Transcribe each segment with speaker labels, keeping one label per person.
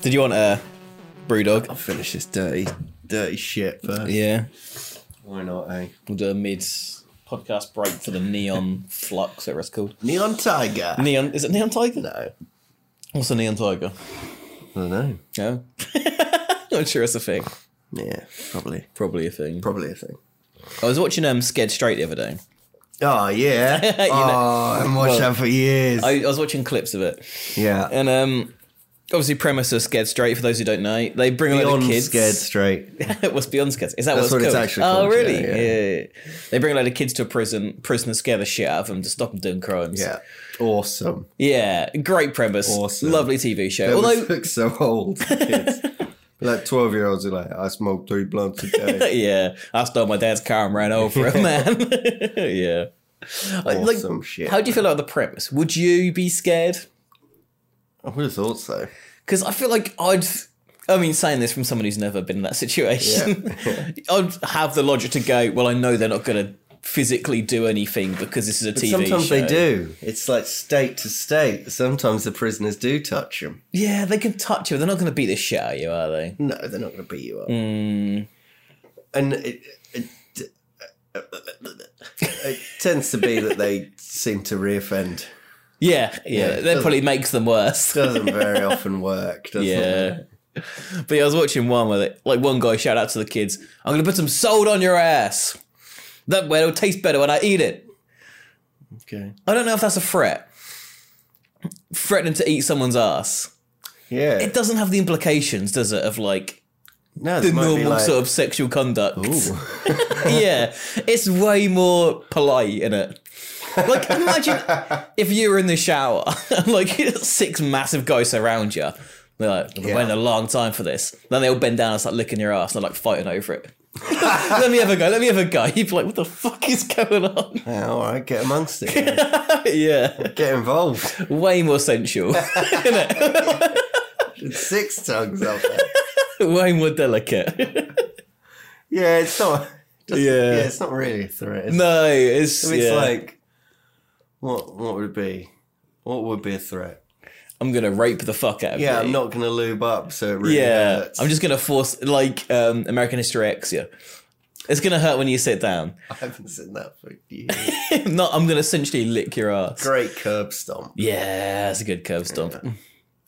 Speaker 1: Did you want a brewdog?
Speaker 2: I'll finish this dirty, dirty shit first.
Speaker 1: Yeah.
Speaker 2: Why not, eh?
Speaker 1: We'll do a mid podcast break for the Neon Flux, whatever it's called.
Speaker 2: Neon Tiger.
Speaker 1: Neon is it Neon Tiger? No. What's a Neon Tiger?
Speaker 2: I don't know.
Speaker 1: No. Not sure it's a thing.
Speaker 2: Yeah, probably.
Speaker 1: Probably a thing.
Speaker 2: Probably a thing.
Speaker 1: I was watching um Scared Straight the other day.
Speaker 2: Oh, yeah.
Speaker 1: You know-
Speaker 2: oh, I haven't watched
Speaker 1: Well,
Speaker 2: that for years.
Speaker 1: I, I was watching clips of it.
Speaker 2: yeah.
Speaker 1: And um obviously premise of Scared Straight, for those who don't know, they bring a load
Speaker 2: Beyond
Speaker 1: of kids.
Speaker 2: scared straight.
Speaker 1: What's Beyond Scared? Is that
Speaker 2: That's
Speaker 1: what it's
Speaker 2: what it's
Speaker 1: called?
Speaker 2: actually
Speaker 1: Oh
Speaker 2: called,
Speaker 1: really?
Speaker 2: yeah,
Speaker 1: Yeah,
Speaker 2: yeah.
Speaker 1: yeah, yeah. They bring a load of kids to a prison, prison and scare the shit out of them to stop them doing crimes.
Speaker 2: Yeah. Awesome.
Speaker 1: Yeah, great premise.
Speaker 2: Awesome.
Speaker 1: Lovely TV show.
Speaker 2: They
Speaker 1: Although
Speaker 2: look so old. Kids. like 12 year olds are like, I smoked three blunts a day.
Speaker 1: yeah, I stole my dad's car and ran over him, man. yeah. Like- like,
Speaker 2: awesome shit.
Speaker 1: How do you feel about the premise? Would you be scared?
Speaker 2: I would have thought so.
Speaker 1: Because I feel like I'd. I mean, saying this from someone who's never been in that situation, I'd have the logic to go, well, I know they're not going to physically do anything because this is a TV
Speaker 2: Sometimes
Speaker 1: show.
Speaker 2: they do. It's like state to state. Sometimes the prisoners do touch them.
Speaker 1: Yeah, they can touch you. They're not going to beat the shit out of you, are they?
Speaker 2: No, they're not going to beat you up.
Speaker 1: Mm.
Speaker 2: And it, it, it tends to be that they seem to reoffend.
Speaker 1: Yeah, yeah.
Speaker 2: Yeah, it
Speaker 1: that probably makes them worse.
Speaker 2: Doesn't very often work, does it?
Speaker 1: Yeah. But yeah, I was watching one where they, like one guy shout out to the kids, I'm gonna put some salt on your ass. That way it'll taste better when I eat it.
Speaker 2: Okay.
Speaker 1: I don't know if that's a threat. Threatening to eat someone's ass.
Speaker 2: Yeah.
Speaker 1: It doesn't have the implications, does it, of like
Speaker 2: no,
Speaker 1: the normal sort of sexual conduct. yeah. It's way more polite in it. Like imagine if you were in the shower and like six massive guys surround you. They're like, we're waiting a long time for this. Then they all bend down and start licking your ass and they're like fighting over it. let me have a go, let me have a go. You'd be like, what the fuck is going on?
Speaker 2: Yeah, all right, get amongst it.
Speaker 1: yeah.
Speaker 2: get involved.
Speaker 1: Way more sensual.
Speaker 2: Six tongues out there.
Speaker 1: Way more delicate.
Speaker 2: Yeah, it's not. doesn't-
Speaker 1: Yeah.
Speaker 2: yeah, it's not really a threat. is it?
Speaker 1: No, it's,
Speaker 2: If it's
Speaker 1: yeah.
Speaker 2: like, what what would it be? What would be a threat?
Speaker 1: I'm gonna rape the fuck out of
Speaker 2: Yeah,
Speaker 1: you.
Speaker 2: I'm not gonna lube up, so it really
Speaker 1: Yeah,
Speaker 2: hurts.
Speaker 1: I'm just gonna force like um, American History X. Yeah, it's gonna hurt when you sit down.
Speaker 2: I haven't seen that for years.
Speaker 1: Not, I'm gonna essentially lick your ass.
Speaker 2: Great curb stomp.
Speaker 1: Yeah, that's a good curb stomp.
Speaker 2: There's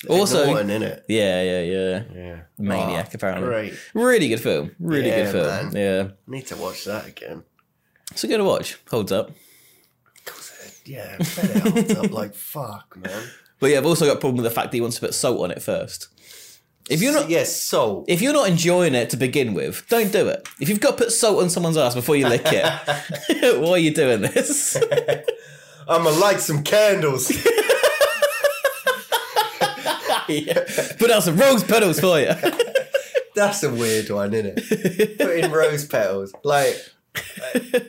Speaker 1: Also,
Speaker 2: Norton in it.
Speaker 1: yeah, yeah, yeah.
Speaker 2: Yeah,
Speaker 1: Maniac, apparently.
Speaker 2: Ah, Great.
Speaker 1: Really good film. Really
Speaker 2: Yeah,
Speaker 1: good film.
Speaker 2: man.
Speaker 1: Yeah,
Speaker 2: Need to watch that again.
Speaker 1: it's a good watch. Holds up.
Speaker 2: Yeah, bet it holds up like fuck, man.
Speaker 1: But yeah, I've also got a problem with the fact that he wants to put salt on it first. If you're not,
Speaker 2: yes, salt.
Speaker 1: if you're not enjoying it to begin with, don't do it. If you've got to put salt on someone's ass before you lick it, why are you doing this?
Speaker 2: I'm gonna light some candles.
Speaker 1: Yeah. Put out some rose petals for you.
Speaker 2: That's a weird one, isn't it? Put in rose petals. Like,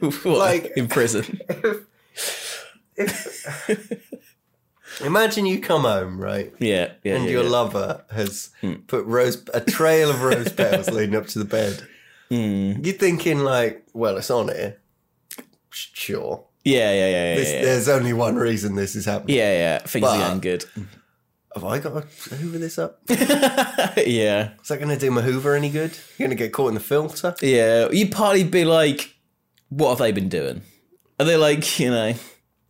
Speaker 1: What,
Speaker 2: Like-
Speaker 1: in prison.
Speaker 2: imagine you come home, right?
Speaker 1: Yeah, yeah.
Speaker 2: And
Speaker 1: yeah, Hmm.
Speaker 2: your
Speaker 1: yeah.
Speaker 2: lover has put rose a trail of rose petals leading up to the bed.
Speaker 1: Hmm.
Speaker 2: You're thinking like, well, it's on here. Sure.
Speaker 1: yeah, yeah, yeah, yeah.
Speaker 2: This,
Speaker 1: yeah.
Speaker 2: There's only one reason this is happening.
Speaker 1: yeah, yeah. Things are
Speaker 2: But-
Speaker 1: going good.
Speaker 2: Have I got to hoover this up?
Speaker 1: yeah,
Speaker 2: Is that going to do my hoover any good? You're going to get caught in the filter?
Speaker 1: yeah. You'd partly be like, what have they been doing? Are they like, you know,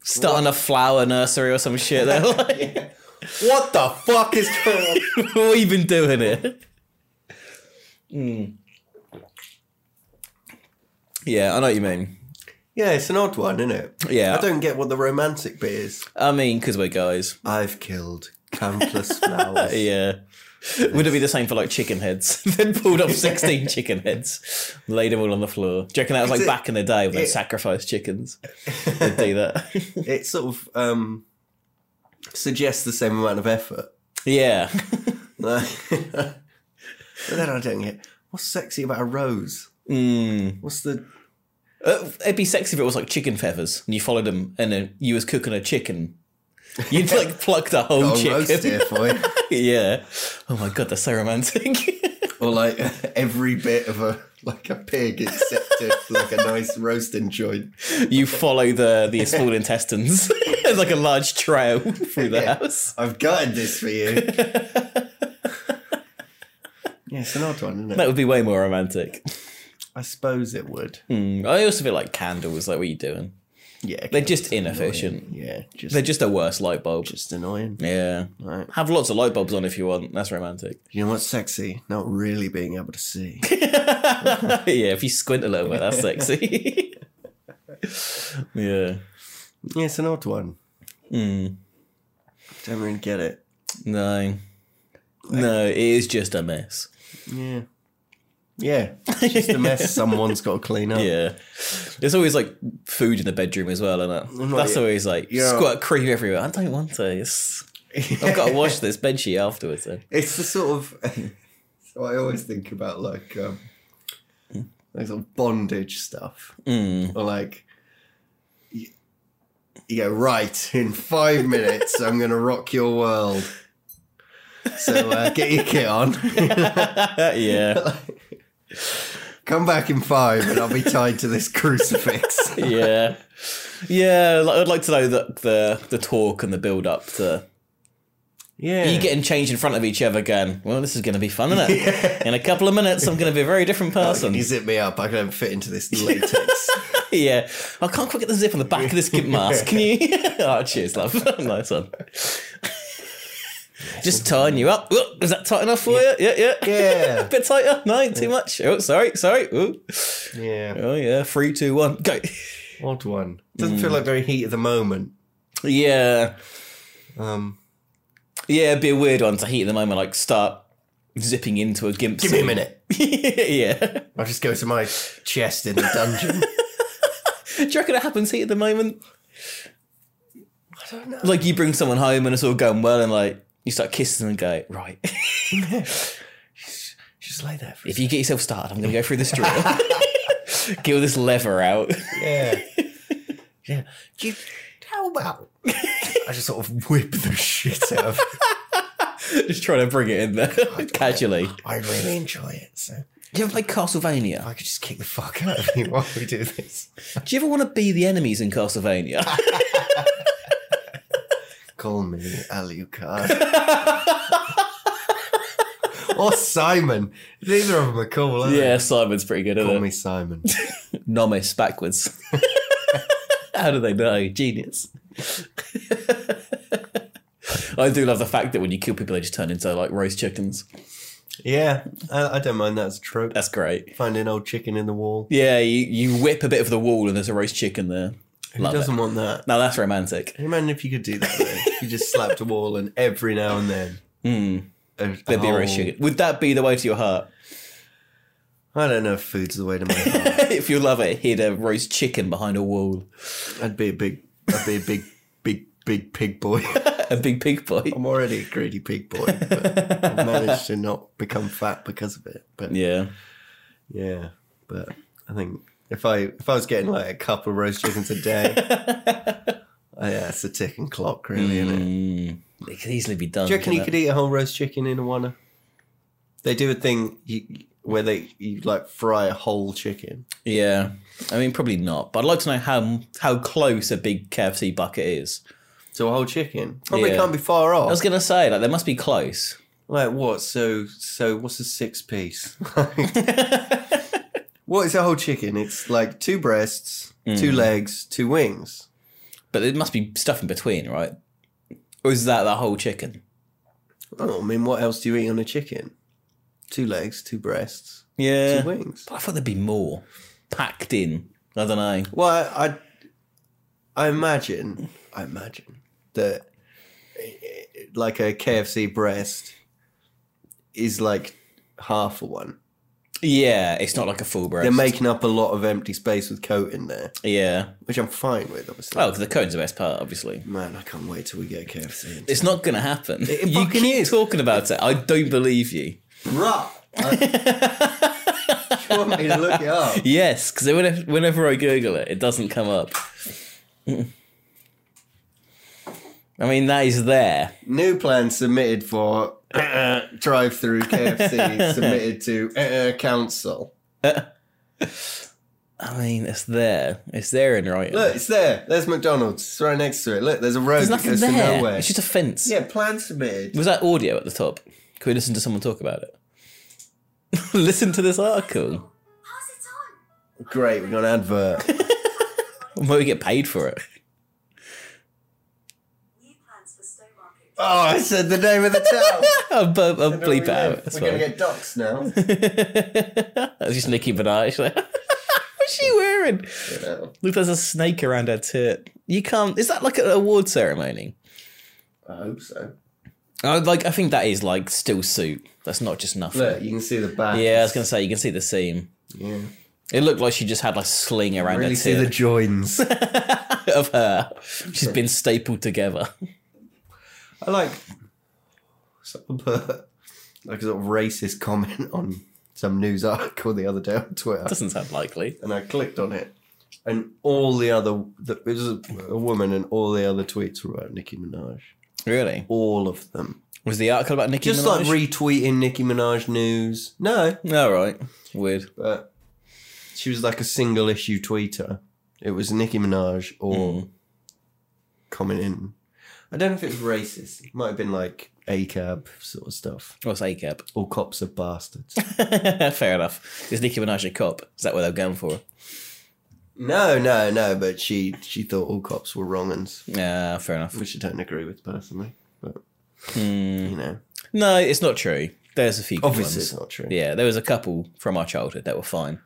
Speaker 1: starting a flower nursery or some shit? They're like,
Speaker 2: What the fuck is going on?
Speaker 1: what have you been doing here?
Speaker 2: Hmm.
Speaker 1: Mm. Yeah, I know what you mean.
Speaker 2: Yeah, it's an odd one, isn't it?
Speaker 1: Yeah.
Speaker 2: I don't get what the romantic bit is.
Speaker 1: I mean, because we're guys.
Speaker 2: I've killed countless flowers.
Speaker 1: Yeah. uh, Would it be the same for like chicken heads? then pulled off 16 chicken heads, laid them all on the floor. Do you reckon that was like
Speaker 2: it-
Speaker 1: back in the day when they
Speaker 2: it-
Speaker 1: sacrificed chickens? They'd do that.
Speaker 2: It sort of um, suggests the same amount of effort.
Speaker 1: yeah.
Speaker 2: Like- but then I don't get what's sexy about a rose.
Speaker 1: Mm.
Speaker 2: What's the
Speaker 1: Uh, It'd be sexy if it was like chicken feathers and you followed them and then you was cooking a chicken. You'd like plucked a whole
Speaker 2: oh, rose
Speaker 1: chicken.
Speaker 2: dear for you?
Speaker 1: yeah. Oh my god, that's so romantic.
Speaker 2: or like every bit of a like a pig except it's like a nice roasting joint.
Speaker 1: you follow the the small intestines. There's like a large trail through the house.
Speaker 2: I've gutted this for you. It's an odd one, isn't it?
Speaker 1: That would be way more romantic.
Speaker 2: I suppose it would.
Speaker 1: Mm, I also feel like candles, like, what are you doing?
Speaker 2: Yeah.
Speaker 1: They're
Speaker 2: okay,
Speaker 1: just
Speaker 2: it's annoying.
Speaker 1: inefficient.
Speaker 2: Yeah. Just,
Speaker 1: They're just a worse light bulb.
Speaker 2: just annoying.
Speaker 1: Yeah.
Speaker 2: Right.
Speaker 1: Have lots of light bulbs on if you want. That's romantic.
Speaker 2: You know what's sexy? Not really being able to see.
Speaker 1: yeah, if you squint a little bit, that's sexy. yeah.
Speaker 2: yeah, it's an odd one.
Speaker 1: Hmm.
Speaker 2: Don't really get it.
Speaker 1: No. No, it is just a mess.
Speaker 2: Yeah. Yeah. It's just a mess someone's got to clean up.
Speaker 1: Yeah. There's always like food in the bedroom as well, isn't it?
Speaker 2: not
Speaker 1: That's
Speaker 2: yet.
Speaker 1: always like
Speaker 2: Yeah.
Speaker 1: squirt cream everywhere. I don't want to. It's, I've got to wash this bed sheet afterwards. Then.
Speaker 2: It's the sort of. so I always think about like, um,
Speaker 1: Hmm.
Speaker 2: like sort of bondage stuff,
Speaker 1: Mm.
Speaker 2: or like, y- you go right in five minutes. I'm gonna rock your world. So uh, get your kit on.
Speaker 1: yeah.
Speaker 2: Come back in five, and I'll be tied to this crucifix.
Speaker 1: Yeah. Yeah, like, I'd like to know the, the the talk and the build up to
Speaker 2: Yeah,
Speaker 1: you getting changed in front of each other going, Well, this is gonna be fun, isn't it? In a couple of minutes I'm gonna be a very different
Speaker 2: Can
Speaker 1: person.
Speaker 2: you zip me up? I don't fit into this latex.
Speaker 1: Yeah. I can't quite get the zip on the back of this kid mask, can you? oh, cheers, love. nice one. Just tying you up. Ooh, is that tight enough for you? Yeah, yeah.
Speaker 2: Yeah.
Speaker 1: Bit tighter? No, too much. Oh, sorry, sorry. Ooh.
Speaker 2: yeah,
Speaker 1: Oh, yeah. Three, two, one, go.
Speaker 2: odd one. Doesn't feel like very heat of the moment.
Speaker 1: Yeah.
Speaker 2: Um,
Speaker 1: Yeah, it'd be a weird one to heat at the moment, like start zipping into a gimp
Speaker 2: give me a
Speaker 1: suit.
Speaker 2: minute.
Speaker 1: yeah.
Speaker 2: I'll just go to my chest in the dungeon.
Speaker 1: Do you reckon it happens heat at the moment?
Speaker 2: I don't know.
Speaker 1: Like you bring someone home and it's all going well and like you start kissing and go, right.
Speaker 2: Just lay there for
Speaker 1: if you get yourself started, I'm going to go through this drill. Get all this lever out.
Speaker 2: Yeah. yeah. You, how about? I just sort of whip the shit out of
Speaker 1: Just trying to bring it in there casually.
Speaker 2: I really enjoy it. So
Speaker 1: Do you ever play Castlevania?
Speaker 2: I could just kick the fuck out of you while we do this.
Speaker 1: Do you ever want to be the enemies in Castlevania?
Speaker 2: Call me Alucard. or Simon. Neither of them are cool, are
Speaker 1: yeah, Simon's pretty good at
Speaker 2: they? Call
Speaker 1: it.
Speaker 2: me Simon.
Speaker 1: Nomis backwards. How do they know? Genius. I do love the fact that when you kill people, they just turn into like roast chickens.
Speaker 2: yeah, I, I don't mind that as a trope.
Speaker 1: That's great.
Speaker 2: Find an old chicken in the wall.
Speaker 1: Yeah, you, you whip a bit of the wall and there's a roast chicken there.
Speaker 2: Who
Speaker 1: Love it.
Speaker 2: doesn't want that?
Speaker 1: Now that's romantic.
Speaker 2: Can you imagine if you could do that? Though? you just slapped a wall, and every now and then, a- Hmm. a
Speaker 1: There'd be a roast
Speaker 2: whole-
Speaker 1: chicken. Would that be the way to your heart?
Speaker 2: I don't know if food's the way to my heart.
Speaker 1: if you love it, hid a roast chicken behind a wall.
Speaker 2: I'd be a big, I'd be a big, big, big pig boy.
Speaker 1: A big pig boy.
Speaker 2: I'm already a greedy pig boy, but I've managed to not become fat because of it. But yeah,
Speaker 1: Yeah.
Speaker 2: but I think if I if I was getting like a couple of roast chickens a day, oh, yeah, it's a ticking clock, really,
Speaker 1: Mm.
Speaker 2: isn't it?
Speaker 1: It could easily be done.
Speaker 2: Do you reckon you
Speaker 1: couldn't
Speaker 2: could eat a whole roast chicken in a wanna? They do a thing you, where they you like fry a whole chicken.
Speaker 1: it? Yeah. I mean, probably not, but I'd like to know how how close a big KFC bucket is.
Speaker 2: So a whole chicken probably
Speaker 1: Yeah.
Speaker 2: can't be far off.
Speaker 1: I was gonna say, like, they must be close.
Speaker 2: Like what? So so what's a six piece? what is a whole chicken? It's like two breasts,
Speaker 1: Mm.
Speaker 2: two legs, two wings.
Speaker 1: But it must be stuff in between, right? Or is that the whole chicken?
Speaker 2: Oh, I mean, what else do you eat on a chicken? Two legs, two breasts,
Speaker 1: Yeah.
Speaker 2: two wings.
Speaker 1: But I thought there'd be more packed in. I don't know.
Speaker 2: Well, I, I I imagine I imagine that eh, like a KFC breast is like half a one.
Speaker 1: Yeah, it's not like a full breast.
Speaker 2: They're making up a lot of empty space with coat in there,
Speaker 1: yeah.
Speaker 2: which I'm fine with, obviously.
Speaker 1: Oh, 'cause the cone's the best part, obviously.
Speaker 2: Man, I can't wait till we get KFC.
Speaker 1: It's not gonna happen.
Speaker 2: it
Speaker 1: you
Speaker 2: fucking
Speaker 1: keep
Speaker 2: is.
Speaker 1: talking about it. I don't believe you.
Speaker 2: Bruh! I- you want me to look it up?
Speaker 1: Yes, because whenever, whenever I Google it, it doesn't come up. I mean, that is there.
Speaker 2: New plan submitted for uh, drive-through KFC submitted to uh, council.
Speaker 1: I mean, it's there. It's there in writing.
Speaker 2: Look, it's there. There's McDonald's. It's right next to it. Look, there's a road
Speaker 1: There's
Speaker 2: that
Speaker 1: nothing
Speaker 2: goes to
Speaker 1: there.
Speaker 2: nowhere.
Speaker 1: It's just a fence.
Speaker 2: Yeah, plan submitted.
Speaker 1: Was that audio at the top? Could we listen to someone talk about it? Listen to this article.
Speaker 3: Pass it on.
Speaker 2: Great, we got an advert.
Speaker 1: Might we get paid for it?
Speaker 3: New plans for Stowe Market.
Speaker 2: oh, I said the name of the town.
Speaker 1: I'll, bu- I'll
Speaker 2: Where we
Speaker 1: bleep it
Speaker 2: live.
Speaker 1: out. That's
Speaker 2: We're going to
Speaker 1: fine.
Speaker 2: get docs now.
Speaker 1: That's just Nicki Minaj. Like, What's she wearing?
Speaker 2: You know.
Speaker 1: Look, there's a snake around her tit. You can't. Is that like an award ceremony?
Speaker 2: I hope so.
Speaker 1: I like. I think that is like still suit. That's not just nothing.
Speaker 2: Look, you can see the back.
Speaker 1: yeah, I was gonna say you can see the seam.
Speaker 2: Yeah.
Speaker 1: It looked like she just had like a sling around
Speaker 2: Really
Speaker 1: her
Speaker 2: see the
Speaker 1: tit
Speaker 2: joins.
Speaker 1: of her. She's been stapled together.
Speaker 2: I like someone put like a sort of racist comment on some news article the other day on Twitter,
Speaker 1: Doesn't sound likely.
Speaker 2: and I clicked on it, and all the other the, it was a, a woman, and all the other tweets were about Nicki Minaj,
Speaker 1: Really?
Speaker 2: all of them,
Speaker 1: Was the article about Nicki
Speaker 2: just
Speaker 1: Minaj?
Speaker 2: like retweeting Nicki Minaj news. No,
Speaker 1: All right. Weird.
Speaker 2: but she was like a single issue tweeter. It was Nicki Minaj
Speaker 1: Hmm.
Speaker 2: or commenting. I don't know if it was racist. It might have been like a cab sort of stuff.
Speaker 1: What's ACAB?
Speaker 2: All cops are bastards.
Speaker 1: Fair enough. Is Nicki Minaj a cop? Is that what they're going for?
Speaker 2: no, no, no. But she she thought all cops were wrong and
Speaker 1: Yeah, fair enough.
Speaker 2: which I don't agree with personally. But you know,
Speaker 1: No, it's not true. There's a few good
Speaker 2: Hmm. obviously
Speaker 1: ones.
Speaker 2: it's not true.
Speaker 1: Yeah, there was a couple from our childhood that were fine.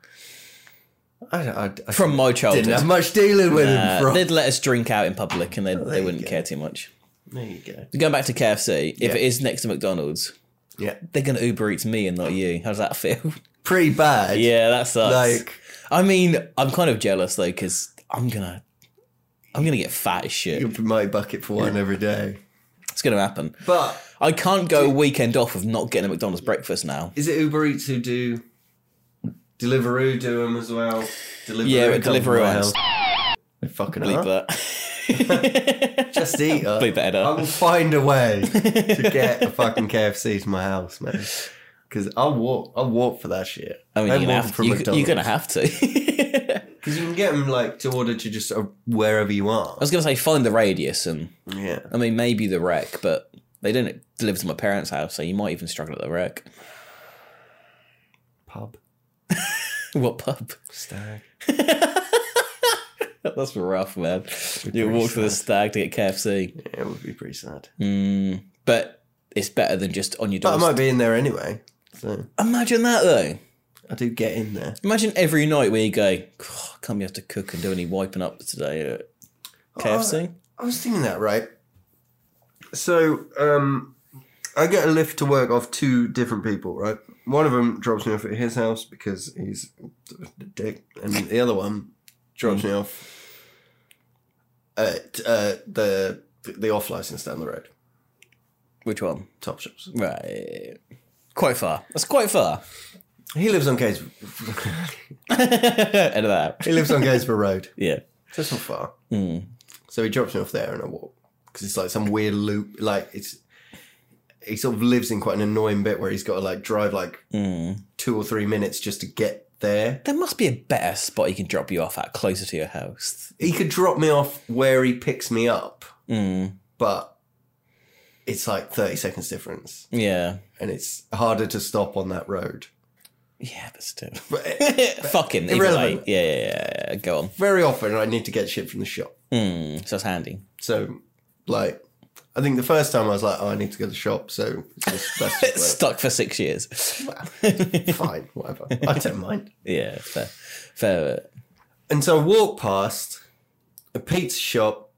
Speaker 2: I, I, I
Speaker 1: From my
Speaker 2: didn't have
Speaker 1: childhood,
Speaker 2: much dealing with
Speaker 1: uh,
Speaker 2: him. From.
Speaker 1: they'd let us drink out in public and they they
Speaker 2: you
Speaker 1: wouldn't
Speaker 2: go.
Speaker 1: care too much.
Speaker 2: There you go.
Speaker 1: Going back to KFC, if
Speaker 2: Yeah.
Speaker 1: it is next to McDonald's,
Speaker 2: Yeah,
Speaker 1: they're gonna Uber Eats me and not you. How does that feel?
Speaker 2: pretty bad.
Speaker 1: yeah, that sucks.
Speaker 2: like
Speaker 1: I mean, I'm kind of jealous though because I'm gonna, I'm gonna get fat as shit.
Speaker 2: you might bucket for one every day.
Speaker 1: It's gonna happen.
Speaker 2: But
Speaker 1: I can't go a weekend off of not getting a McDonald's breakfast now.
Speaker 2: is it Uber Eats who do Deliveroo do them as well? Deliveroo
Speaker 1: Yeah, but
Speaker 2: come to my
Speaker 1: Deliveroo
Speaker 2: house.
Speaker 1: owns
Speaker 2: They fucking
Speaker 1: bleep
Speaker 2: are.
Speaker 1: that.
Speaker 2: Just eat her.
Speaker 1: Bleep that
Speaker 2: I
Speaker 1: out.
Speaker 2: will find a way to get a fucking KFC to my house, man. Because I'll walk. I'll walk for that shit.
Speaker 1: I mean,
Speaker 2: I'm
Speaker 1: you're gonna,
Speaker 2: walking
Speaker 1: have to,
Speaker 2: from
Speaker 1: you, you're
Speaker 2: McDonald's.
Speaker 1: gonna have to.
Speaker 2: Because you can get them like to order to just uh, wherever you are.
Speaker 1: I was gonna say find the radius, and
Speaker 2: Yeah.
Speaker 1: I mean maybe the wreck, but they don't deliver to my parents' house, so you might even struggle at the wreck.
Speaker 2: Pub.
Speaker 1: What pub?
Speaker 2: Stag.
Speaker 1: That's rough, man. You walk to the stag to get KFC,
Speaker 2: Yeah, it would be pretty sad.
Speaker 1: mm, but it's better than just on your
Speaker 2: But I
Speaker 1: doorstep.
Speaker 2: might be in there anyway. So
Speaker 1: Imagine that though.
Speaker 2: I do get in there.
Speaker 1: Imagine every night where you go, "Oh, can't be able to cook and do any wiping up today at
Speaker 2: Oh,
Speaker 1: KFC.
Speaker 2: I was thinking that, right? So, um, I get a lift to work off two different people, right? One of them drops me off at his house because he's a dick, and the other one drops me off at uh, the the off license down the road,
Speaker 1: Which one?
Speaker 2: Top Shops.
Speaker 1: Right. Quite far. That's quite far.
Speaker 2: He lives on Gays.
Speaker 1: End of
Speaker 2: he
Speaker 1: that.
Speaker 2: lives on Gaysborough Road.
Speaker 1: Yeah.
Speaker 2: So it's not far.
Speaker 1: Mm.
Speaker 2: So he drops me off there and I walk because it's like some weird loop. Like it's he sort of lives in quite an annoying bit where he's got to like drive like
Speaker 1: Mm.
Speaker 2: two or three minutes just to get there.
Speaker 1: There must be a better spot he can drop you off at closer to your house.
Speaker 2: He could drop me off where he picks me up,
Speaker 1: Mm.
Speaker 2: but it's like thirty seconds difference,
Speaker 1: Yeah.
Speaker 2: and it's harder to stop on that road.
Speaker 1: Yeah, but still.
Speaker 2: But
Speaker 1: Fucking. either
Speaker 2: irrelevant.
Speaker 1: way. Yeah, yeah, yeah, yeah. Go on.
Speaker 2: very often I need to get shit from the shop.
Speaker 1: Mm. So that's handy.
Speaker 2: So, like, I think the first time I was like, "Oh, I need to go to the shop," so it's just, that's
Speaker 1: It's
Speaker 2: just
Speaker 1: Stuck for six years.
Speaker 2: where- fine, whatever. I don't mind.
Speaker 1: Yeah, fair. Fair.
Speaker 2: And so I walk past a pizza shop,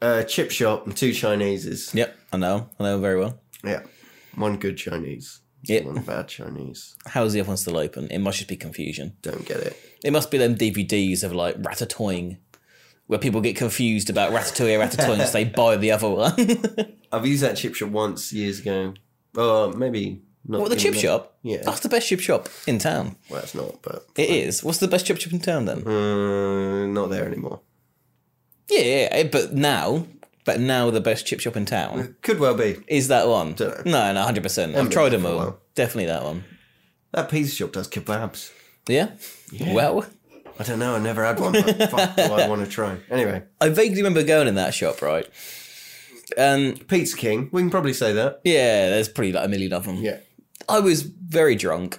Speaker 2: a chip shop, and two Chineses.
Speaker 1: Yep, I know. I know very well.
Speaker 2: Yeah. One good Chinese.
Speaker 1: Yep.
Speaker 2: One bad Chinese.
Speaker 1: How is the other one still open? It must just be confusion.
Speaker 2: Don't get it.
Speaker 1: It must be them DVDs of like ratatouille, where people get confused about ratatouille and ratatouille, so they buy the other one.
Speaker 2: I've used that chip shop once years ago. Oh, maybe not.
Speaker 1: what the chip shop? Oh.
Speaker 2: Yeah.
Speaker 1: that's the best chip shop in town.
Speaker 2: Well, it's not, but
Speaker 1: It is. What's the best chip shop in town then?
Speaker 2: uh, not there anymore.
Speaker 1: Yeah, yeah, yeah, but now, but now the best chip shop in town
Speaker 2: Could well be.
Speaker 1: is that one.
Speaker 2: Dunno.
Speaker 1: No, no, hundred percent. I've
Speaker 2: been
Speaker 1: tried
Speaker 2: there
Speaker 1: them
Speaker 2: for a
Speaker 1: all.
Speaker 2: while.
Speaker 1: Definitely that one.
Speaker 2: That pizza shop does kebabs.
Speaker 1: Yeah? Well,
Speaker 2: I don't know. I never had one, but fuck, do I want to try? Anyway,
Speaker 1: I vaguely remember going in that shop, right? And
Speaker 2: Pizza King. We can probably say that.
Speaker 1: yeah, there's probably like a million of them.
Speaker 2: Yeah.
Speaker 1: I was very drunk.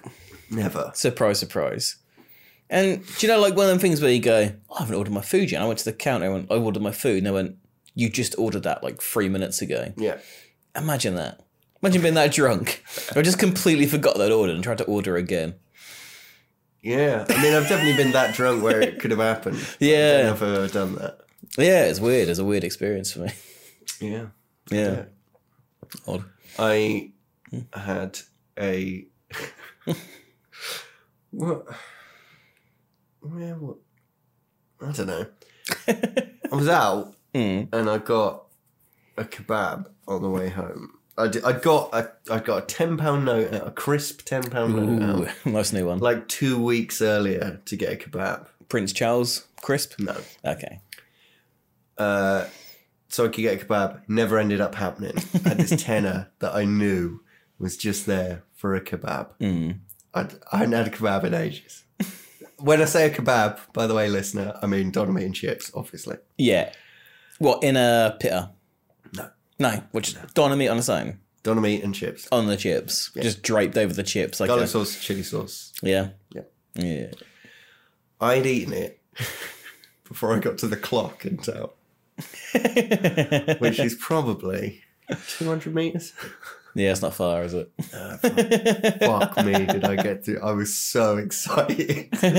Speaker 2: Never.
Speaker 1: Surprise, surprise. And do you know, like one of them things where you go, "Oh, I haven't ordered my food yet. And I went to the counter and I ordered my food, and they went, You just ordered that like three minutes ago.
Speaker 2: Yeah.
Speaker 1: Imagine that. Imagine being that drunk. I just completely forgot that order and tried to order again.
Speaker 2: Yeah. I mean, I've definitely been that drunk where it could have happened. I
Speaker 1: Yeah.
Speaker 2: don't know if I've ever done that.
Speaker 1: Yeah, it's weird. It's a weird experience for me.
Speaker 2: Yeah.
Speaker 1: Yeah. Odd.
Speaker 2: I had a what? Where? What? I don't know. I was out
Speaker 1: Mm.
Speaker 2: and I got a kebab on the way home. I, d- I got a I got a ten pound note, out, a crisp ten pound note,
Speaker 1: Hmm. Ooh,
Speaker 2: out,
Speaker 1: nice new one.
Speaker 2: like two weeks earlier to get a kebab.
Speaker 1: Prince Charles crisp.
Speaker 2: No,
Speaker 1: Okay.
Speaker 2: uh, so I could get a kebab. Never ended up happening. I had this tenner that I knew was just there for a kebab.
Speaker 1: Mm.
Speaker 2: I'd, I hadn't had a kebab in ages. when I say a kebab, by the way, listener, I mean doner meat and chips, obviously.
Speaker 1: Yeah. What in a pitter?
Speaker 2: No.
Speaker 1: No. Which doner meat on its own
Speaker 2: Doner meat and chips.
Speaker 1: on the chips, just draped over the chips like
Speaker 2: Garlic
Speaker 1: a,
Speaker 2: sauce, chili sauce.
Speaker 1: yeah.
Speaker 2: Yeah.
Speaker 1: Yeah.
Speaker 2: I'd eaten it before I got to the clock and out, which is probably 200 meters.
Speaker 1: Yeah, it's not far, is it?
Speaker 2: Uh, Fuck me, did I get through? I was so excited.
Speaker 1: Good,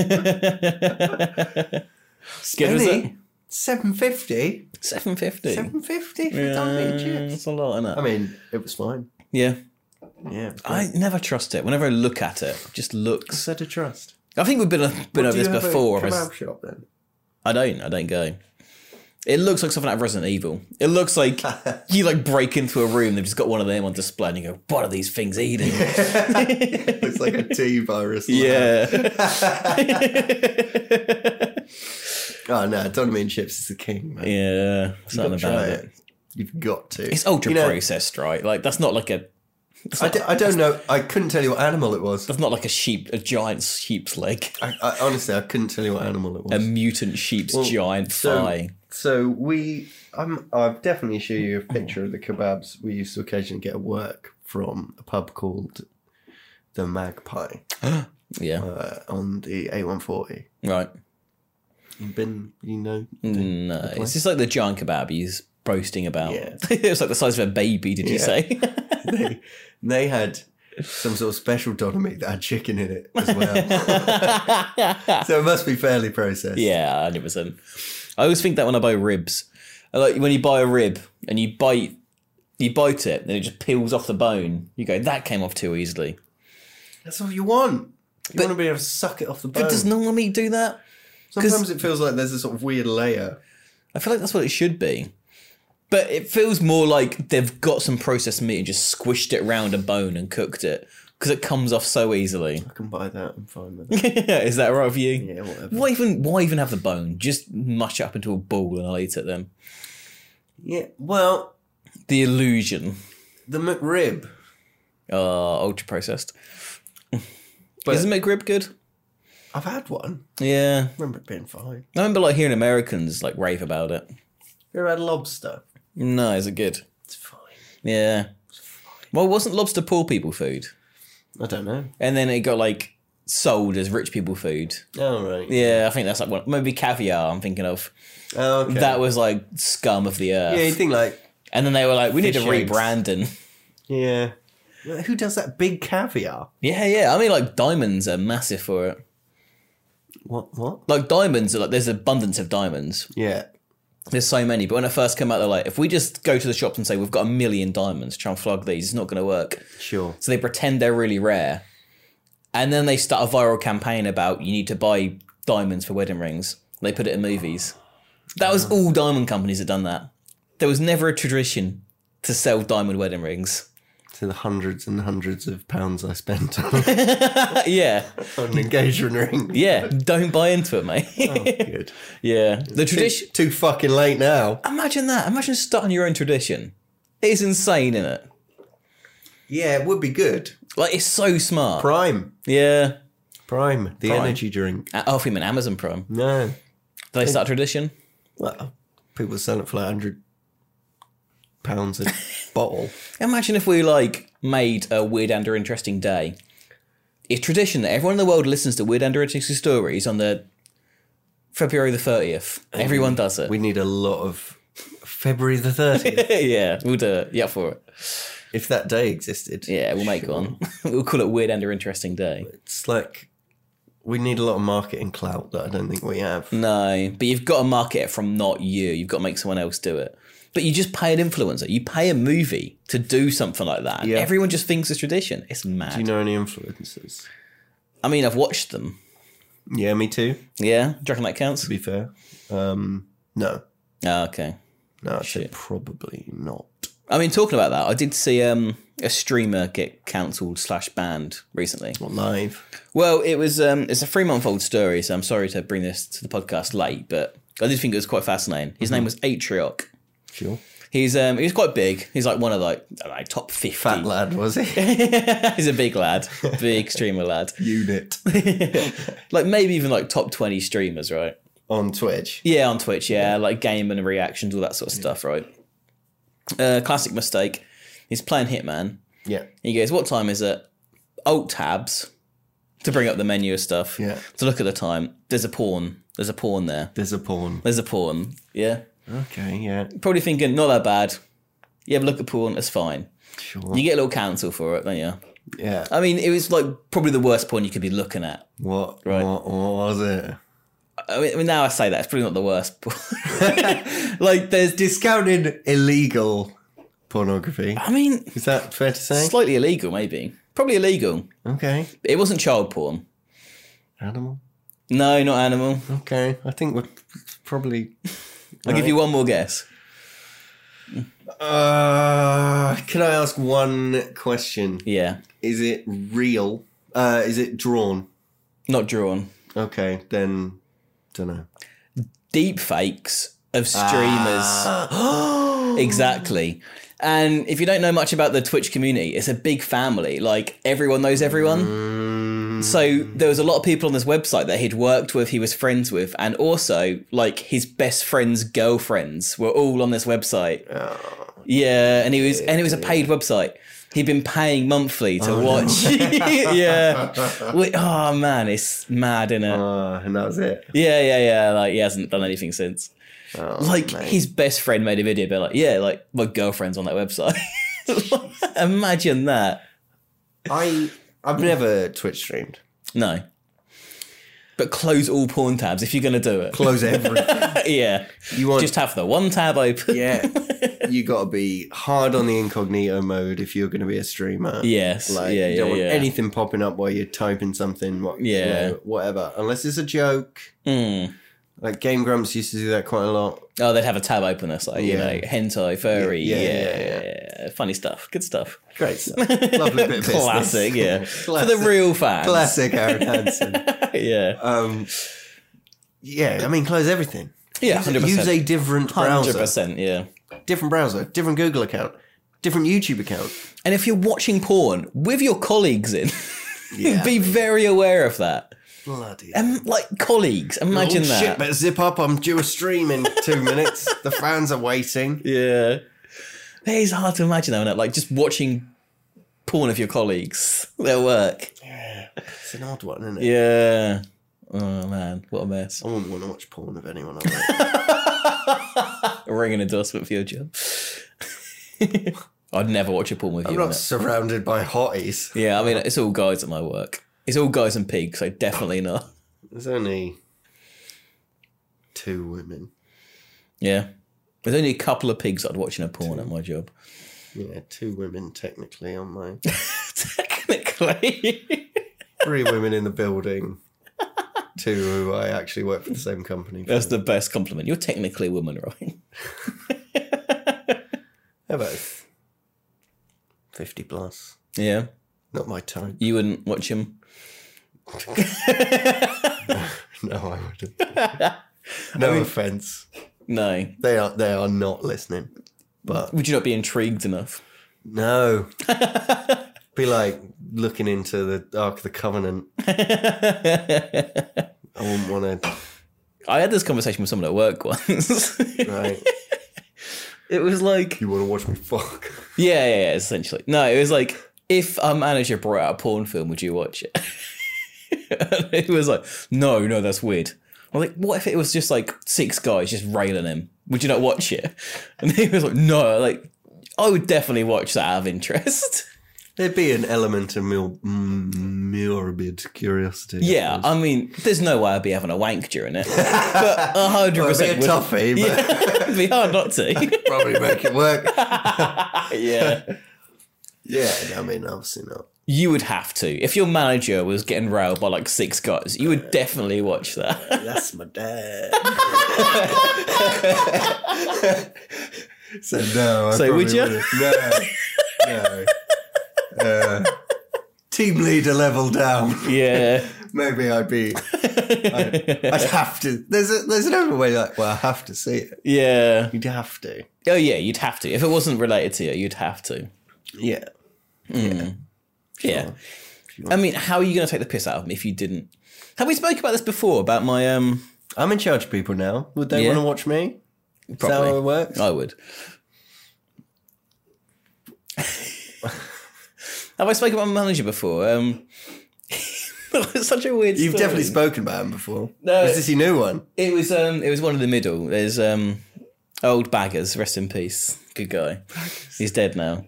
Speaker 1: was it?
Speaker 2: Penny, 750?
Speaker 1: 750.
Speaker 2: 750 for doner meat
Speaker 1: Yeah,
Speaker 2: and chips.
Speaker 1: it's a lot, isn't it?
Speaker 2: I mean, it was fine.
Speaker 1: yeah.
Speaker 2: Yeah. it was
Speaker 1: I
Speaker 2: fine.
Speaker 1: never trust it. Whenever I look at it, it just looks.
Speaker 2: said to trust.
Speaker 1: I think we've been, been
Speaker 2: What
Speaker 1: over
Speaker 2: do you
Speaker 1: this
Speaker 2: have at a
Speaker 1: before. I
Speaker 2: Kebab shop then.
Speaker 1: I don't. I don't go. It looks like something out of Resident Evil. It looks like you like break into a room. They've just got one of them on display, and you go, "What are these things eating?"
Speaker 2: It's like a T virus.
Speaker 1: yeah.
Speaker 2: Oh no, don't mean chips is the king, man.
Speaker 1: yeah. Something
Speaker 2: Try
Speaker 1: about it.
Speaker 2: it. You've got to.
Speaker 1: It's ultra
Speaker 2: You know,
Speaker 1: processed, right? Like that's not like a
Speaker 2: I, d- I don't know. I couldn't tell you what animal it was.
Speaker 1: that's not like a sheep, a giant sheep's leg,
Speaker 2: I, I, honestly, I couldn't tell you what animal it was.
Speaker 1: a mutant sheep's giant
Speaker 2: so-
Speaker 1: thigh.
Speaker 2: so we, I'm, I've definitely show you a picture of the kebabs we used to occasionally get at work from a pub called the Magpie
Speaker 1: Yeah.
Speaker 2: uh, on the A140.
Speaker 1: Right.
Speaker 2: You've been, you know,
Speaker 1: No, it's just like the giant kebab he's boasting about.
Speaker 2: Yeah.
Speaker 1: it was like the size of a baby. Did you
Speaker 2: Yeah.
Speaker 1: say?
Speaker 2: they, they had some sort of special doner meat that had chicken in it as well. so it must be fairly processed.
Speaker 1: Yeah, hundred percent. I always think that when I buy ribs, I like when you buy a rib and you bite, you bite it, and it just peels off the bone. You go, that came off too easily.
Speaker 2: That's all you want. You want to be able to suck it off the bone.
Speaker 1: But does normal meat do that?
Speaker 2: Sometimes it feels like there's a sort of weird layer.
Speaker 1: I feel like that's what it should be. But it feels more like they've got some processed meat and just squished it round a bone and cooked it because it comes off so easily.
Speaker 2: I can buy that. I'm fine with that.
Speaker 1: Is that right for you?
Speaker 2: Yeah, whatever.
Speaker 1: Why even? Why even have the bone? Just mush it up into a ball and I'll eat it then.
Speaker 2: Yeah. Well,
Speaker 1: The illusion.
Speaker 2: the McRib.
Speaker 1: Uh, ultra processed.
Speaker 2: But-
Speaker 1: Isn't McRib good?
Speaker 2: I've had one.
Speaker 1: Yeah.
Speaker 2: I remember it being fine.
Speaker 1: I remember like hearing Americans like rave about it.
Speaker 2: You ever had lobster?
Speaker 1: No, is it good?
Speaker 2: It's fine.
Speaker 1: Yeah. Well, wasn't lobster poor people food?
Speaker 2: I don't know.
Speaker 1: And then it got like sold as rich people food.
Speaker 2: Oh, right.
Speaker 1: Yeah, I think that's like one. Maybe caviar. I'm thinking of
Speaker 2: Oh, okay.
Speaker 1: that was like scum of the earth.
Speaker 2: yeah, you think like,
Speaker 1: and then they were like, we need to
Speaker 2: Fish eggs.
Speaker 1: rebrand and.
Speaker 2: yeah. Well, Who does that big caviar?
Speaker 1: Yeah, yeah. I mean, like diamonds are massive for it.
Speaker 2: What? What?
Speaker 1: Like diamonds are like there's abundance of diamonds.
Speaker 2: Yeah.
Speaker 1: There's so many. But when I first came out, they're like, if we just go to the shops and say we've got a million diamonds, try and flog these, it's not going to work.
Speaker 2: Sure.
Speaker 1: So they pretend they're really rare. And then they start a viral campaign about you need to buy diamonds for wedding rings. They put it in movies. That was all diamond companies had done that. There was never a tradition to sell diamond wedding rings.
Speaker 2: To the hundreds and hundreds of pounds I spent on,
Speaker 1: yeah,
Speaker 2: on an engagement ring.
Speaker 1: yeah. Don't buy into it, mate.
Speaker 2: Good.
Speaker 1: yeah. The tradition.
Speaker 2: Too fucking late now.
Speaker 1: Imagine that. Imagine starting your own tradition. It's insane, isn't it?
Speaker 2: Yeah, it would be good.
Speaker 1: Like, it's so smart.
Speaker 2: Prime.
Speaker 1: yeah.
Speaker 2: Prime. The
Speaker 1: Prime.
Speaker 2: energy drink.
Speaker 1: Uh, Oh, if you meant Amazon Prime.
Speaker 2: No.
Speaker 1: Do they start a tradition?
Speaker 2: Well, people sell it for like 100 pounds a bottle.
Speaker 1: Imagine if we like made a weird and or interesting day. It's tradition that everyone in the world listens to weird and or interesting stories on the February the thirtieth. Everyone does it.
Speaker 2: Um, We need a lot of February the 30th.
Speaker 1: yeah, we'll do it. Yeah, for it.
Speaker 2: if that day existed.
Speaker 1: Yeah, we'll make
Speaker 2: Sure.
Speaker 1: one. we'll call it weird and or interesting day.
Speaker 2: It's like we need a lot of marketing clout that I don't think we have.
Speaker 1: No, but you've got to market it from not you. You've got to make someone else do it. But you just pay an influencer. You pay a movie to do something like that.
Speaker 2: Yeah.
Speaker 1: Everyone just thinks it's tradition. It's mad.
Speaker 2: Do you know any influencers?
Speaker 1: I mean, I've watched them.
Speaker 2: Yeah, me too,
Speaker 1: Yeah, do you reckon that counts?
Speaker 2: to be fair. Um, no.
Speaker 1: Ah, okay.
Speaker 2: No, I'd say
Speaker 1: Shit.
Speaker 2: probably not.
Speaker 1: I mean, talking about that, I did see um, a streamer get cancelled slash banned recently.
Speaker 2: Not live.
Speaker 1: Well, it was um, it's a three month old story, so I'm sorry to bring this to the podcast late, but I did think it was quite fascinating. His name was Atrioc.
Speaker 2: Sure.
Speaker 1: He's um, he's quite big. He's like one of like I don't know, top fifty.
Speaker 2: Fat lad, was he?
Speaker 1: he's a big lad, big streamer lad.
Speaker 2: Unit.
Speaker 1: Like maybe even like top twenty streamers, right?
Speaker 2: On Twitch.
Speaker 1: Yeah, on Twitch, yeah, like game and reactions, all that sort of stuff, right? Uh, classic mistake. He's playing Hitman.
Speaker 2: Yeah.
Speaker 1: He goes, "What time is it?" Alt tabs to bring up the menu of stuff.
Speaker 2: Yeah.
Speaker 1: To look at the time. There's a pawn. There's a pawn there.
Speaker 2: There's a porn.
Speaker 1: There's a pawn. Yeah.
Speaker 2: Okay, yeah.
Speaker 1: Probably thinking not that bad. You have a look at pawn. It's fine.
Speaker 2: Sure.
Speaker 1: You get a little cancel for it, don't you?
Speaker 2: Yeah.
Speaker 1: I mean, it was like probably the worst pawn you could be looking at.
Speaker 2: What,
Speaker 1: Right.
Speaker 2: what, what was it?
Speaker 1: I mean, I mean, now I say that it's probably not the worst. pawn. like there's this.
Speaker 2: Discounted illegal pornography.
Speaker 1: I mean,
Speaker 2: Is that fair to say?
Speaker 1: slightly illegal, maybe. Probably illegal.
Speaker 2: Okay.
Speaker 1: It wasn't child porn.
Speaker 2: Animal.
Speaker 1: No, not animal.
Speaker 2: Okay. I think we're probably.
Speaker 1: I'll give
Speaker 2: Right.
Speaker 1: you one more guess.
Speaker 2: Uh, can I ask one question?
Speaker 1: Yeah,
Speaker 2: Is it real? Uh, is it drawn?
Speaker 1: not drawn.
Speaker 2: Okay, then don't know.
Speaker 1: deep fakes of streamers. exactly. And if you don't know much about the Twitch community, it's a big family. Like everyone knows everyone. So there was a lot of people on this website that he'd worked with, he was friends with, and also like his best friend's girlfriends were all on this website. Yeah, and he was and it was a paid website. He'd been paying monthly to watch. yeah. We- oh man, it's mad, innit?
Speaker 2: Uh, and that was it.
Speaker 1: Yeah, yeah, yeah. Like he hasn't done anything since.
Speaker 2: Oh,
Speaker 1: like his best friend made a video, but like, yeah, like my girlfriend's on that website. Imagine that.
Speaker 2: I I've never Twitch streamed.
Speaker 1: No. But close all porn tabs if you're gonna do it.
Speaker 2: Close everything.
Speaker 1: yeah.
Speaker 2: You want?
Speaker 1: Just have the one tab open.
Speaker 2: yeah. You gotta be hard on the incognito mode if you're gonna be a streamer.
Speaker 1: Yes.
Speaker 2: Like
Speaker 1: yeah,
Speaker 2: you
Speaker 1: yeah,
Speaker 2: don't want
Speaker 1: yeah.
Speaker 2: anything popping up while you're typing something. What, you
Speaker 1: Yeah.
Speaker 2: know, whatever. Unless it's a joke.
Speaker 1: Mm.
Speaker 2: Like Game Grumps used to do that quite a lot.
Speaker 1: Oh, they'd have a tab open that's like, you
Speaker 2: Yeah.
Speaker 1: know, hentai, furry,
Speaker 2: Yeah,
Speaker 1: yeah,
Speaker 2: yeah, yeah,
Speaker 1: Funny stuff. Good stuff.
Speaker 2: Great stuff. Lovely bit of business.
Speaker 1: Classic, yeah. For
Speaker 2: Classic.
Speaker 1: the real fans.
Speaker 2: Classic Aaron Hansen.
Speaker 1: yeah.
Speaker 2: Um, yeah, I mean, close everything.
Speaker 1: Yeah,
Speaker 2: Use, use
Speaker 1: 100%.
Speaker 2: a different browser,
Speaker 1: 100%, yeah.
Speaker 2: different browser, different Google account, different YouTube account.
Speaker 1: And if you're watching porn with your colleagues in, be very aware of that.
Speaker 2: bloody.
Speaker 1: Um, like colleagues, imagine
Speaker 2: Oh, Shit,
Speaker 1: that.
Speaker 2: but zip up! I'm due a stream in two minutes. the fans are waiting.
Speaker 1: yeah, it is hard to imagine though, isn't it? Like just watching porn of your colleagues, their work.
Speaker 2: It's an odd one, isn't it?
Speaker 1: Yeah. Oh man, what a mess.
Speaker 2: I wouldn't want to watch porn of anyone. I
Speaker 1: Ring an endorsement for your job. I'd never watch a porn with
Speaker 2: I'm
Speaker 1: you.
Speaker 2: not
Speaker 1: innit?
Speaker 2: surrounded by hotties.
Speaker 1: Yeah, I mean it's all guys at my work. It's all guys and pigs, so definitely not.
Speaker 2: There's only two women.
Speaker 1: Yeah. There's only a couple of pigs I'd watch in a porn at my job.
Speaker 2: Yeah, two women technically on my
Speaker 1: Technically.
Speaker 2: three women in the building. Two who I actually work for the same company. for.
Speaker 1: That's the best compliment. You're technically a woman, right?
Speaker 2: They're both 50 plus.
Speaker 1: Yeah.
Speaker 2: Not my type.
Speaker 1: You wouldn't watch him.
Speaker 2: No, I wouldn't. No offense.
Speaker 1: No.
Speaker 2: They are they are not listening. But
Speaker 1: Would you not be intrigued enough?
Speaker 2: no. Be like looking into the Ark of the Covenant. I wouldn't want to.
Speaker 1: I had this conversation with someone at work once.
Speaker 2: Right.
Speaker 1: It was like
Speaker 2: You want to watch me fuck?
Speaker 1: yeah, yeah, yeah, essentially. No, it was like if our manager brought out a porn film, would you watch it? And it was like no, no, that's weird. I'm like, what if it was just like six guys just railing him? Would you not watch it? And he was like, no, like I would definitely watch that out of interest.
Speaker 2: There'd be an element of mil- mm, morbid curiosity. I
Speaker 1: Yeah,
Speaker 2: suppose.
Speaker 1: I mean, there's no way I'd be having a wank during it, but a hundred
Speaker 2: Well, it'd be a
Speaker 1: percent would.
Speaker 2: toughie, but
Speaker 1: Yeah, it'd be hard not to.
Speaker 2: probably make it work.
Speaker 1: yeah.
Speaker 2: Yeah, I mean, obviously not.
Speaker 1: You would have to. If your manager was getting railed by like six guys, you would definitely watch that.
Speaker 2: That's my dad. so no, I
Speaker 1: So would
Speaker 2: probably
Speaker 1: you?
Speaker 2: wouldn't. No, no. Uh, team leader level down.
Speaker 1: yeah.
Speaker 2: Maybe I'd be. I'd, I'd have to. There's a, there's another way. Like, well, I have to see it.
Speaker 1: Yeah.
Speaker 2: You'd have to.
Speaker 1: Oh, yeah, you'd have to. If it wasn't related to you, you'd have to.
Speaker 2: Yeah.
Speaker 1: Yeah.
Speaker 2: you
Speaker 1: I mean, how are you going to take the piss out of me if you didn't? Have we spoke about this before? About my, um,
Speaker 2: I'm in charge of people now. Would they
Speaker 1: Yeah.
Speaker 2: want to watch me? Is that how
Speaker 1: Probably.
Speaker 2: it works?
Speaker 1: I would. Have I spoken about my manager before? Um, it's such a weird.
Speaker 2: You've
Speaker 1: story.
Speaker 2: definitely spoken about him before.
Speaker 1: No.
Speaker 2: Is this your new one?
Speaker 1: It was um, it was one in the middle. There's um, old Baggers, rest in peace, good guy. He's dead now.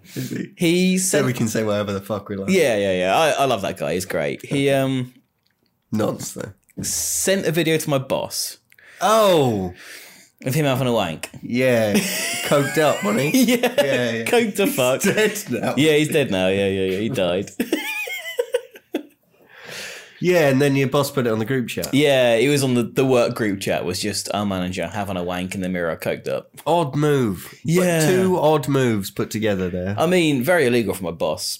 Speaker 1: He
Speaker 2: So
Speaker 1: said,
Speaker 2: we can say whatever the fuck we like.
Speaker 1: yeah, yeah, yeah. I, I love that guy. He's great. He um,
Speaker 2: Nods though.
Speaker 1: sent a video to my boss
Speaker 2: Oh,
Speaker 1: of him having a wank.
Speaker 2: yeah. Coked up, money.
Speaker 1: Yeah,
Speaker 2: Yeah, yeah.
Speaker 1: coke to fuck.
Speaker 2: Dead now.
Speaker 1: Yeah, he's dead now. Yeah, yeah, yeah. He died.
Speaker 2: Yeah, and then your boss put it on the group chat.
Speaker 1: Yeah, it was on the, the work group chat. Was just our manager having a wank in the mirror, coked up.
Speaker 2: Odd move. But
Speaker 1: Yeah. Uh,
Speaker 2: two odd moves put together there.
Speaker 1: I mean, very illegal for my boss.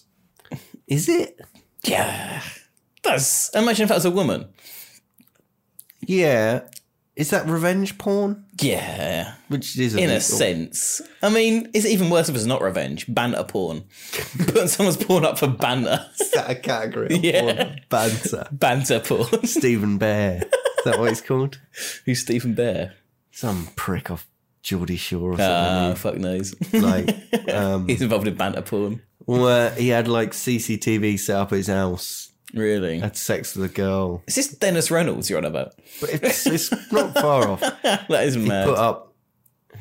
Speaker 2: Is it?
Speaker 1: Yeah, that's imagine if that was a woman.
Speaker 2: Yeah. Is that revenge porn?
Speaker 1: Yeah,
Speaker 2: Which is
Speaker 1: in
Speaker 2: illegal.
Speaker 1: a sense. I mean, it's even worse if it's not revenge. Banter porn. Putting someone's porn up for banter.
Speaker 2: Is that a category? of
Speaker 1: Yeah.
Speaker 2: porn? Banter.
Speaker 1: Banter porn.
Speaker 2: Stephen Bear. Is that what he's called?
Speaker 1: Who's Stephen Bear?
Speaker 2: Some prick off Geordie Shore or something.
Speaker 1: Ah, fuck knows.
Speaker 2: like um,
Speaker 1: He's involved in banter porn.
Speaker 2: where he had like CCTV set up at his house,
Speaker 1: Really?
Speaker 2: had sex with a girl.
Speaker 1: Is this Dennis Reynolds you're on about?
Speaker 2: But it's, it's not far off.
Speaker 1: that is
Speaker 2: He put
Speaker 1: mad.
Speaker 2: up.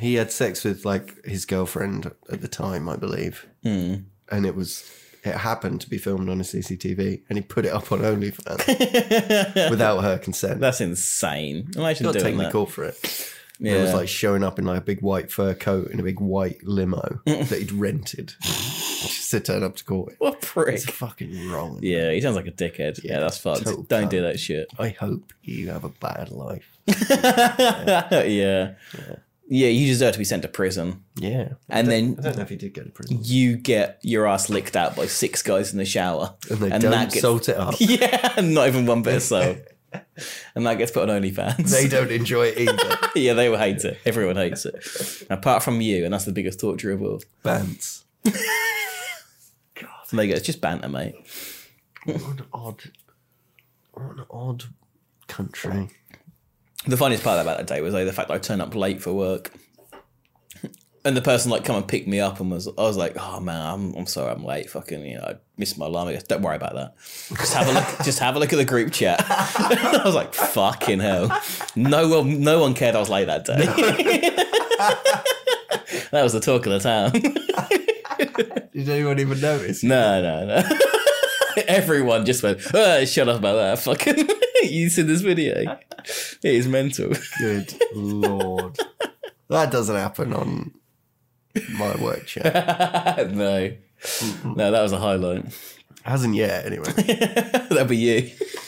Speaker 2: He had sex with like his girlfriend at the time, I believe,
Speaker 1: Hmm.
Speaker 2: and it was it happened to be filmed on a CCTV, and he put it up on OnlyFans without her consent.
Speaker 1: Hmm. That's insane. Imagine
Speaker 2: Got
Speaker 1: doing
Speaker 2: taken
Speaker 1: that.
Speaker 2: the call for it. And It
Speaker 1: Yeah.
Speaker 2: was like showing up in like a big white fur coat and a big white limo that he'd rented just to turn up to court.
Speaker 1: What a prick.
Speaker 2: It's fucking wrong.
Speaker 1: Yeah, he sounds like a dickhead. Yeah,
Speaker 2: Yeah,
Speaker 1: that's fucked.
Speaker 2: total
Speaker 1: Don't do that shit.
Speaker 2: I hope you have a bad life.
Speaker 1: yeah. yeah. you deserve to be sent to prison.
Speaker 2: Yeah.
Speaker 1: And then
Speaker 2: I don't know if he did go to prison.
Speaker 1: you get your ass licked out by six guys in the shower.
Speaker 2: And they
Speaker 1: And
Speaker 2: don't
Speaker 1: that gets-
Speaker 2: salt it up.
Speaker 1: Yeah, not even one bit of soap. and that gets put on OnlyFans.
Speaker 2: They don't enjoy it either.
Speaker 1: yeah, they will hate it. Everyone hates it. Apart from you, and that's the biggest torture of all.
Speaker 2: Bants.
Speaker 1: And they go, it's just banter, mate.
Speaker 2: What an odd, what an odd country.
Speaker 1: The funniest part about that day was like, the fact that I turned up late for work. And the person like come and picked me up and was I was like, oh man, I'm, I'm sorry, I'm late. Fucking, you know, I missed my alarm. He goes, don't worry about that. Just have a look. just have a look at the group chat. I was like, fucking hell. No one, no one cared I was late that day. that was the talk of the town.
Speaker 2: Did anyone even notice?
Speaker 1: No, no, no. Everyone just went, oh, shut up about that. Fucking, you see this video? It is mental.
Speaker 2: Good lord. That doesn't happen on my work chat.
Speaker 1: no. No, that was a highlight.
Speaker 2: Hasn't yet, anyway.
Speaker 1: That'd be you,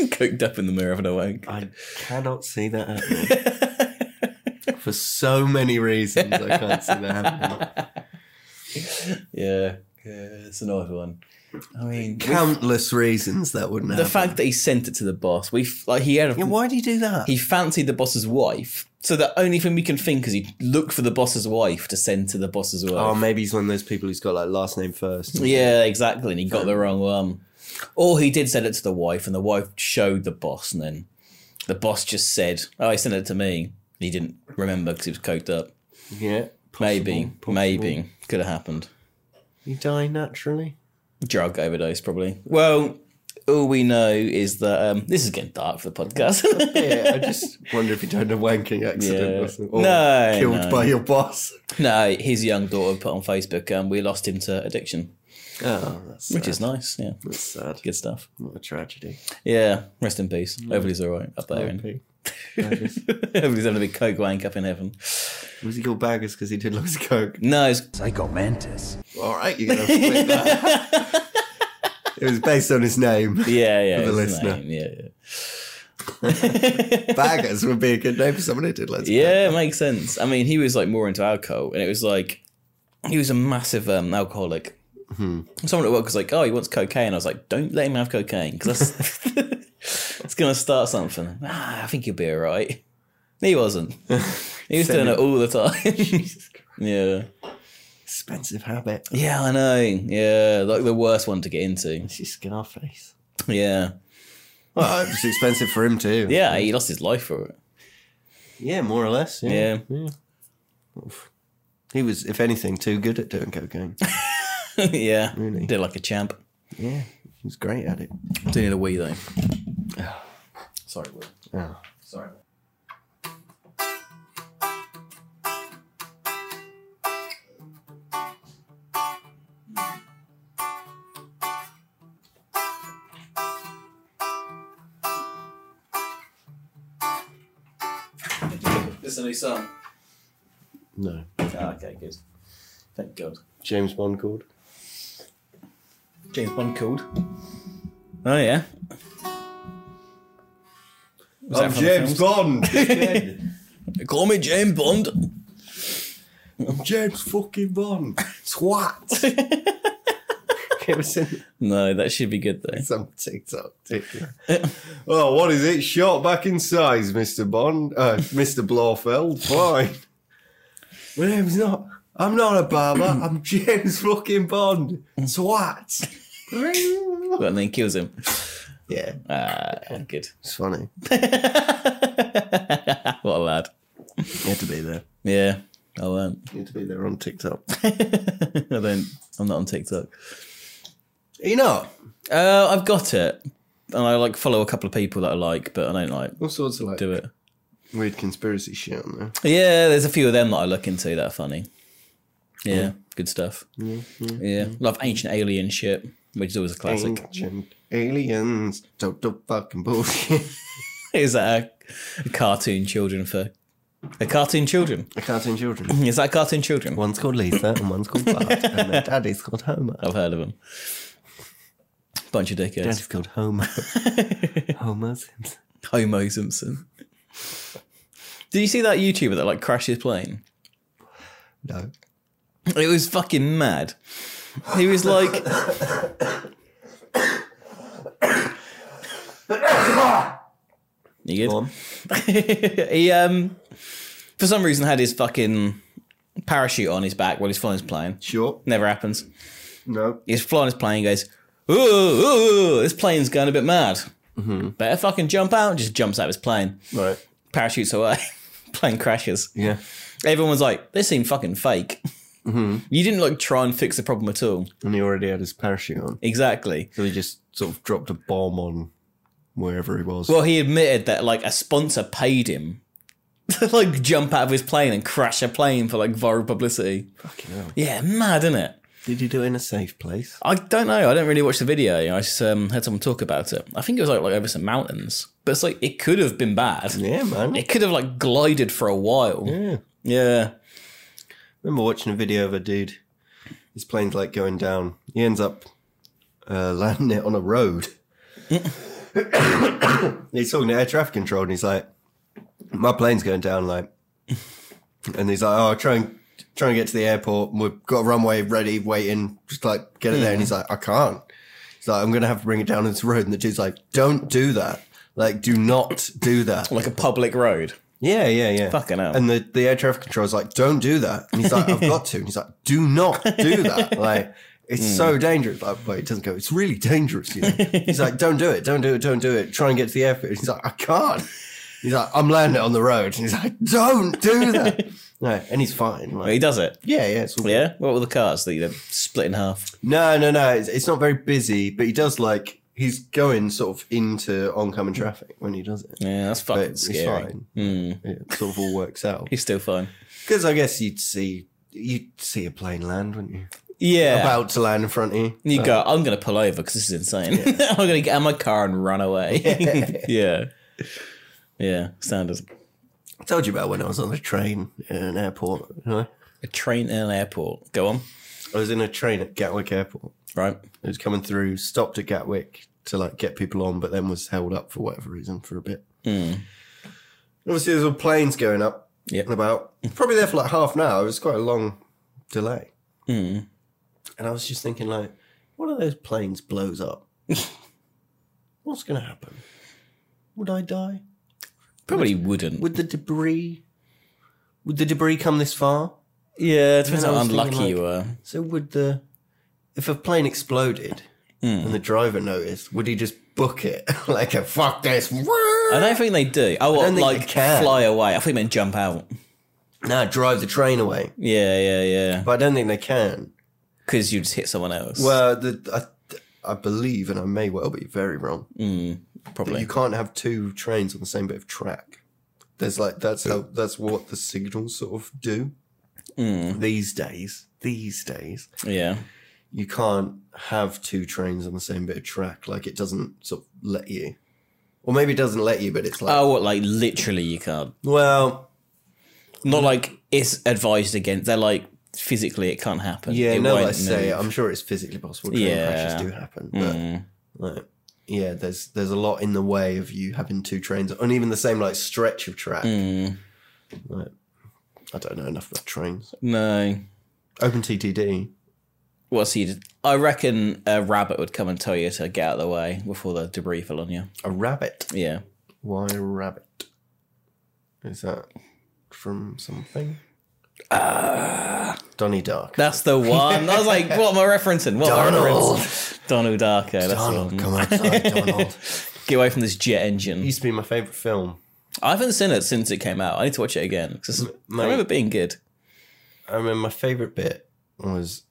Speaker 1: coked up in the mirror having a wank.
Speaker 2: I cannot see that happening. For so many reasons, I can't see that happening.
Speaker 1: Yeah, yeah, it's an odd one. I mean,
Speaker 2: Countless reasons that wouldn't
Speaker 1: the
Speaker 2: happen.
Speaker 1: fact that he sent it to the boss, we f- like he had a,
Speaker 2: Yeah, why do you do that?
Speaker 1: he fancied the boss's wife. So the only thing we can think is he looked for the boss's wife to send to the boss's wife.
Speaker 2: Oh, maybe he's one of those people who's got like last name first.
Speaker 1: Yeah, exactly. And he got the wrong one. Or he did send it to the wife, and the wife showed the boss, and then the boss just said, Oh, he sent it to me. And he didn't remember because he was coked up.
Speaker 2: Yeah.
Speaker 1: maybe,
Speaker 2: possible.
Speaker 1: maybe could have happened.
Speaker 2: You die naturally.
Speaker 1: Drug overdose, probably. Well, all we know is that um, this is getting dark for the podcast.
Speaker 2: Yeah, I just wonder if you died in a wanking accident
Speaker 1: Yeah.
Speaker 2: or something. Or
Speaker 1: No,
Speaker 2: killed
Speaker 1: no.
Speaker 2: by your boss.
Speaker 1: no, his young daughter put on Facebook, um, we lost him to addiction,
Speaker 2: Oh, that's
Speaker 1: which
Speaker 2: sad.
Speaker 1: is nice. Yeah,
Speaker 2: that's sad.
Speaker 1: good stuff.
Speaker 2: What a tragedy.
Speaker 1: Yeah, rest in peace. Hopefully he's all right up there. In.
Speaker 2: R.I.P. Baggers.
Speaker 1: Hopefully he's having a big coke wank up in heaven.
Speaker 2: Was he called Baggers because he did lots of coke?
Speaker 1: No, it's
Speaker 2: All right, you're gonna split that. it was based on his name.
Speaker 1: yeah, yeah,
Speaker 2: For the
Speaker 1: it's his name,
Speaker 2: listener.
Speaker 1: yeah, yeah.
Speaker 2: Baggers would be a good name for someone who did lots. Of
Speaker 1: Yeah, it makes sense. I mean, he was like more into alcohol, and it was like he was a massive um, alcoholic.
Speaker 2: Hmm.
Speaker 1: Someone at work was like, "Oh, he wants cocaine." I was like, "Don't let him have cocaine because that's it's gonna start something." Ah, I think he'll be all right. He wasn't. He was
Speaker 2: Send
Speaker 1: doing it
Speaker 2: him.
Speaker 1: all the time.
Speaker 2: Jesus Christ.
Speaker 1: yeah,
Speaker 2: Expensive habit.
Speaker 1: yeah, I know. Yeah, like the worst one to get into.
Speaker 2: It's his Scarface.
Speaker 1: Yeah,
Speaker 2: Well, it was expensive for him too.
Speaker 1: yeah, he lost his life for it.
Speaker 2: Yeah, more or less.
Speaker 1: Yeah.
Speaker 2: Oof. He was, if anything, too good at doing cocaine.
Speaker 1: yeah,
Speaker 2: Really?
Speaker 1: did like a champ.
Speaker 2: yeah, he was great at it.
Speaker 1: Do need a wee though. Sorry, Will.
Speaker 2: Oh.
Speaker 1: Sorry. This is a new song.
Speaker 2: No.
Speaker 1: Ah, okay, good. Thank God.
Speaker 2: James Bond called.
Speaker 1: James Bond called. Oh yeah. Was that from the films?
Speaker 2: Bond.
Speaker 1: Call me James Bond.
Speaker 2: I'm James fucking Bond. Twat. it was in
Speaker 1: No, that should be good though.
Speaker 2: some TikTok. TikTok. oh, what is it? Shot back in size, Mr. Bond. Uh, Mr. Blofeld. Fine. My name's not. I'm not a barber. I'm James fucking Bond. Twat.
Speaker 1: Well, and then he kills him.
Speaker 2: yeah,
Speaker 1: Ah, good.
Speaker 2: it's funny.
Speaker 1: What a lad.
Speaker 2: You had to be there.
Speaker 1: Yeah, I won't.
Speaker 2: You had to be there on TikTok.
Speaker 1: I don't. I'm not on TikTok.
Speaker 2: Are you not?
Speaker 1: Uh, I've got it, and I like follow a couple of people that I like, but I don't like
Speaker 2: All sorts of like
Speaker 1: do it.
Speaker 2: weird conspiracy shit on there.
Speaker 1: Yeah, there's a few of them that I look into that are funny. Yeah,
Speaker 2: Mm.
Speaker 1: good stuff. Yeah, love ancient alien shit, which is always a
Speaker 2: Mm.
Speaker 1: classic.
Speaker 2: Ancient aliens. Total fucking bullshit.
Speaker 1: Is that a, a cartoon children for? A cartoon children?
Speaker 2: The cartoon children.
Speaker 1: Is that cartoon children?
Speaker 2: One's called Lisa and one's called Bart, and their daddy's called Homer.
Speaker 1: I've heard of them. Bunch of dickheads.
Speaker 2: Daddy's called Homer. Homer Simpson.
Speaker 1: Homo Simpson. Did you see that YouTuber that like crashed his plane?
Speaker 2: No.
Speaker 1: It was fucking mad. He was like, you
Speaker 2: One.
Speaker 1: good? he um, for some reason had his fucking parachute on his back while he's flying his plane.
Speaker 2: Sure.
Speaker 1: Never happens.
Speaker 2: No.
Speaker 1: He's flying his plane. Goes, ooh, ooh, ooh, this plane's going a bit mad. Better fucking jump out. Just jumps out of his plane.
Speaker 2: Right.
Speaker 1: Parachutes away. plane crashes.
Speaker 2: Yeah.
Speaker 1: Everyone was like, "This seemed fucking fake." You didn't like try and fix the problem at all.
Speaker 2: And he already had his parachute on.
Speaker 1: Exactly.
Speaker 2: So he just sort of dropped a bomb on wherever he was.
Speaker 1: Well, he admitted that like a sponsor paid him to like jump out of his plane and crash a plane for like viral publicity.
Speaker 2: fucking hell.
Speaker 1: Yeah, mad, isn't it?
Speaker 2: Did he do it in a safe place?
Speaker 1: I don't know. I don't really watch the video. I just um, heard someone talk about it. I think it was like, like over some mountains, but it's like it could have been bad.
Speaker 2: Yeah, man.
Speaker 1: It could have like glided for a while.
Speaker 2: Yeah.
Speaker 1: Yeah.
Speaker 2: remember watching a video of a dude. His plane's like going down. He ends up uh, landing it on a road. he's talking to air traffic control, and he's like, "My plane's going down." Like, and he's like, "Oh, try and try and get to the airport. We've got a runway ready, waiting. Just like get it there." And he's like, "I can't." He's like, "I'm gonna have to bring it down on this road." And the dude's like, "Don't do that." Like, do not do that.
Speaker 1: Like a public road.
Speaker 2: Yeah, yeah, yeah.
Speaker 1: Fucking hell.
Speaker 2: And the, the air traffic controller's like, don't do that. And he's like, I've got to. And he's like, do not do that. Like, it's
Speaker 1: Hmm.
Speaker 2: so dangerous. Like, wait, it doesn't go, it's really dangerous. You know? he's like, don't do it, don't do it, don't do it. Try and get to the airfield. He's like, I can't. He's like, I'm landing on the road. And he's like, don't do that. No, and he's fine. like-
Speaker 1: But he does it.
Speaker 2: yeah, yeah, it's all
Speaker 1: Yeah. What were the cars that you know, split in half?
Speaker 2: No, no, no. It's, it's not very busy, but he does like he's going sort of into oncoming traffic when he does it.
Speaker 1: Yeah, that's
Speaker 2: But
Speaker 1: fucking
Speaker 2: it's
Speaker 1: Oh, scary.
Speaker 2: fine.
Speaker 1: Mm,
Speaker 2: It sort of all works out.
Speaker 1: he's still fine.
Speaker 2: Because I guess you'd see you'd see a plane land, wouldn't you?
Speaker 1: Yeah.
Speaker 2: About uh, to land in front of you.
Speaker 1: you go, I'm going to pull over because this is insane. I'm going to get out my car and run away.
Speaker 2: Yeah.
Speaker 1: yeah. Yeah. Standard.
Speaker 2: I told you about when I was on a train in an airport. You know?
Speaker 1: A train in an airport. Go on.
Speaker 2: I was in a train at Gatwick Airport.
Speaker 1: Right.
Speaker 2: It was coming through, stopped at Gatwick to like get people on, but then was held up for whatever reason for a bit.
Speaker 1: Mm.
Speaker 2: Obviously, there's all planes going up
Speaker 1: Yeah.
Speaker 2: and about. Probably there for like half an hour. It was quite a long delay.
Speaker 1: Mm.
Speaker 2: And I was just thinking, like, one of those planes blows up. What's going to happen? Would I die?
Speaker 1: Probably wouldn't.
Speaker 2: Would the debris? Would the debris come this far?
Speaker 1: yeah, it depends
Speaker 2: I
Speaker 1: how
Speaker 2: was
Speaker 1: unlucky
Speaker 2: thinking,
Speaker 1: you were.
Speaker 2: So would the? If a plane exploded and the driver noticed, would he just book it like a fuck this?
Speaker 1: I don't think they do. Oh, what,
Speaker 2: don't think
Speaker 1: like
Speaker 2: they can.
Speaker 1: fly away. I think they jump out.
Speaker 2: No, drive the train away.
Speaker 1: Yeah, yeah, yeah.
Speaker 2: But I don't think they can.
Speaker 1: Because you just hit someone else.
Speaker 2: Well, the, I, I believe, and I may well be very wrong,
Speaker 1: mm,
Speaker 2: But
Speaker 1: probably.
Speaker 2: you can't have two trains on the same bit of track. There's like that's how that's what the signals sort of do
Speaker 1: Mm,
Speaker 2: these days. These days,
Speaker 1: yeah.
Speaker 2: you can't have two trains on the same bit of track. Like it doesn't sort of let you, or maybe it doesn't let you. But it's like,
Speaker 1: Oh, what, like literally you can't.
Speaker 2: well,
Speaker 1: Not like it's advised against. They're like physically it can't happen.
Speaker 2: yeah.
Speaker 1: it
Speaker 2: now that I
Speaker 1: won't
Speaker 2: say it,
Speaker 1: move.
Speaker 2: I'm sure it's physically possible. Train
Speaker 1: Yeah.
Speaker 2: crashes do happen, but
Speaker 1: Mm.
Speaker 2: like, yeah, there's there's a lot in the way of you having two trains on even the same like stretch of track.
Speaker 1: Mm.
Speaker 2: Like, I don't know enough about trains.
Speaker 1: No.
Speaker 2: Open TTD.
Speaker 1: What's he? I reckon a rabbit would come and tell you to get out of the way before the debris fell on you.
Speaker 2: A rabbit.
Speaker 1: Yeah.
Speaker 2: Why a rabbit? Is that from something? Ah. Donnie Dark.
Speaker 1: That's the one. I was like, what am I referencing? What am I
Speaker 2: Donald.
Speaker 1: referencing? Donald Darko. That's the
Speaker 2: Donald,
Speaker 1: one.
Speaker 2: come outside, Donald.
Speaker 1: Get away from this jet engine.
Speaker 2: It used to be my favourite film.
Speaker 1: I haven't seen it since it came out. I need to watch it again. 'cause it's- I
Speaker 2: mate.
Speaker 1: remember it being good.
Speaker 2: I remember my favourite bit was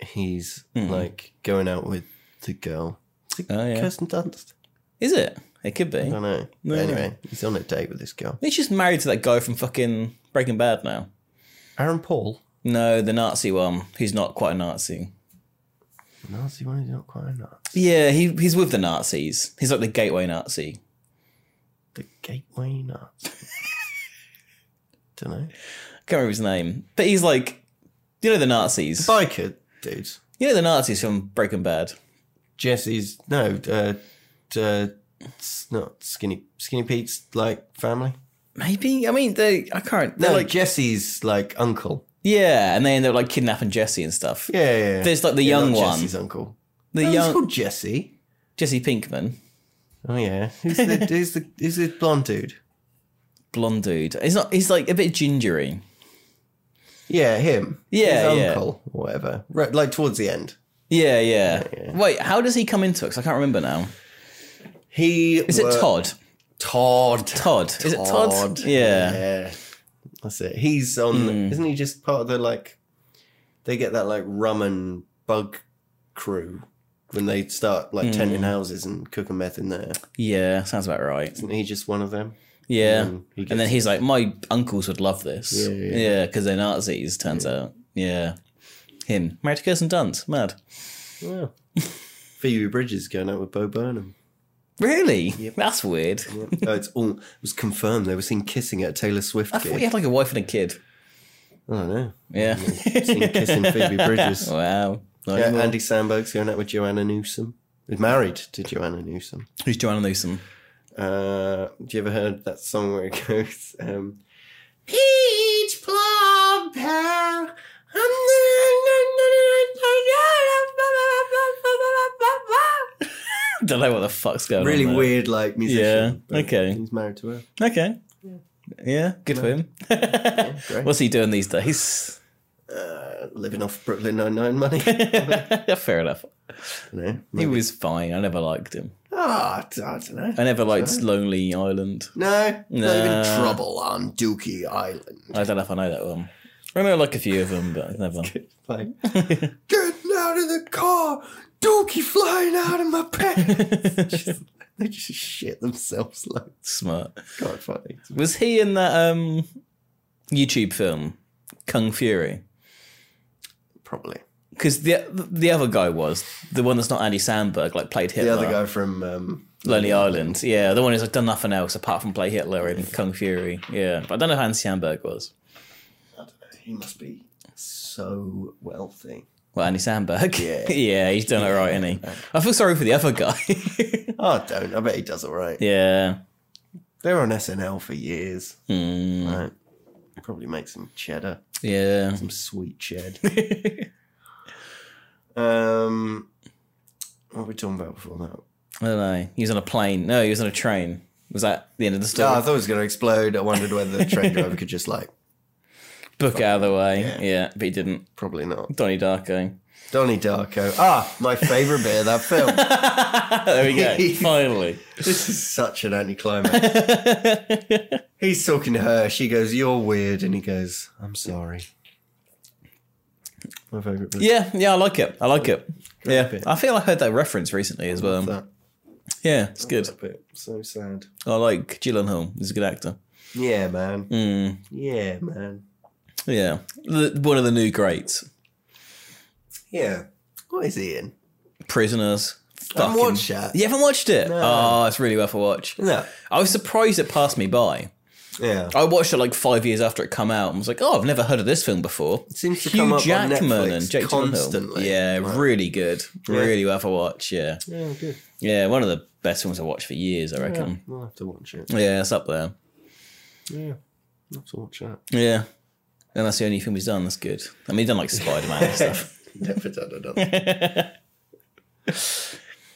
Speaker 2: he's
Speaker 1: Mhm.
Speaker 2: like going out with the girl. Is it
Speaker 1: Oh, yeah.
Speaker 2: Kirsten Dunst.
Speaker 1: Is it? It could
Speaker 2: I
Speaker 1: be.
Speaker 2: don't know.
Speaker 1: No, no.
Speaker 2: But anyway, he's on a date with this girl.
Speaker 1: He's just married to that guy from fucking Breaking Bad now.
Speaker 2: Aaron Paul.
Speaker 1: No, the Nazi one, who's not quite a Nazi.
Speaker 2: Nazi one is not quite a Nazi.
Speaker 1: Yeah, he he's with the Nazis. He's like the gateway Nazi.
Speaker 2: The gateway Nazi. don't know.
Speaker 1: Can't remember his name, but he's like, you know the Nazis.
Speaker 2: Biker dudes.
Speaker 1: You know the Nazis from Breaking Bad.
Speaker 2: Jesse's no, uh, uh, it's not skinny skinny Pete's like family.
Speaker 1: Maybe I mean they. I can't. They're
Speaker 2: No,
Speaker 1: like
Speaker 2: Jesse's like uncle.
Speaker 1: yeah, and they end up like kidnapping Jesse and stuff.
Speaker 2: Yeah, yeah. yeah.
Speaker 1: There's like the
Speaker 2: Yeah,
Speaker 1: young
Speaker 2: not
Speaker 1: one,
Speaker 2: Jesse's uncle.
Speaker 1: the
Speaker 2: No,
Speaker 1: young
Speaker 2: He's called Jesse.
Speaker 1: Jesse Pinkman,
Speaker 2: Oh yeah, who's the who's the who's the blonde dude?
Speaker 1: blonde dude. He's not. He's like a bit gingery.
Speaker 2: Yeah, him.
Speaker 1: Yeah,
Speaker 2: his
Speaker 1: yeah.
Speaker 2: uncle or whatever. Right, like towards the end,
Speaker 1: Yeah, yeah.
Speaker 2: yeah.
Speaker 1: Wait, how does he come into it? 'Cause I can't remember now.
Speaker 2: he
Speaker 1: Is it
Speaker 2: were-
Speaker 1: Todd?
Speaker 2: Todd.
Speaker 1: Todd. Is it Todd? Yeah. Hmm.
Speaker 2: yeah. That's it. He's on. Isn't he just part of the like? They get that like rum and bug crew when they start
Speaker 1: Hmm.
Speaker 2: like tenting houses and cooking meth in there.
Speaker 1: Yeah, sounds about right.
Speaker 2: Isn't he just one of them?
Speaker 1: Yeah.
Speaker 2: And he
Speaker 1: and then
Speaker 2: gets-
Speaker 1: he's like, my uncles would love this.
Speaker 2: Mm. Yeah, yeah.
Speaker 1: Yeah, because they're Nazis, turns out. Yeah. Him. Married to Kirsten Dunst. Mad.
Speaker 2: Yeah. Phoebe Bridges going out with Bo Burnham.
Speaker 1: Really? That's weird.
Speaker 2: oh, it's all it was confirmed. They were seen kissing at a Taylor Swift
Speaker 1: I
Speaker 2: gig.
Speaker 1: thought he had like a wife and a kid.
Speaker 2: I don't know.
Speaker 1: Yeah.
Speaker 2: Seen kissing Phoebe Bridges.
Speaker 1: Wow. Not
Speaker 2: Yeah,
Speaker 1: anymore.
Speaker 2: Andy Sandberg's going out with Joanna Newsom. He's married to Joanna Newsom.
Speaker 1: Who's Joanna Newsom?
Speaker 2: Uh, do you ever heard that song where it goes, um, Peach plum pear? um,
Speaker 1: Don't know what the fuck's going
Speaker 2: Really
Speaker 1: on. there.
Speaker 2: weird, like musician.
Speaker 1: Yeah,
Speaker 2: but
Speaker 1: okay.
Speaker 2: He's married to her.
Speaker 1: Okay. Yeah, good for him.
Speaker 2: great.
Speaker 1: What's he doing these days?
Speaker 2: Uh, living off Brooklyn Nine Nine money.
Speaker 1: Fair enough.
Speaker 2: no,
Speaker 1: He was fine. I never liked him.
Speaker 2: I Ah, I don't know.
Speaker 1: I never liked Lonely Island.
Speaker 2: No, not
Speaker 1: Nah.
Speaker 2: even trouble on Dookie Island.
Speaker 1: I don't know if I know that one. I remember like a few of them, but never.
Speaker 2: Like, getting out of the car, Dookie flying out of my pants. Just- they just shit themselves like
Speaker 1: Smart.
Speaker 2: God funny.
Speaker 1: Was he in that um, YouTube film, Kung Fury?
Speaker 2: Probably
Speaker 1: Because the the other guy was the one that's not Andy Sandberg, like played
Speaker 2: the
Speaker 1: Hitler.
Speaker 2: other guy from um,
Speaker 1: Lonely Island. Yeah, the one who's like done nothing else apart from play Hitler in Kung Fury. Yeah, but I don't know if Andy Sandberg was.
Speaker 2: I don't know. He must be so wealthy.
Speaker 1: Well, Andy Sandberg.
Speaker 2: Yeah.
Speaker 1: yeah, he's done it right, isn't he? I feel sorry for the other guy.
Speaker 2: Oh, I don't. I bet he does all right.
Speaker 1: yeah.
Speaker 2: They were on SNL for years.
Speaker 1: Mm,
Speaker 2: Right. Probably make some cheddar,
Speaker 1: yeah.
Speaker 2: some sweet cheddar. Um, what were we talking about before that?
Speaker 1: I don't know. He was on a plane. No, he was on a train. Was that the end of the
Speaker 2: Oh,
Speaker 1: story?
Speaker 2: I thought it was going to explode. I wondered whether the train driver could just like,
Speaker 1: Book it out of the way.
Speaker 2: Yeah.
Speaker 1: Yeah. but he didn't.
Speaker 2: probably not.
Speaker 1: Donnie Darko.
Speaker 2: Donnie Darko. Ah, my favorite bit of that film.
Speaker 1: there we go. Finally.
Speaker 2: This is such an anticlimax. He's talking to her. She goes, "You're weird," and he goes, "I'm sorry." My favorite bit.
Speaker 1: Yeah, yeah, I like it. I like it. yeah.
Speaker 2: bit.
Speaker 1: I feel I heard that reference recently as well.
Speaker 2: That,
Speaker 1: Yeah, it's um, good.
Speaker 2: that bit. So sad.
Speaker 1: I like Gyllenhaal. He's a good actor.
Speaker 2: Yeah, man.
Speaker 1: Mm,
Speaker 2: Yeah, man.
Speaker 1: yeah. The, one of the new greats.
Speaker 2: Yeah. What is he in?
Speaker 1: Prisoners.
Speaker 2: I haven't
Speaker 1: Fucking-
Speaker 2: watched that.
Speaker 1: You haven't watched it?
Speaker 2: No.
Speaker 1: Oh, it's really worth a watch.
Speaker 2: No.
Speaker 1: I was surprised it passed me by.
Speaker 2: Yeah.
Speaker 1: I watched it like five years after it come out and was like, oh, I've never heard of this film before.
Speaker 2: It seems to come up on Netflix
Speaker 1: Gyllenhaal.
Speaker 2: constantly.
Speaker 1: Yeah, really good.
Speaker 2: Yeah.
Speaker 1: Really worth a watch. Yeah.
Speaker 2: Yeah, good.
Speaker 1: Yeah, one of the best films I watched for years, I
Speaker 2: Yeah,
Speaker 1: reckon.
Speaker 2: I'll have to watch it.
Speaker 1: Yeah, it's up there.
Speaker 2: Yeah. I'll have to watch that.
Speaker 1: Yeah. And that's the only film he's done that's good. I mean, he's done like Spider Man and stuff.
Speaker 2: Never done another.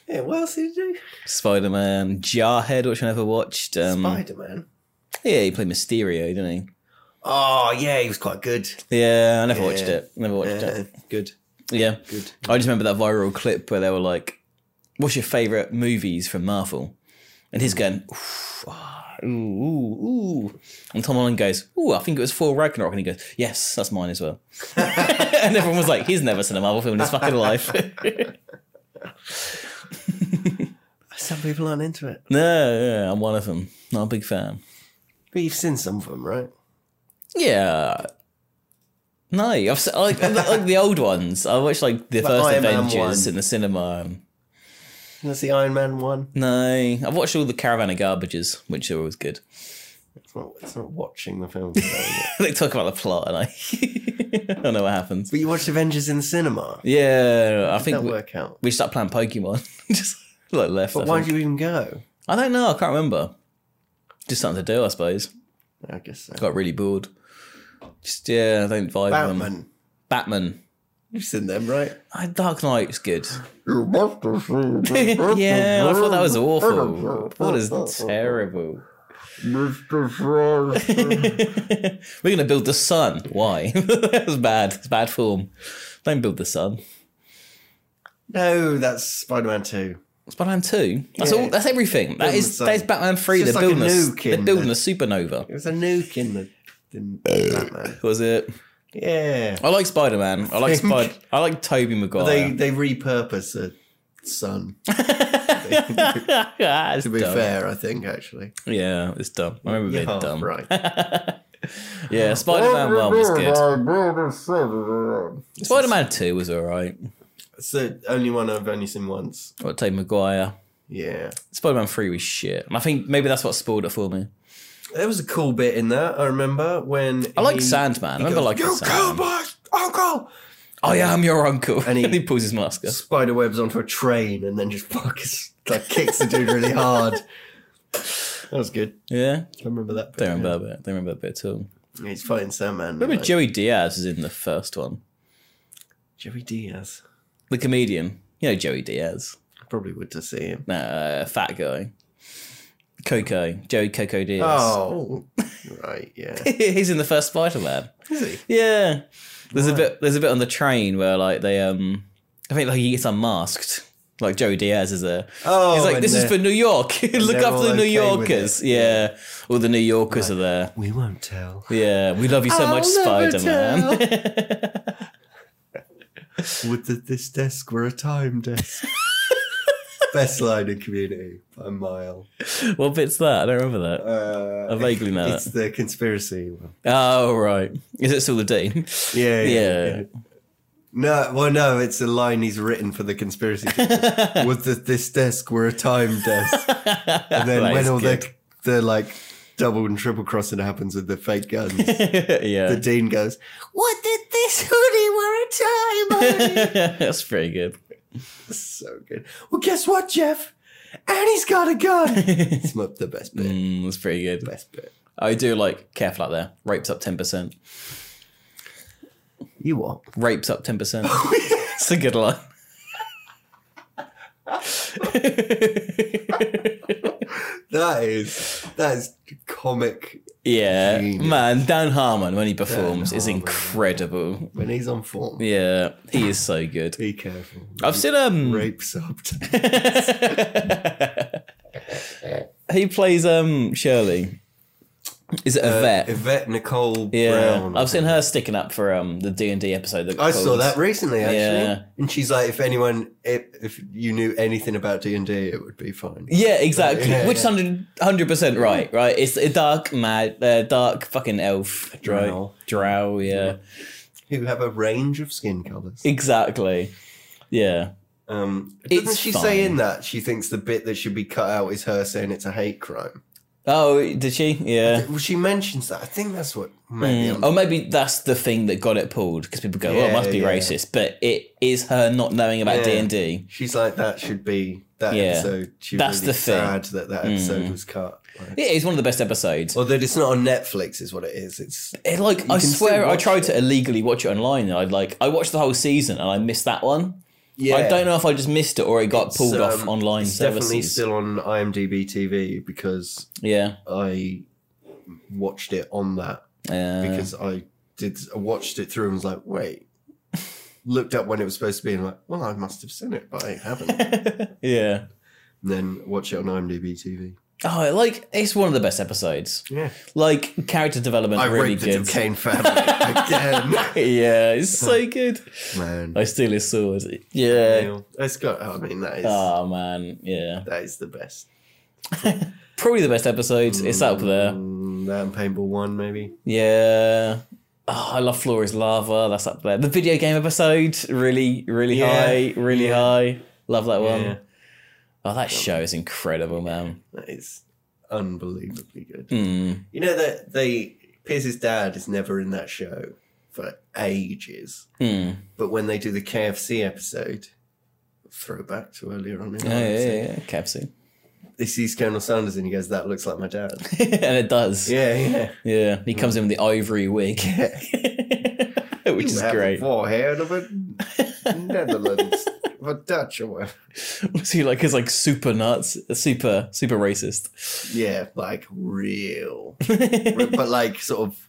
Speaker 2: yeah, what else did he do?
Speaker 1: Spider Man, Jarhead, which I never watched. Um,
Speaker 2: Spider Man.
Speaker 1: yeah, he played Mysterio, didn't
Speaker 2: Oh, yeah, he was quite good.
Speaker 1: he? Yeah, I never watched
Speaker 2: Yeah.
Speaker 1: it. Never watched
Speaker 2: Yeah,
Speaker 1: it.
Speaker 2: good,
Speaker 1: Yeah.
Speaker 2: good.
Speaker 1: I just remember that viral clip where they were like, "What's your favorite movies from Marvel?" And
Speaker 2: Hmm.
Speaker 1: he's going, "Oof, ah, "Ooh, ooh, ooh," and Tom Holland goes, "Ooh, I think it was Thor Ragnarok," and he goes, "Yes, that's mine as well." and everyone was like, "He's never seen a Marvel film in his fucking life."
Speaker 2: Some people aren't into it,
Speaker 1: no, yeah, I'm one of them. Not a big fan.
Speaker 2: but you've seen some of them, right?
Speaker 1: Yeah. No, I've se- like, like the old ones. I watched like the
Speaker 2: Like
Speaker 1: first
Speaker 2: Iron Man
Speaker 1: Avengers
Speaker 2: one.
Speaker 1: in the cinema.
Speaker 2: And That's the Iron Man one.
Speaker 1: No, I've watched all the Caravan of Garbages, which are always good.
Speaker 2: It's not, it's not watching the film, today, is it?
Speaker 1: they talk about the plot and I, I don't know what happens.
Speaker 2: but you watched Avengers in the cinema.
Speaker 1: Yeah, I
Speaker 2: Did
Speaker 1: think
Speaker 2: that
Speaker 1: we,
Speaker 2: work out?
Speaker 1: we start playing Pokemon. Just like left. I,
Speaker 2: But why
Speaker 1: think.
Speaker 2: did you even go?
Speaker 1: I don't know. I can't remember. Just something to do, I suppose.
Speaker 2: I guess so.
Speaker 1: Got really bored. Just yeah, I don't vibe. with 'em.
Speaker 2: Batman.
Speaker 1: Batman.
Speaker 2: You've seen them, right?
Speaker 1: Ah, Dark Knight's good.
Speaker 2: You must have seen
Speaker 1: yeah, I thought that was awful. That is terrible.
Speaker 2: Mr. Frost.
Speaker 1: We're gonna build the sun. Why? that was bad. It's bad form. Don't build the sun.
Speaker 2: no, that's Spider Man 2.
Speaker 1: It's Batman Two. That's
Speaker 2: Yeah.
Speaker 1: all. That's everything. That
Speaker 2: Building
Speaker 1: is
Speaker 2: the
Speaker 1: that is
Speaker 2: sun.
Speaker 1: Batman Three.
Speaker 2: It's
Speaker 1: They're
Speaker 2: just like a
Speaker 1: building a, s-
Speaker 2: nuke in
Speaker 1: they're building
Speaker 2: the-
Speaker 1: a supernova.
Speaker 2: There's a nuke in the in Batman.
Speaker 1: Was it?
Speaker 2: Yeah.
Speaker 1: I like Spider Man. I like
Speaker 2: think-
Speaker 1: Spider. I like Toby Maguire.
Speaker 2: They they repurpose the sun.
Speaker 1: Ah, it's
Speaker 2: To be
Speaker 1: dumb.
Speaker 2: fair, I think actually.
Speaker 1: Yeah, it's dumb. I remember being
Speaker 2: Half
Speaker 1: dumb.
Speaker 2: Right.
Speaker 1: Yeah, Spider Man One was good. Spider Man Two was alright.
Speaker 2: It's the only one I've only seen once.
Speaker 1: Got Toby Maguire.
Speaker 2: Yeah.
Speaker 1: Spider Man Three was shit, and I think maybe that's what spoiled it for me.
Speaker 2: There was a cool bit in that. I remember when
Speaker 1: I like
Speaker 2: he-
Speaker 1: Sandman. I remember
Speaker 2: goes,
Speaker 1: like
Speaker 2: you killed
Speaker 1: Sandman.
Speaker 2: my uncle.
Speaker 1: I am your uncle,
Speaker 2: And
Speaker 1: and
Speaker 2: he-
Speaker 1: he, pulls his mask up.
Speaker 2: Spider webs onto a train and then just fucks like kicks the dude really hard. That was good.
Speaker 1: Yeah,
Speaker 2: I remember that. Bit.
Speaker 1: don't remember that bit. Don't remember that bit at all.
Speaker 2: Yeah, He's fighting Sandman.
Speaker 1: Remember
Speaker 2: like,
Speaker 1: Joey Diaz was in the first one.
Speaker 2: Joey Diaz.
Speaker 1: The comedian. You know Joey Diaz.
Speaker 2: I probably would to see him.
Speaker 1: Uh, fat guy. Coco. Joey Coco Diaz.
Speaker 2: Oh, right, yeah.
Speaker 1: He's in the first Spider Man.
Speaker 2: Is he?
Speaker 1: Yeah. There's a bit there's a bit on the train where like they um I think like he gets unmasked Like Joe Diaz is there.
Speaker 2: Oh,
Speaker 1: he's like,
Speaker 2: and
Speaker 1: this is
Speaker 2: they're-
Speaker 1: for New York. Look
Speaker 2: they're
Speaker 1: after the
Speaker 2: all
Speaker 1: New
Speaker 2: okay with
Speaker 1: Yorkers.
Speaker 2: it.
Speaker 1: Yeah. all the New Yorkers are there.
Speaker 2: We won't tell.
Speaker 1: Yeah, we love you so much, Spider Man.
Speaker 2: Would that this desk were a time desk? Best line in community by a mile.
Speaker 1: what bit's that? I don't remember that.
Speaker 2: Uh,
Speaker 1: I vaguely know
Speaker 2: It's the conspiracy one.
Speaker 1: Oh right, is it still the Dean?
Speaker 2: Yeah,
Speaker 1: Yeah.
Speaker 2: No, well, no, it's a line he's written for the conspiracy. people. Would that this desk were a time desk? And then
Speaker 1: That
Speaker 2: when
Speaker 1: is
Speaker 2: all
Speaker 1: good.
Speaker 2: the the like double and triple crossing happens with the fake guns, the
Speaker 1: yeah,
Speaker 2: dean goes, "What did this hoodie were a time?"
Speaker 1: that's pretty good.
Speaker 2: so good. Well, guess what, Jeff? And he's got a gun. it's not the best bit.
Speaker 1: Mm, that's pretty good.
Speaker 2: Best bit.
Speaker 1: I do like careful out there. Rapes up ten percent.
Speaker 2: You what?
Speaker 1: Rapes up ten percent. It's a good line.
Speaker 2: That is that is comic
Speaker 1: yeah,
Speaker 2: Genius.
Speaker 1: man, Dan Harmon when he performs
Speaker 2: Dan
Speaker 1: is
Speaker 2: Harmon.
Speaker 1: incredible.
Speaker 2: when he's on form.
Speaker 1: Yeah, he is so good.
Speaker 2: Be careful.
Speaker 1: I've seen um
Speaker 2: rape subbed.
Speaker 1: he plays um Shirley. Is
Speaker 2: Uh,
Speaker 1: it a vet?
Speaker 2: Yvette Nicole
Speaker 1: Yeah,
Speaker 2: Brown.
Speaker 1: I've seen her sticking up for um the D and D episode. That
Speaker 2: I saw
Speaker 1: called-
Speaker 2: that recently, actually.
Speaker 1: Yeah.
Speaker 2: And she's like, if anyone, if, if you knew anything about D and D, it would be fine.
Speaker 1: Yeah, exactly.
Speaker 2: Yeah,
Speaker 1: Which
Speaker 2: yeah.
Speaker 1: is hundred percent right, right? It's a dark mad, uh, dark fucking elf, right?
Speaker 2: Drow.
Speaker 1: Drow, yeah,
Speaker 2: Who have a range of skin colors.
Speaker 1: exactly. Yeah,
Speaker 2: Um, doesn't
Speaker 1: It's
Speaker 2: she
Speaker 1: fine.
Speaker 2: say in that she thinks the bit that should be cut out is her saying it's a hate crime?
Speaker 1: Oh, did she? Yeah. Mm.
Speaker 2: Well, she mentions that. I think that's what. Maybe I'm-
Speaker 1: Or maybe that's the thing that got it pulled because people go, "Oh, it
Speaker 2: Yeah,
Speaker 1: must be
Speaker 2: yeah.
Speaker 1: racist," but it is her not knowing about D
Speaker 2: Yeah.
Speaker 1: and D.
Speaker 2: She's like that should be that
Speaker 1: Yeah.
Speaker 2: episode. She
Speaker 1: That's
Speaker 2: really
Speaker 1: the thing. Mm.
Speaker 2: sad that that episode was cut. Like,
Speaker 1: Yeah, it's one of the best episodes.
Speaker 2: Or that it's not on Netflix is what it is. It's
Speaker 1: It, like I
Speaker 2: can still
Speaker 1: swear, I
Speaker 2: watch
Speaker 1: tried
Speaker 2: it.
Speaker 1: to illegally watch it online. And I like I watched the whole season and I missed that one.
Speaker 2: yeah.
Speaker 1: I don't know if I just missed it or it got
Speaker 2: It's,
Speaker 1: pulled off
Speaker 2: um,
Speaker 1: online
Speaker 2: It's
Speaker 1: services.
Speaker 2: definitely still on IMDb TV because
Speaker 1: yeah,
Speaker 2: I watched it on that
Speaker 1: uh,
Speaker 2: because I did I watched it through and was like, wait, looked up when it was supposed to be and like, well, I must have seen it, but I haven't. and
Speaker 1: yeah.
Speaker 2: then watch it on IMDb TV.
Speaker 1: Oh, like it's one of the best episodes.
Speaker 2: Yeah,
Speaker 1: Like character development,
Speaker 2: I
Speaker 1: really
Speaker 2: raped the
Speaker 1: good.
Speaker 2: Duquesne family again,
Speaker 1: yeah, it's so good.
Speaker 2: man.
Speaker 1: I steal his sword. Yeah.
Speaker 2: It's got. I mean, that is
Speaker 1: Oh man, yeah.
Speaker 2: that is the best.
Speaker 1: Probably the best episode. It's up there.
Speaker 2: Mm, that and Paintball One, maybe.
Speaker 1: Yeah. Oh, I love Flora's lava. That's up there. The video game episode, really, really
Speaker 2: Yeah,
Speaker 1: high, really
Speaker 2: yeah.
Speaker 1: high. Love that one.
Speaker 2: Yeah.
Speaker 1: Oh, that show is incredible, man.
Speaker 2: That is unbelievably good.
Speaker 1: Mm.
Speaker 2: You know that they Pierce's dad is never in that show for ages,
Speaker 1: Mm.
Speaker 2: but when they do the KFC episode, throwback to earlier on in
Speaker 1: Oh,
Speaker 2: our
Speaker 1: yeah,
Speaker 2: episode,
Speaker 1: yeah, yeah. Capsule.
Speaker 2: he sees Colonel Sanders and he goes, "That looks like my dad."
Speaker 1: and it does. Yeah.
Speaker 2: yeah, yeah,
Speaker 1: He comes in with the ivory wig,
Speaker 2: yeah.
Speaker 1: which is great.
Speaker 2: Forehead of a Netherlands, of a Dutch or whatever.
Speaker 1: Was he like, is like super nuts, super, super racist.
Speaker 2: Yeah, like real, but like sort of,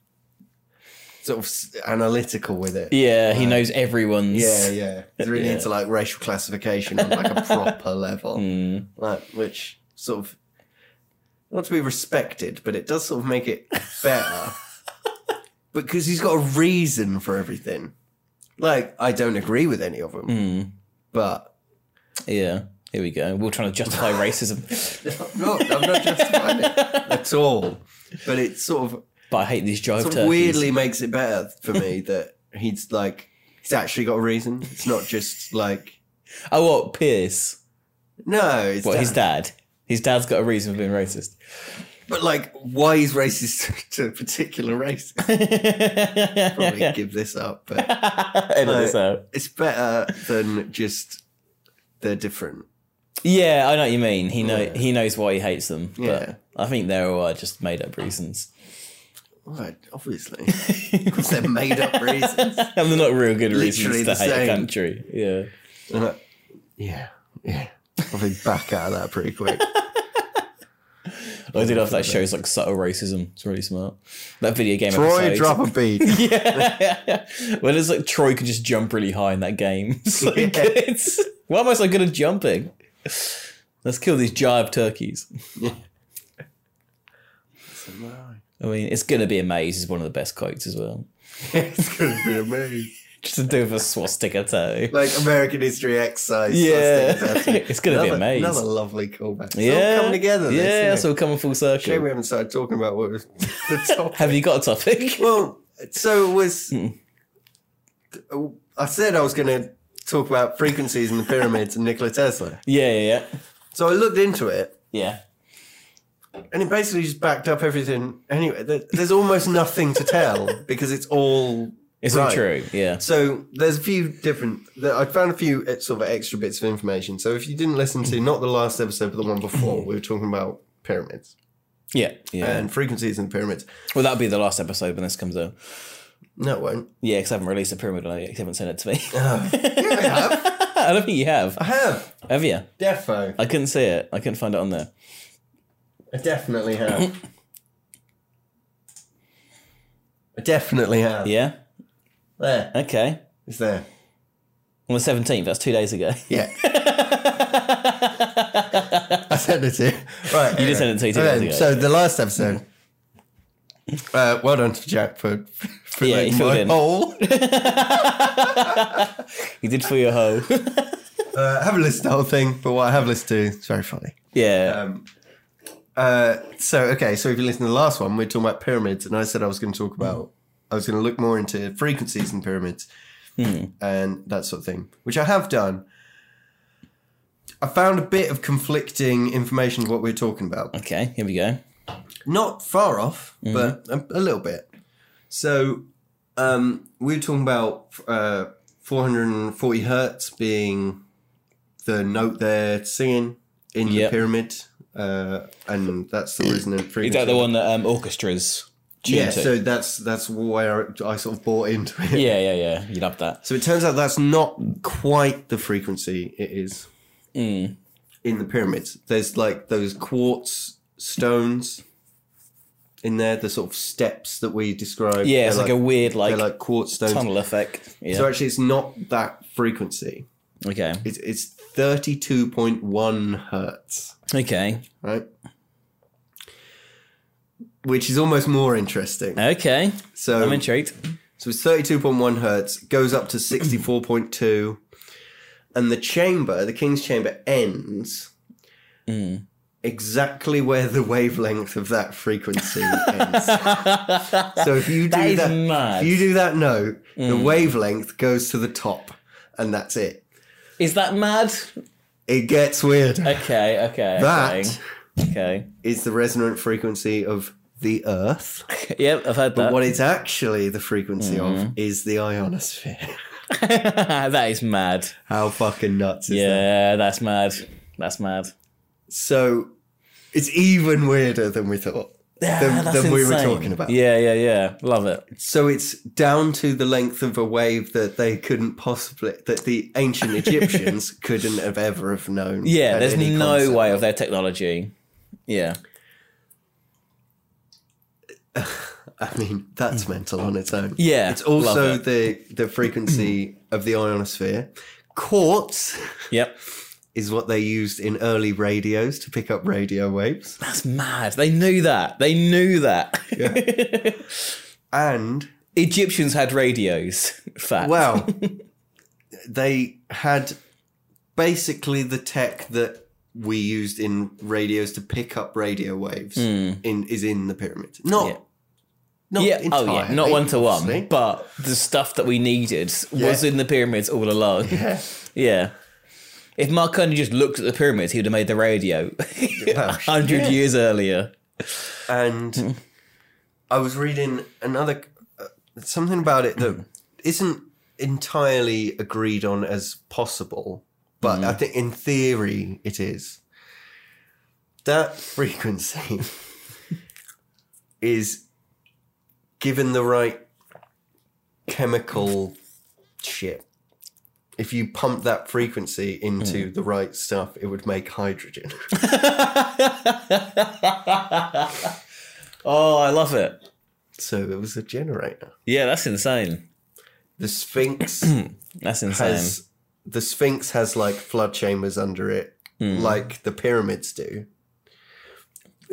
Speaker 2: sort of s- analytical with it.
Speaker 1: Yeah, he
Speaker 2: Right.
Speaker 1: knows everyone's.
Speaker 2: Yeah, yeah. It's really
Speaker 1: Yeah.
Speaker 2: into like racial classification on like a proper level,
Speaker 1: Mm.
Speaker 2: like which sort of not to be respected, but it does sort of make it better because he's got a reason for everything. Like I don't agree with any of them,
Speaker 1: Mm.
Speaker 2: but
Speaker 1: Yeah. Here we go. We're trying to justify racism,
Speaker 2: I'm not, I'm not justifying it at all. But it sort of,
Speaker 1: but I hate these drive
Speaker 2: sort of
Speaker 1: turkeys.
Speaker 2: weirdly makes it better for me that he's like he's actually got a reason. It's not just like
Speaker 1: Oh, what Pierce?
Speaker 2: no, it's
Speaker 1: What his dad? His dad's got a reason for being racist.
Speaker 2: But like, why is racist to a particular race? Probably give this up, but
Speaker 1: Edit this out.
Speaker 2: it's better than just they're different.
Speaker 1: Yeah, I know what you mean. He know
Speaker 2: Yeah.
Speaker 1: he knows why he hates them. But
Speaker 2: Yeah.
Speaker 1: I think they're all uh, just made up reasons.
Speaker 2: Right, obviously, because they're made up reasons.
Speaker 1: and they're not real good
Speaker 2: Literally
Speaker 1: reasons to
Speaker 2: the
Speaker 1: hate a
Speaker 2: same.
Speaker 1: country. Yeah.
Speaker 2: And I- yeah, yeah. I think back out of that pretty quick.
Speaker 1: I do love that shows like subtle racism. It's really smart. That video game
Speaker 2: Troy,
Speaker 1: episode.
Speaker 2: drop a beat.
Speaker 1: yeah. when it's like Troy could just jump really high in that game. It's like
Speaker 2: Yeah.
Speaker 1: it's Why am I so good at jumping? Let's kill these jive turkeys. I mean, it's gonna be a maze is one of the best quotes as well.
Speaker 2: it's gonna be amazing.
Speaker 1: Just to do with a swastika toe.
Speaker 2: Like American History X size.
Speaker 1: Yeah.
Speaker 2: That's it.
Speaker 1: It's gonna be
Speaker 2: another,
Speaker 1: amazing.
Speaker 2: Another lovely callback. It's all
Speaker 1: Yeah,
Speaker 2: coming together.
Speaker 1: Yeah,
Speaker 2: This, isn't
Speaker 1: it's
Speaker 2: it?
Speaker 1: all coming full
Speaker 2: Shame we
Speaker 1: circle.
Speaker 2: haven't started talking about what was the top.
Speaker 1: Have you got a topic?
Speaker 2: well, so it was. I said I was going to talk about frequencies and the pyramids and Nikola Tesla.
Speaker 1: Yeah, yeah, yeah.
Speaker 2: So I looked into it,
Speaker 1: Yeah.
Speaker 2: and it basically just backed up everything. Anyway, there, there's almost nothing to tell because it's all.
Speaker 1: It's all
Speaker 2: right.
Speaker 1: true. Yeah.
Speaker 2: So there's a few different. there- I found a few uh, sort of extra bits of information. So if you didn't listen to not the last episode but the one before, we were talking about pyramids
Speaker 1: Yeah. Yeah.
Speaker 2: and frequencies and pyramids.
Speaker 1: well, that'll be the last episode when this comes out.
Speaker 2: No, it won't.
Speaker 1: Yeah, because I haven't released a pyramid on it yet. 'cause You haven't sent it to me.
Speaker 2: Yeah, I have.
Speaker 1: I don't think you have.
Speaker 2: I have.
Speaker 1: Have you?
Speaker 2: Defo.
Speaker 1: I couldn't see it. I couldn't find it on there.
Speaker 2: I definitely have. I definitely have.
Speaker 1: Yeah.
Speaker 2: There.
Speaker 1: Okay.
Speaker 2: It's there.
Speaker 1: On the seventeenth. That's two days ago.
Speaker 2: Yeah. I sent it to you. Right. You
Speaker 1: did send it to me two days ago.
Speaker 2: So the last episode. Uh, well done to Jack for, for
Speaker 1: Yeah,
Speaker 2: like
Speaker 1: he filled
Speaker 2: my
Speaker 1: in.
Speaker 2: hole.
Speaker 1: you did for your hoe.
Speaker 2: Uh, I haven't listened to the whole thing, but what I have listened to is very funny.
Speaker 1: yeah.
Speaker 2: Um, uh, so okay, so if you listen to the last one, we are talking about pyramids, and I said I was going to talk about, I was going to look more into frequencies and pyramids, and that sort of thing, which I have done. I found a bit of conflicting information of what we were talking about.
Speaker 1: okay. Here we go.
Speaker 2: Not far off,
Speaker 1: Mm-hmm.
Speaker 2: but a, a little bit. So um, we were talking about uh, 440 hertz being the note they're singing in
Speaker 1: Yep.
Speaker 2: the pyramid, uh, and that's the
Speaker 1: Is
Speaker 2: resonant frequency.
Speaker 1: that the one that um, orchestras tune
Speaker 2: Yeah,
Speaker 1: to?
Speaker 2: so that's that's where I sort of bought into it.
Speaker 1: yeah, yeah, yeah. You love that.
Speaker 2: So it turns out that's not quite the frequency it is
Speaker 1: Mm.
Speaker 2: in the pyramids. There's like those quartz stones in there, the sort of steps that we described.
Speaker 1: Yeah, it's
Speaker 2: They're
Speaker 1: like, a weird like,
Speaker 2: they're like quartz stones.
Speaker 1: tunnel effect. Yeah.
Speaker 2: So actually, it's not that frequency.
Speaker 1: okay.
Speaker 2: It's it's thirty two point one hertz,
Speaker 1: Okay.
Speaker 2: right? Which is almost more interesting.
Speaker 1: Okay.
Speaker 2: So
Speaker 1: I'm intrigued.
Speaker 2: so it's thirty two point one hertz goes up to sixty four point two, and the chamber, the king's chamber, ends
Speaker 1: Mm.
Speaker 2: exactly where the wavelength of that frequency ends. so if you do
Speaker 1: That
Speaker 2: that,
Speaker 1: is mad. Mm.
Speaker 2: if you do that note, the wavelength goes to the top, and that's it.
Speaker 1: Is that mad?
Speaker 2: It gets weird.
Speaker 1: Okay. Okay.
Speaker 2: That
Speaker 1: Okay. okay.
Speaker 2: is the resonant frequency of the Earth.
Speaker 1: Yep, I've heard that. Mm.
Speaker 2: What it's actually the frequency of is the ionosphere.
Speaker 1: that is mad.
Speaker 2: How fucking nuts is that?
Speaker 1: Yeah, that's mad. That's mad.
Speaker 2: So it's even weirder than we thought.
Speaker 1: Ah,
Speaker 2: than
Speaker 1: that's
Speaker 2: than we were
Speaker 1: insane.
Speaker 2: talking about.
Speaker 1: Yeah, yeah, yeah. Love it.
Speaker 2: So it's down to the length of a wave that they couldn't possibly, that the ancient Egyptians couldn't have ever have known.
Speaker 1: Yeah,
Speaker 2: at
Speaker 1: there's
Speaker 2: any
Speaker 1: no
Speaker 2: concept.
Speaker 1: way of their technology. Yeah.
Speaker 2: I mean, that's mental on its own.
Speaker 1: Mm. Yeah,
Speaker 2: It's also
Speaker 1: love it.
Speaker 2: the the frequency of the ionosphere. Quartz
Speaker 1: Yep.
Speaker 2: is what they used in early radios to pick up radio waves.
Speaker 1: That's mad. They knew that. They knew that.
Speaker 2: And
Speaker 1: Egyptians had radios. Fact.
Speaker 2: well, they had basically the tech that we used in radios to pick up radio waves in is in the pyramid. Not
Speaker 1: Hmm. Yeah.
Speaker 2: not
Speaker 1: yeah.
Speaker 2: entirely,
Speaker 1: Oh, yeah. Not one to
Speaker 2: obviously.
Speaker 1: one, but the stuff that we needed was
Speaker 2: Yeah.
Speaker 1: in the pyramids all along. Yeah. If Marconi just looked at the pyramids, he would have made the radio a hundred years earlier.
Speaker 2: and I was reading another uh, something about it that isn't entirely agreed on as possible, but I think in theory it is. That frequency is given the right chemical shit. If you pump that frequency into the right stuff, it would make hydrogen.
Speaker 1: Oh, I love it.
Speaker 2: so it was a generator.
Speaker 1: Yeah, that's insane.
Speaker 2: The Sphinx
Speaker 1: That's insane.
Speaker 2: has the Sphinx has like flood chambers under it,
Speaker 1: Hmm.
Speaker 2: like the pyramids do.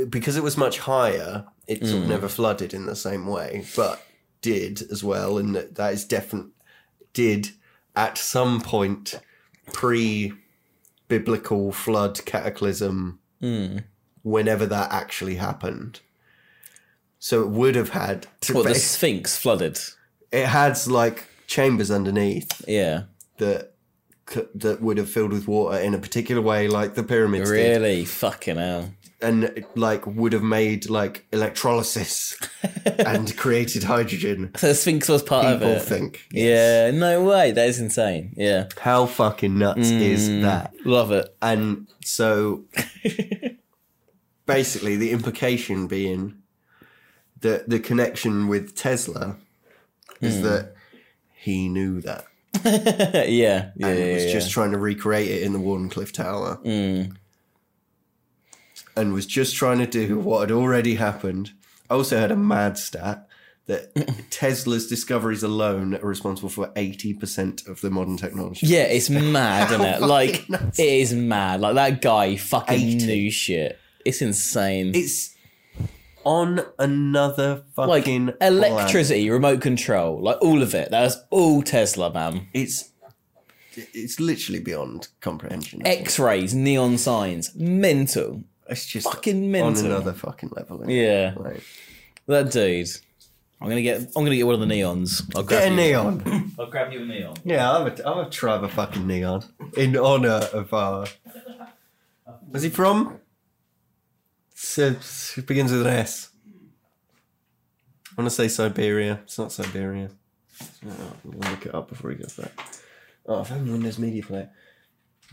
Speaker 2: Because it was much higher, it
Speaker 1: Hmm.
Speaker 2: sort of never flooded in the same way, but did as well, and that that is definite did at some point pre biblical flood cataclysm
Speaker 1: Hmm.
Speaker 2: whenever that actually happened. So it would have had to
Speaker 1: Well, the
Speaker 2: bas-
Speaker 1: Sphinx flooded.
Speaker 2: it had like chambers underneath
Speaker 1: Yeah.
Speaker 2: that c- that would have filled with water in a particular way, like the pyramids did,
Speaker 1: Really? Fucking hell.
Speaker 2: and like would have made like electrolysis and created hydrogen.
Speaker 1: So the Sphinx was part of
Speaker 2: People
Speaker 1: it.
Speaker 2: think
Speaker 1: Yeah, no way. That is insane. Yeah.
Speaker 2: how fucking nuts is
Speaker 1: Mm.
Speaker 2: that?
Speaker 1: Love it.
Speaker 2: And so, basically, the implication being that the connection with Tesla is
Speaker 1: Hmm.
Speaker 2: that he knew that.
Speaker 1: yeah. Yeah.
Speaker 2: and
Speaker 1: yeah,
Speaker 2: it was
Speaker 1: yeah.
Speaker 2: just trying to recreate it in the Wardenclyffe Tower. And was just trying to do what had already happened. I also had a mad stat that Tesla's discoveries alone are responsible for 80% of the modern technology.
Speaker 1: Yeah, it's mad, isn't it?
Speaker 2: Oh, fucking
Speaker 1: Like
Speaker 2: nuts.
Speaker 1: it is mad. Like that guy fucking
Speaker 2: 80.
Speaker 1: knew shit. It's insane.
Speaker 2: It's on another
Speaker 1: like
Speaker 2: fucking planet.
Speaker 1: electricity, remote control, like all of it. That's all Tesla, man.
Speaker 2: It's it's literally beyond comprehension.
Speaker 1: X-rays, neon signs, mental,
Speaker 2: It's just
Speaker 1: fucking
Speaker 2: on
Speaker 1: mental.
Speaker 2: another fucking level. isn't it?
Speaker 1: Yeah,
Speaker 2: Like,
Speaker 1: that dude. I'm gonna get. I'm gonna get one of the neons. I'll grab
Speaker 2: get a
Speaker 1: you.
Speaker 2: neon.
Speaker 1: I'll grab you a neon.
Speaker 2: Yeah, I'm a, I'm a try of a fucking neon in honor of our. Was he from? So, it begins with an S. I want to say Siberia. It's not Siberia. Oh, I'm gonna look it up before he goes back. Oh, I found the Windows Media Player.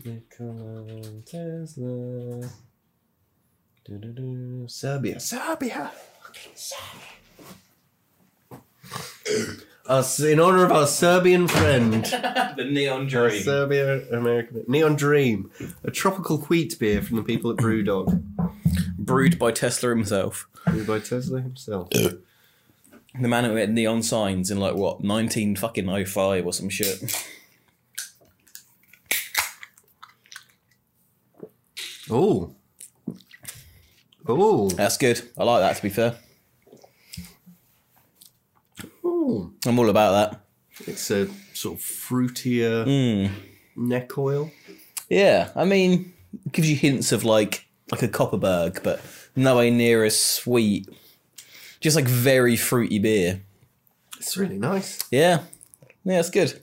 Speaker 2: Nikola Tesla. Do-do-do. Serbia. Serbia. Fucking Serbia. Us in honor of our Serbian friend.
Speaker 1: The neon dream.
Speaker 2: Serbia American Neon Dream, a tropical wheat beer from the people at Brewdog,
Speaker 1: Brewed by Tesla himself,
Speaker 2: brewed by Tesla himself.
Speaker 1: the man who had neon signs in like what 19 fucking 05 or some shit.
Speaker 2: Oh, oh,
Speaker 1: That's good. I like that. To be fair,
Speaker 2: oh!
Speaker 1: I'm all about that.
Speaker 2: It's a sort of fruitier neck oil.
Speaker 1: Yeah, I mean, it gives you hints of like like a Copperberg, but nowhere near as sweet. Just like very fruity beer.
Speaker 2: It's really nice.
Speaker 1: Yeah, yeah, it's good.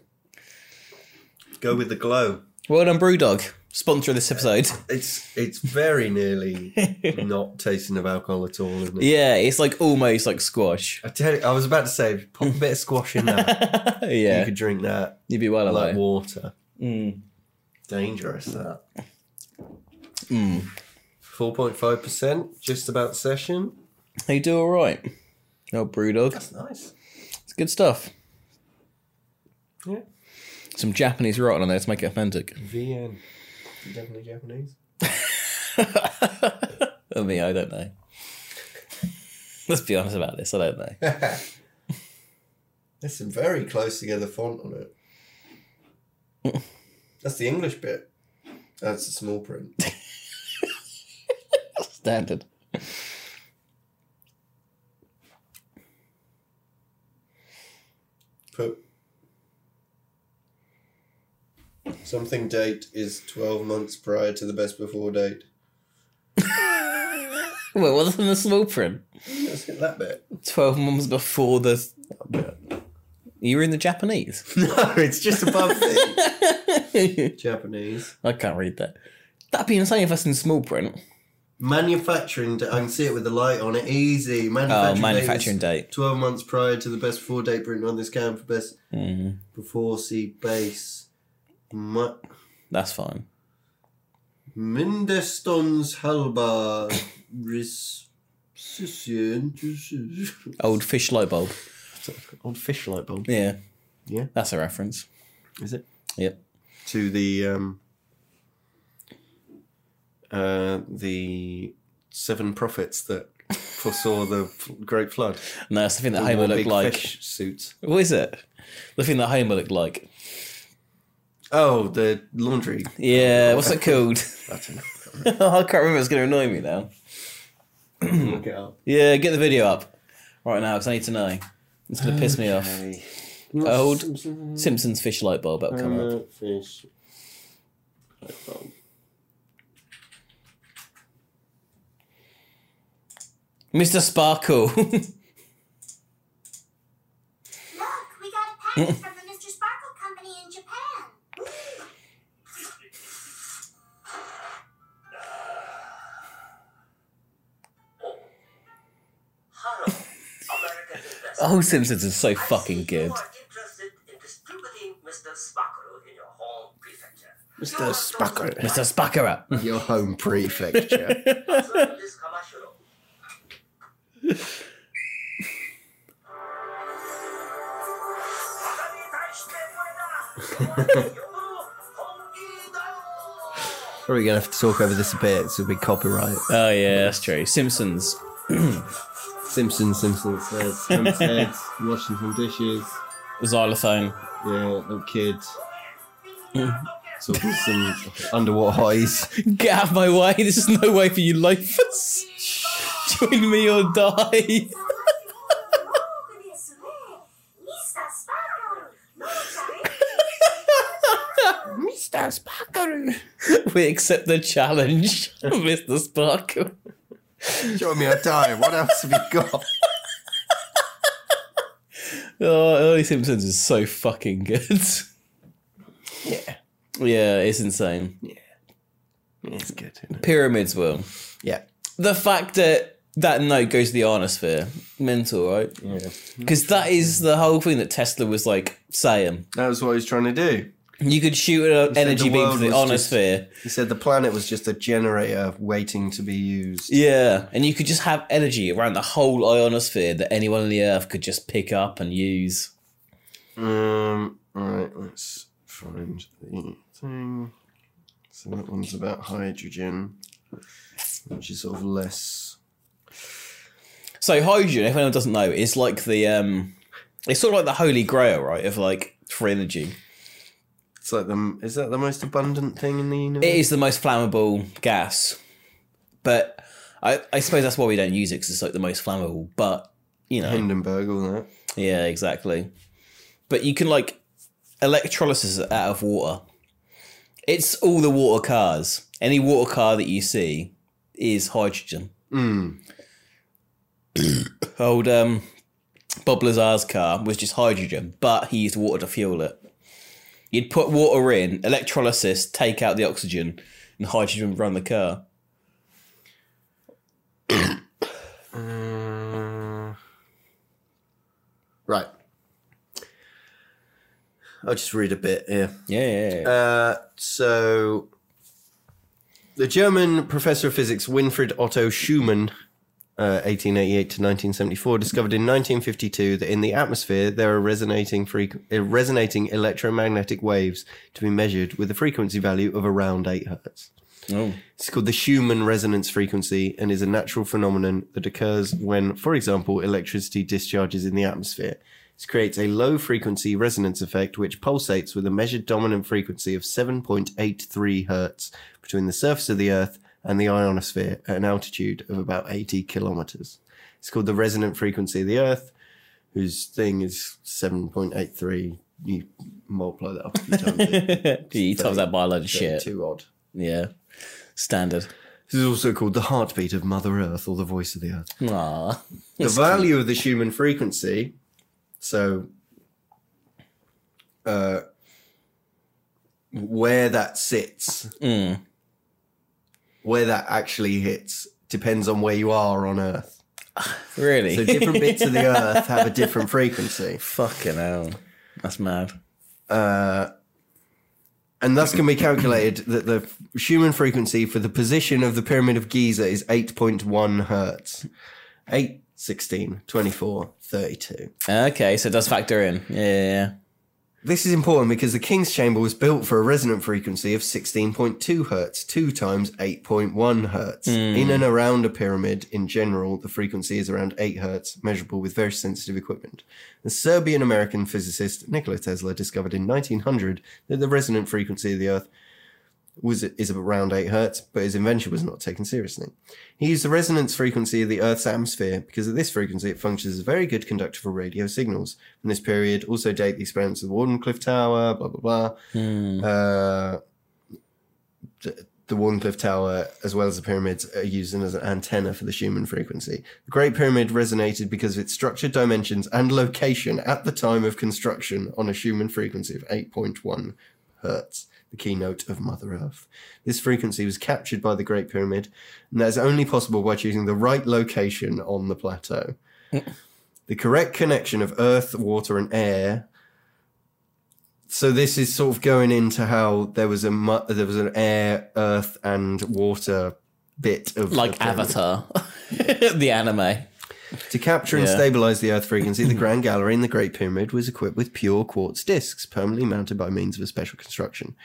Speaker 2: Go with the glow.
Speaker 1: Well done, BrewDog, sponsor of this episode.
Speaker 2: It's it's very nearly not tasting of alcohol at all, isn't it?
Speaker 1: Yeah, it's like almost like squash.
Speaker 2: I tell you, I was about to say, pop a bit of squash in that. You
Speaker 1: Yeah,
Speaker 2: could drink that
Speaker 1: you'd be well
Speaker 2: like
Speaker 1: away.
Speaker 2: Hmm. water. Dangerous that. Hmm. Four point five percent, just about session.
Speaker 1: They do all right. Oh, BrewDog,
Speaker 2: That's nice.
Speaker 1: it's good stuff.
Speaker 2: Yeah.
Speaker 1: Some Japanese rotten on there to make it authentic.
Speaker 2: VN. Definitely Japanese.
Speaker 1: I mean, I don't know. Let's be honest about this. I don't know.
Speaker 2: There's some very close together font on it. That's the English bit. That's the small print.
Speaker 1: Standard.
Speaker 2: Put something date is twelve months prior to the best before date.
Speaker 1: Wait, what's in the small print?
Speaker 2: Let's hit that bit.
Speaker 1: 12 months before the.
Speaker 2: Oh,
Speaker 1: You were in the Japanese?
Speaker 2: No, it's just above the Japanese.
Speaker 1: I can't read that. That'd be insane if that's in small print.
Speaker 2: Manufacturing, da- I can see it with the light on it. Easy.
Speaker 1: Oh,
Speaker 2: Manufacturing,
Speaker 1: manufacturing
Speaker 2: date
Speaker 1: date.
Speaker 2: is 12 months prior to the best four date print on this can for best
Speaker 1: Mm-hmm.
Speaker 2: before sea base. Ma-
Speaker 1: That's fine.
Speaker 2: Mindestons halba. Ris. Old
Speaker 1: Old fish light bulb.
Speaker 2: fish light bulb.
Speaker 1: Yeah.
Speaker 2: Yeah.
Speaker 1: That's a reference.
Speaker 2: Is it?
Speaker 1: Yep.
Speaker 2: To the um uh the seven prophets that foresaw the f- great flood.
Speaker 1: No, that's the thing that
Speaker 2: Wore
Speaker 1: Homer looked
Speaker 2: big
Speaker 1: like.
Speaker 2: fish suits.
Speaker 1: What is it? The thing that Homer looked like.
Speaker 2: Oh, the laundry.
Speaker 1: Yeah, what's that called?
Speaker 2: I don't know. I can't
Speaker 1: I can't remember. It's going to annoy me now.
Speaker 2: remember. Look it up.
Speaker 1: Yeah, get the video up right now because I need to know. It's going to piss me off.
Speaker 2: Okay.
Speaker 1: Old Simpsons fish light bulb. That'll come up.
Speaker 2: Hermit fish. Light bulb.
Speaker 1: Mr. Sparkle.
Speaker 3: Look, we got a package from the Mr. Sparkle Company in Japan.
Speaker 4: Hello, American investors.
Speaker 1: oh, Simpsons is so
Speaker 4: I
Speaker 1: fucking
Speaker 4: see
Speaker 1: good.
Speaker 4: You are interested in distributing Mr. Sparkle in your home prefecture. You
Speaker 2: Mr.
Speaker 4: must
Speaker 2: Sparkle.
Speaker 1: Mr. Sparkle.
Speaker 2: Your home prefecture.
Speaker 4: also observe this commercial.
Speaker 2: Probably gonna have to talk over this a bit. It's a big copyright.
Speaker 1: Oh yeah, that's true. Simpsons.
Speaker 2: Simpsons, Simpsons, says, Hempsteads, washing some dishes.
Speaker 1: Xylophone.
Speaker 2: Yeah, little kids. Talking some underwater hotties.
Speaker 1: Get out of my way. This is no way for you loafers. Join me or die.
Speaker 3: Mr. Sparkle!
Speaker 2: Mr. Sparkle.
Speaker 1: We accept the challenge, Mr. Sparkle.
Speaker 2: Show me a time. What else have you got?
Speaker 1: Oh, early Simpsons is so fucking good.
Speaker 2: Yeah.
Speaker 1: Yeah, it's insane.
Speaker 2: It's good. isn't it?
Speaker 1: Pyramids will.
Speaker 2: Yeah.
Speaker 1: The fact that that note goes to the ionosphere, mental, right?
Speaker 2: Yeah.
Speaker 1: Because that is the whole thing that Tesla was like saying.
Speaker 2: That was what he was trying to do.
Speaker 1: You could shoot an
Speaker 2: said
Speaker 1: energy
Speaker 2: the
Speaker 1: beam
Speaker 2: world
Speaker 1: to the
Speaker 2: was just-
Speaker 1: ionosphere.
Speaker 2: He said the planet was just a generator waiting to be used.
Speaker 1: Yeah, and you could just have energy around the whole ionosphere that anyone on the Earth could just pick up and use.
Speaker 2: Um, right, let's find the thing. So that one's about hydrogen, which is sort of less.
Speaker 1: So hydrogen, if anyone doesn't know, is like the um, it's sort of like the holy grail, right? Of like for energy,
Speaker 2: It's like the is that the most abundant thing in the universe?
Speaker 1: it is the most flammable gas. But I, I suppose that's why we don't use it because it's like the most flammable. But you know,
Speaker 2: Hindenburg, all that.
Speaker 1: yeah, exactly. But you can like electrolysis it out of water. It's all the water cars. Any water car that you see is hydrogen.
Speaker 2: Mm.
Speaker 1: old um, Bob Lazar's car was just hydrogen, but he used water to fuel it. You'd put water in, electrolysis, take out the oxygen, and hydrogen would run the car.
Speaker 2: Uh, right. I'll just read a bit here.
Speaker 1: Yeah, yeah, yeah.
Speaker 2: Uh, so the German professor of physics Winfried Otto Schumann, uh, 1888 to 1974, discovered in 1952 that in the atmosphere there are resonating freq- uh, resonating electromagnetic waves to be measured with a frequency value of around 8 hertz.
Speaker 1: Oh.
Speaker 2: It's called the Schumann resonance frequency and is a natural phenomenon that occurs when, for example, electricity discharges in the atmosphere. This creates a low frequency resonance effect which pulsates with a measured dominant frequency of 7.83 hertz between the surface of the Earth and the ionosphere at an altitude of about 80 kilometers. It's called the resonant frequency of the Earth, whose thing is 7.83. You multiply that up a few times. it's
Speaker 1: he times that by a load of shit.
Speaker 2: Too odd.
Speaker 1: Yeah. Standard.
Speaker 2: This is also called the heartbeat of Mother Earth or the voice of the Earth.
Speaker 1: Aww.
Speaker 2: The value of the Schumann frequency, so uh, where that sits,
Speaker 1: Mm.
Speaker 2: where that actually hits, depends on where you are on Earth.
Speaker 1: Really?
Speaker 2: So different bits of the Earth have a different frequency.
Speaker 1: Fucking hell. That's mad.
Speaker 2: uh, and thus can be calculated that the Schumann frequency for the position of the Pyramid of Giza is 8.1 hertz. 8, 16, 24, 32.
Speaker 1: Okay, so it does factor in. Yeah, yeah, yeah.
Speaker 2: This is important because the King's Chamber was built for a resonant frequency of 16.2 hertz, 2 times 8.1 hertz. In and around a pyramid, in general, the frequency is around 8 hertz, measurable with very sensitive equipment. The Serbian American physicist Nikola Tesla discovered in 1900 that the resonant frequency of the Earth was is around 8 hertz, but his invention was not taken seriously. He used the resonance frequency of the Earth's atmosphere because at this frequency it functions as a very good conductor for radio signals. From this period, also date the experiments of the Wardenclyffe Tower, blah blah blah.
Speaker 1: Hmm.
Speaker 2: Uh, the, the Wardenclyffe Tower, as well as the pyramids, are used as an antenna for the Schumann frequency. The Great Pyramid resonated because of its structure, dimensions, and location at the time of construction on a Schumann frequency of 8.1 hertz, the keynote of Mother Earth. This frequency was captured by the Great Pyramid, and that is only possible by choosing the right location on the plateau. the correct connection of earth, water, and air. So this is sort of going into how there was a mu- there was an air, earth, and water bit of
Speaker 1: Like
Speaker 2: the pyramid.
Speaker 1: Avatar, the anime.
Speaker 2: To capture and
Speaker 1: Yeah.
Speaker 2: stabilize the Earth frequency, the Grand Gallery in the Great Pyramid was equipped with pure quartz discs, permanently mounted by means of a special construction.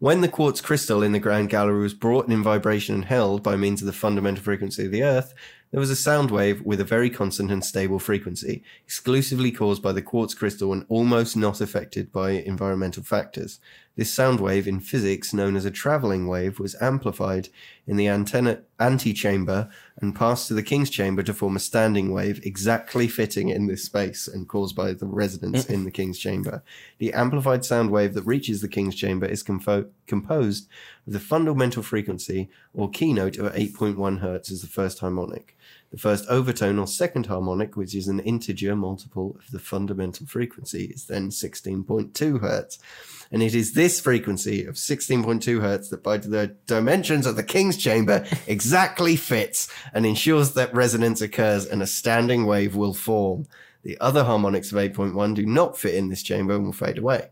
Speaker 2: When the quartz crystal in the Grand Gallery was brought in vibration and held by means of the fundamental frequency of the Earth, there was a sound wave with a very constant and stable frequency, exclusively caused by the quartz crystal and almost not affected by environmental factors. This sound wave, in physics known as a traveling wave, was amplified in the antenna antechamber and passed to the king's chamber to form a standing wave exactly fitting in this space and caused by the resonance in the king's chamber. The amplified sound wave that reaches the king's chamber is comfo- composed of the fundamental frequency or keynote of 8.1 hertz as the first harmonic. The first overtone or second harmonic, which is an integer multiple of the fundamental frequency, is then 16.2 hertz. And it is this frequency of 16.2 hertz that, by the dimensions of the king's chamber, exactly fits and ensures that resonance occurs and a standing wave will form. The other harmonics of 8.1 do not fit in this chamber and will fade away.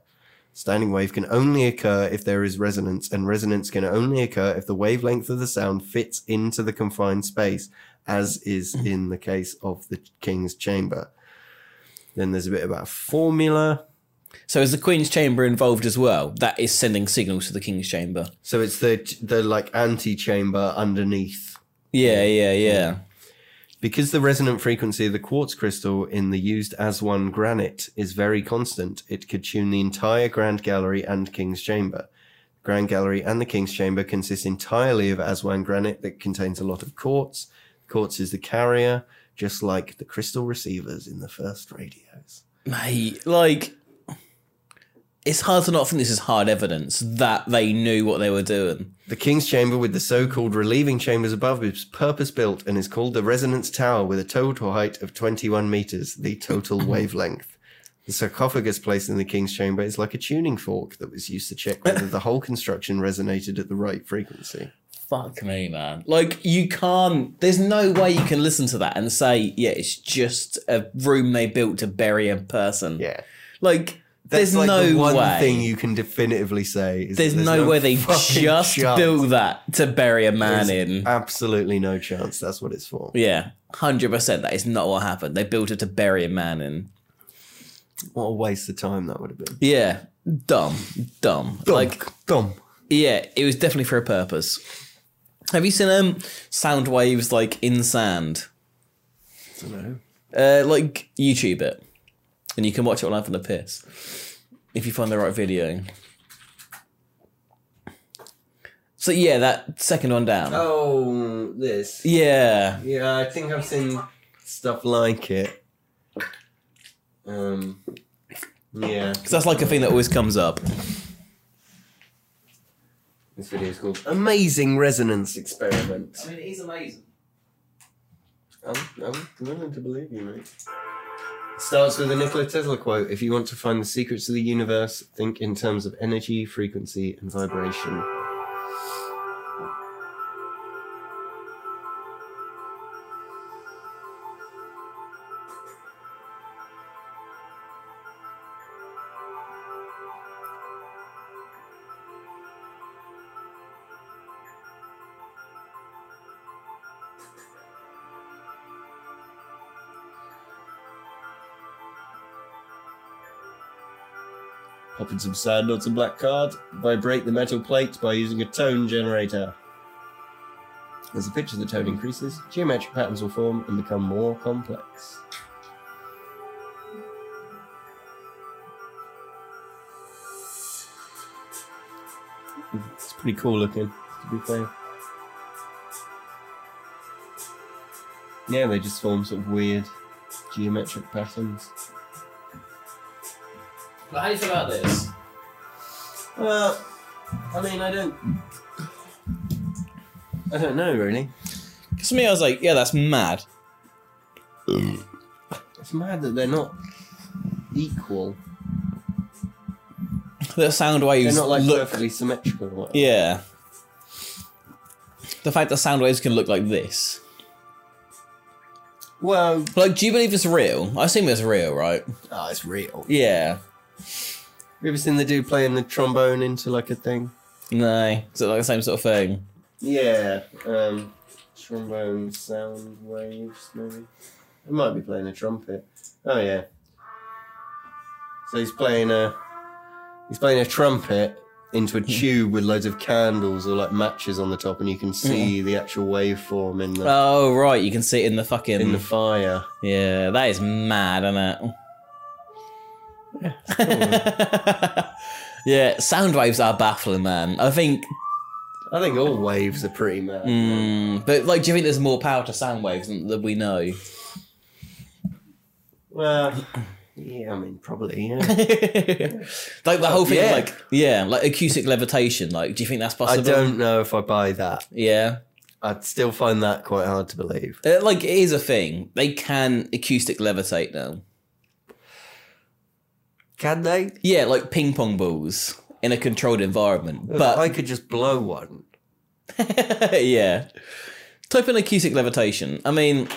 Speaker 2: Standing wave can only occur if there is resonance, and resonance can only occur if the wavelength of the sound fits into the confined space, as is in the case of the king's chamber. Then there's a bit about formula.
Speaker 1: So is the Queen's Chamber involved as well? That is sending signals to the King's Chamber.
Speaker 2: So it's the the like antechamber underneath.
Speaker 1: Yeah, yeah, yeah.
Speaker 2: Because the resonant frequency of the quartz crystal in the used as one granite is very constant, it could tune the entire Grand Gallery and King's Chamber. Grand Gallery and the King's Chamber consist entirely of Aswan granite that contains a lot of quartz. Quartz is the carrier, just like the crystal receivers in the first radios.
Speaker 1: Mate, like it's hard to not think this is hard evidence that they knew what they were doing.
Speaker 2: The King's Chamber with the so called relieving chambers above is purpose built and is called the Resonance Tower with a total height of 21 meters, the total wavelength. The sarcophagus placed in the King's Chamber is like a tuning fork that was used to check whether the whole construction resonated at the right frequency.
Speaker 1: Fuck me, man. Like you can't there's no way you can listen to that and say, yeah, it's just a room they built to bury a person.
Speaker 2: Yeah.
Speaker 1: Like
Speaker 2: That's
Speaker 1: there's
Speaker 2: like
Speaker 1: no
Speaker 2: the one
Speaker 1: way.
Speaker 2: thing you can definitively say is that
Speaker 1: there's, no, way they
Speaker 2: fucking
Speaker 1: just
Speaker 2: chance.
Speaker 1: build that to bury a man
Speaker 2: There's
Speaker 1: in.
Speaker 2: Absolutely no chance. That's what it's for.
Speaker 1: yeah. Hundred percent that is not what happened. They built it to bury a man in.
Speaker 2: What a waste of time that would have been.
Speaker 1: Yeah. Dumb. Dumb. Like
Speaker 2: dumb.
Speaker 1: Yeah, it was definitely for a purpose. Have you seen um sound waves like in sand?
Speaker 2: I don't know.
Speaker 1: Uh, like YouTube it, and you can watch it while having a piss if you find the right video. So yeah, that second one down.
Speaker 2: Oh, this.
Speaker 1: Yeah,
Speaker 2: Yeah, I think I've seen stuff like it. Um, yeah,
Speaker 1: 'Cause that's like a thing that always comes up.
Speaker 2: this video is called "Amazing Resonance Experiment."
Speaker 1: mean, it is amazing.
Speaker 2: I'm, I'm willing to believe you, mate. Starts with a Nikola Tesla quote: "If you want to find the secrets of the universe, think in terms of energy, frequency, and vibration." Pop in some sand on some black card. Vibrate the metal plate by using a tone generator. As the pitch of the tone increases, geometric patterns will form and become more complex. It's pretty cool looking, to be fair. Yeah, they just form sort of weird geometric patterns.
Speaker 5: But how do you feel about this?
Speaker 2: Well, I mean, I don't. I don't know really.
Speaker 1: Because me, I was like, yeah, that's mad.
Speaker 2: It's mad that they're not equal.
Speaker 1: The sound
Speaker 2: They're
Speaker 1: waves
Speaker 2: not like
Speaker 1: look.
Speaker 2: perfectly symmetrical. Or whatever.
Speaker 1: Yeah. The fact that sound waves can look like this.
Speaker 2: Well,
Speaker 1: Like, do you believe it's real? I assume it's real, right?
Speaker 2: oh, it's real.
Speaker 1: Yeah.
Speaker 2: Have you ever seen the dude playing the trombone into like a thing?
Speaker 1: No. Is it like the same sort of thing?
Speaker 2: Yeah. Um, trombone sound waves, maybe. He might be playing a trumpet. Oh yeah. So he's playing a he's playing a trumpet into a tube with loads of candles or like matches on the top, and you can see the actual waveform in the
Speaker 1: Oh, right. You can see it in the fucking.
Speaker 2: in the fire.
Speaker 1: Yeah, that is mad, isn't it? yeah, sound waves are baffling, man. I think,
Speaker 2: I think all waves are pretty mad.
Speaker 1: mm, but like, do you think there's more power to sound waves than that we know?
Speaker 2: Well, yeah, I mean probably. Yeah.
Speaker 1: like the whole thing,
Speaker 2: yeah.
Speaker 1: like yeah, like acoustic levitation. Like, do you think that's
Speaker 2: I
Speaker 1: possible?
Speaker 2: don't know if I buy that.
Speaker 1: Yeah,
Speaker 2: I'd still find that quite hard to believe.
Speaker 1: Uh, like it is a thing. They can acoustic levitate now.
Speaker 2: Can they?
Speaker 1: Yeah, like ping pong balls in a controlled environment.
Speaker 2: But
Speaker 1: But
Speaker 2: I could just blow one.
Speaker 1: yeah. Type in acoustic levitation. I mean,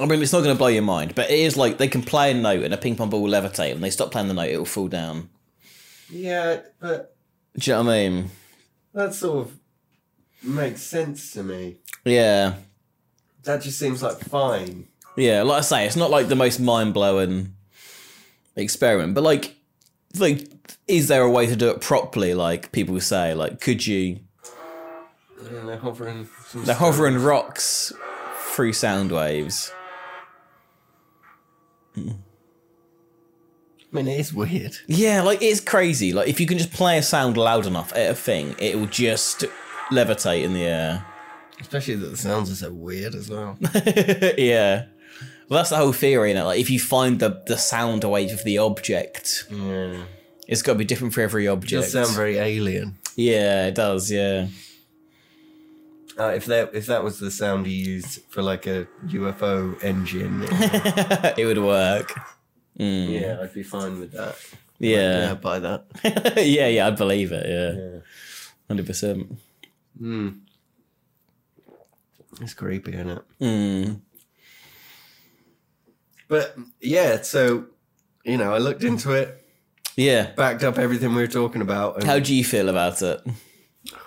Speaker 1: I mean, it's not going to blow your mind, but it is like they can play a note and a ping pong ball will levitate. When they stop playing the note, it will fall down.
Speaker 2: Yeah, but
Speaker 1: Do you know what I mean?
Speaker 2: that sort of makes sense to me.
Speaker 1: Yeah.
Speaker 2: That just seems like fine.
Speaker 1: Yeah. Like I say, it's not like the most mind blowing experiment, but like, like, is there a way to do it properly? Like people say, like, could you?
Speaker 2: And they're hovering. Some
Speaker 1: They're hovering rocks through sound waves.
Speaker 2: I mean, it is weird.
Speaker 1: Yeah, like it's crazy. Like if you can just play a sound loud enough at a thing, it will just levitate in the air.
Speaker 2: Especially that the sounds are so weird as well.
Speaker 1: yeah. Well, that's the whole theory in it. Like if you find the the sound wave of the object,
Speaker 2: yeah.
Speaker 1: it's got to be different for every
Speaker 2: It
Speaker 1: object.
Speaker 2: does sound very alien.
Speaker 1: yeah, it does. Yeah.
Speaker 2: Uh, if that if that was the sound you used for like a UFO engine,
Speaker 1: it would work. Mm.
Speaker 2: yeah, I'd be fine with that. yeah
Speaker 1: Yeah.
Speaker 2: I'd buy that.
Speaker 1: Yeah. yeah. I believe it. Yeah.
Speaker 2: Yeah.
Speaker 1: Hundred percent.
Speaker 2: Mm. It's creepy, isn't it?
Speaker 1: Mm.
Speaker 2: But yeah, so you know, I looked into it,
Speaker 1: Yeah.
Speaker 2: backed up everything we were talking about. And
Speaker 1: How do you feel about it?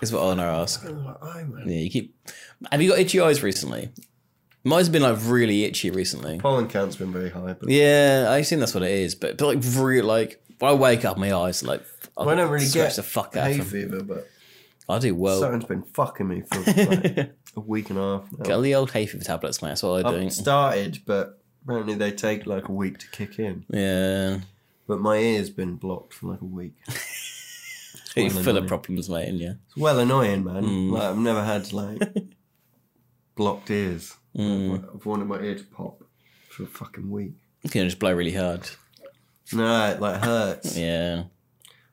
Speaker 1: Is what I want to ask.
Speaker 2: "Oh,
Speaker 1: Yeah, you keep. Have you got itchy eyes recently? Mine's been like really itchy recently.
Speaker 2: Pollen count's been very high, but
Speaker 1: Yeah, I assume that's what it is. But, but like, really, like when I wake up, my eyes like
Speaker 2: Well, I don't really
Speaker 1: scratch
Speaker 2: get
Speaker 1: Oh, the fuck out.
Speaker 2: hay
Speaker 1: Of Oh. them.
Speaker 2: fever. But
Speaker 1: I do well.
Speaker 2: something's been fucking me for like, Oh, a week and a half
Speaker 1: Get
Speaker 2: now.
Speaker 1: all the old hay fever tablets, mate. That's what I do.
Speaker 2: I've started, but apparently they take like a week to kick in.
Speaker 1: yeah,
Speaker 2: But my ear's been blocked for like a week. well
Speaker 1: it's full
Speaker 2: annoying.
Speaker 1: of problems, mate. And yeah,
Speaker 2: It's well annoying, man.
Speaker 1: Mm.
Speaker 2: Like I've never had like blocked ears.
Speaker 1: Mm.
Speaker 2: I've wanted my ear to pop for a fucking week.
Speaker 1: you can just blow really hard.
Speaker 2: No, it like hurts.
Speaker 1: Yeah,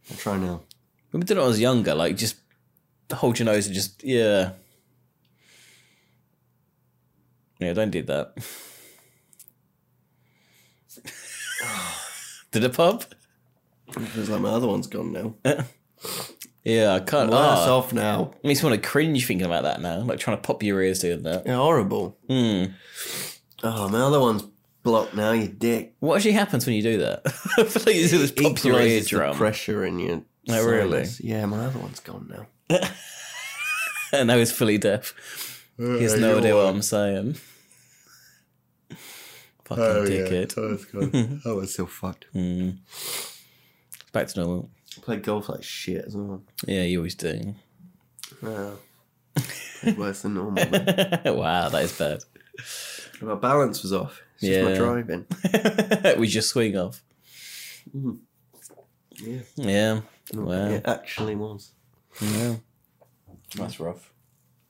Speaker 2: I'll try now.
Speaker 1: when we did it when I was younger, like just hold your nose and just yeah, yeah. Don't do that. did it pop?
Speaker 2: It feels like my other one's gone now.
Speaker 1: Yeah, I can't.
Speaker 2: Worse
Speaker 1: ah.
Speaker 2: off now.
Speaker 1: makes me want to cringe thinking about that now. Like trying to pop your ears doing that.
Speaker 2: Yeah, horrible.
Speaker 1: Mm.
Speaker 2: Oh, my other one's blocked now. You dick.
Speaker 1: What actually happens when you do that? I feel like you just pop your
Speaker 2: Equalises the
Speaker 1: eardrum.
Speaker 2: pressure in your.
Speaker 1: Oh, really?
Speaker 2: sinus. Yeah, my other one's gone now.
Speaker 1: And now he's fully deaf.
Speaker 2: Uh, Oh,
Speaker 1: He has no idea what I'm saying. Fucking dickhead.
Speaker 2: Oh, it's gone. oh, it's still fucked.
Speaker 1: Mm. It's back to normal.
Speaker 2: Play golf like shit as well.
Speaker 1: Yeah, you always do.
Speaker 2: Wow. Played worse than normal. man.
Speaker 1: wow, that is bad.
Speaker 2: My balance was off. It's just my
Speaker 1: Yeah.
Speaker 2: driving.
Speaker 1: it was just swing off.
Speaker 2: Yeah.
Speaker 1: Yeah. Wow.
Speaker 2: It actually was.
Speaker 1: yeah. That's rough.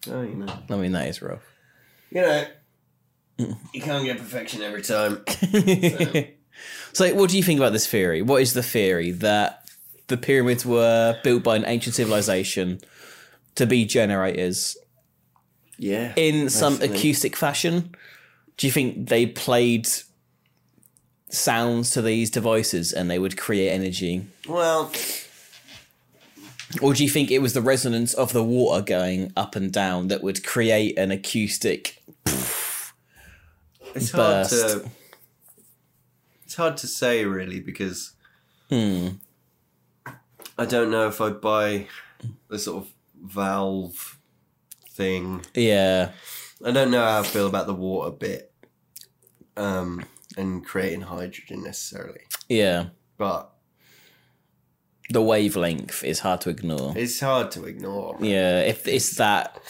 Speaker 2: Oh, you know.
Speaker 1: I mean, that is rough.
Speaker 2: You know, you can't get perfection every time.
Speaker 1: so, what do you think about this theory? What is the theory that the pyramids were built by an ancient civilization to be generators
Speaker 2: Yeah.
Speaker 1: in some
Speaker 2: Basically.
Speaker 1: acoustic fashion? Do you think they played sounds to these devices and they would create energy?
Speaker 2: Well,
Speaker 1: Or do you think it was the resonance of the water going up and down that would create an acoustic?
Speaker 2: it's hard
Speaker 1: Burst.
Speaker 2: to. It's hard to say really because
Speaker 1: Hmm.
Speaker 2: I don't know if I buy the sort of valve thing.
Speaker 1: Yeah.
Speaker 2: I don't know how I feel about the water bit, um, and creating hydrogen necessarily,
Speaker 1: Yeah.
Speaker 2: but
Speaker 1: The wavelength is hard to ignore.
Speaker 2: it's hard to ignore.
Speaker 1: Yeah, if it's that,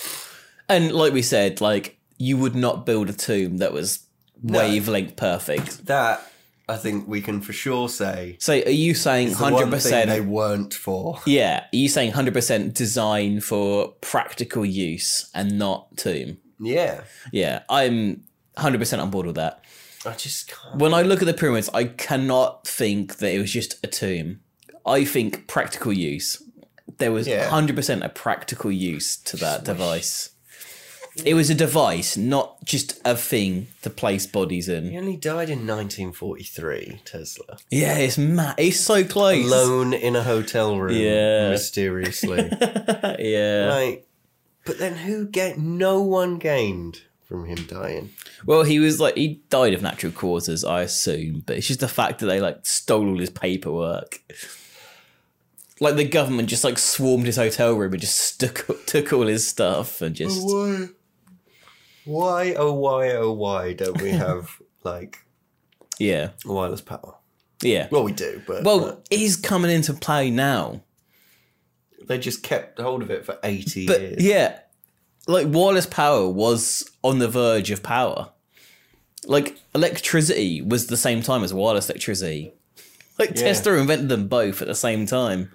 Speaker 1: and like we said, like you would not build a tomb that was
Speaker 2: No.
Speaker 1: wavelength perfect.
Speaker 2: That I think we can for sure say
Speaker 1: So, are you saying
Speaker 2: is the one
Speaker 1: hundred
Speaker 2: thing they
Speaker 1: percent?
Speaker 2: weren't for.
Speaker 1: Yeah, are you saying hundred percent design for practical use and not tomb?
Speaker 2: Yeah,
Speaker 1: Yeah, I'm hundred percent on board with that.
Speaker 2: I just can't.
Speaker 1: When I look at the pyramids, I cannot think that it was just a tomb. I think practical use. There was
Speaker 2: Yeah.
Speaker 1: hundred percent a practical use to that device. It was a device, not just a thing to place bodies in.
Speaker 2: He
Speaker 1: Yeah,
Speaker 2: only died in 1943, Tesla.
Speaker 1: it's mad. It's so close.
Speaker 2: Alone in a hotel room,
Speaker 1: Yeah.
Speaker 2: mysteriously.
Speaker 1: yeah.
Speaker 2: like, but then who get? No one gained from him dying.
Speaker 1: Well, he was like he died of natural causes, I assume, but it's just the fact that they like stole all his paperwork. Like the government just like swarmed his hotel room and just stuck, took all his stuff and just
Speaker 2: Why? Why? Oh, why? Oh, why don't we have like
Speaker 1: yeah,
Speaker 2: wireless power?
Speaker 1: yeah.
Speaker 2: Well, we do, but
Speaker 1: Well, he's coming into play now.
Speaker 2: they just kept hold of it for 80
Speaker 1: But
Speaker 2: years.
Speaker 1: yeah, like wireless power was on the verge of power. Like electricity was the same time as wireless electricity. Like
Speaker 2: Yeah.
Speaker 1: Tesla invented them both at the same time,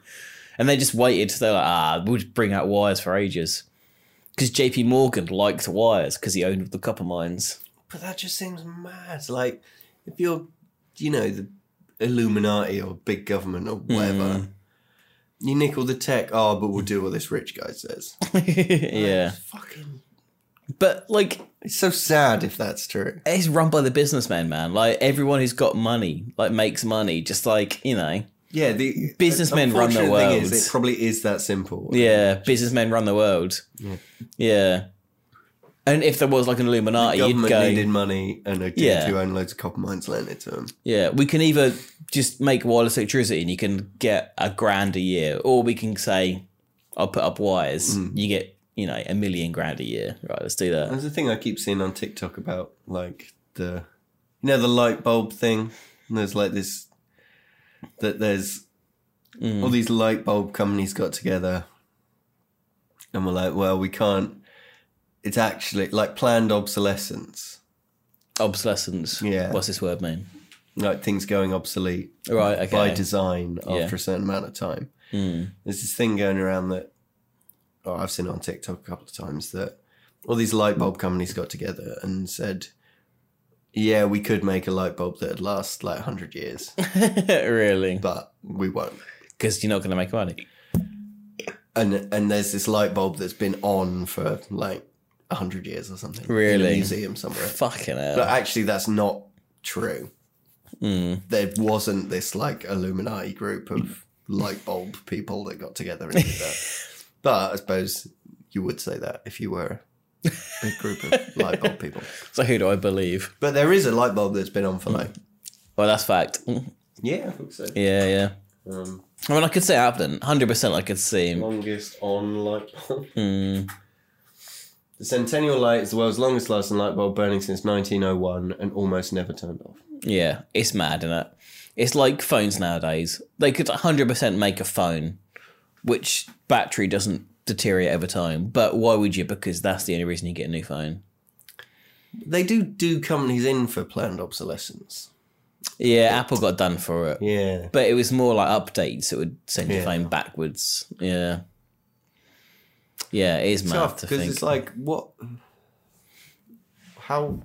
Speaker 1: and they just waited. They're like, ah, we'll just bring out wires for ages. Because J.P. Morgan liked wires because he owned the copper mines.
Speaker 2: But that just seems mad. Like, if you're, you know, the Illuminati or big government or whatever,
Speaker 1: Hmm.
Speaker 2: you nickel the tech. Oh, but we'll do what this rich guy says.
Speaker 1: yeah,
Speaker 2: It's fucking.
Speaker 1: but like
Speaker 2: It's so sad if that's true.
Speaker 1: it's run by the businessman, man. Like everyone who's got money, like makes money, just like you know.
Speaker 2: Yeah, the
Speaker 1: Businessmen run the
Speaker 2: unfortunate thing
Speaker 1: world.
Speaker 2: Is, it probably is that simple.
Speaker 1: Yeah, businessmen run the world.
Speaker 2: Yeah.
Speaker 1: Yeah. And if there was like an Illuminati, you'd
Speaker 2: government
Speaker 1: go,
Speaker 2: needed money and a dude
Speaker 1: Yeah.
Speaker 2: who owned loads of copper mines lent it to them.
Speaker 1: yeah, we can either just make wireless electricity and you can get a grand a year, or we can say, I'll put up wires,
Speaker 2: Mm.
Speaker 1: you get, you know, a million grand a year. Right, let's do that.
Speaker 2: There's a thing I keep seeing on TikTok about like the you know the light bulb thing. And there's like this that there's
Speaker 1: Mm.
Speaker 2: all these light bulb companies got together and we're like, well, we can't it's actually like planned obsolescence.
Speaker 1: Obsolescence.
Speaker 2: Yeah.
Speaker 1: What's this word mean?
Speaker 2: Like things going obsolete
Speaker 1: Right, okay.
Speaker 2: by design
Speaker 1: Yeah.
Speaker 2: after a certain amount of time.
Speaker 1: Mm.
Speaker 2: There's this thing going around that oh, I've seen it on TikTok a couple of times that all these light bulb companies got together and said, "Yeah, we could make a light bulb that'd last like hundred years,
Speaker 1: really?
Speaker 2: but we won't."
Speaker 1: Because you're not going to make money.
Speaker 2: And and there's this light bulb that's been on for like hundred years or something, in a
Speaker 1: Really?
Speaker 2: museum somewhere.
Speaker 1: Fucking hell.
Speaker 2: But actually, that's not true.
Speaker 1: Mm.
Speaker 2: There wasn't this like Illuminati group of light bulb people that got together and did that. but I suppose you would say that if you were a big group of light bulb people.
Speaker 1: So who do I believe?
Speaker 2: But there is a light bulb that's been on for like
Speaker 1: Well, that's fact. Mm.
Speaker 2: yeah, I think so.
Speaker 1: Yeah, yeah.
Speaker 2: Um,
Speaker 1: I mean, I could say Abden. 100% I could see him.
Speaker 2: longest on light bulb.
Speaker 1: Mm.
Speaker 2: The Centennial Light is the world's longest oh lasting light bulb, burning since 1901 and almost never turned off.
Speaker 1: Yeah, it's mad, isn't it? It's like phones nowadays. They could 100% make a phone which battery doesn't deteriorate over time. But why would you? Because that's the only reason you get a new phone.
Speaker 2: They do do companies in for planned obsolescence.
Speaker 1: Yeah, Apple got done for it.
Speaker 2: Yeah.
Speaker 1: But it was more like updates that would send your
Speaker 2: Yeah.
Speaker 1: phone backwards. Yeah. Yeah, it is mad
Speaker 2: Tough
Speaker 1: to
Speaker 2: because
Speaker 1: think.
Speaker 2: it's like what? How?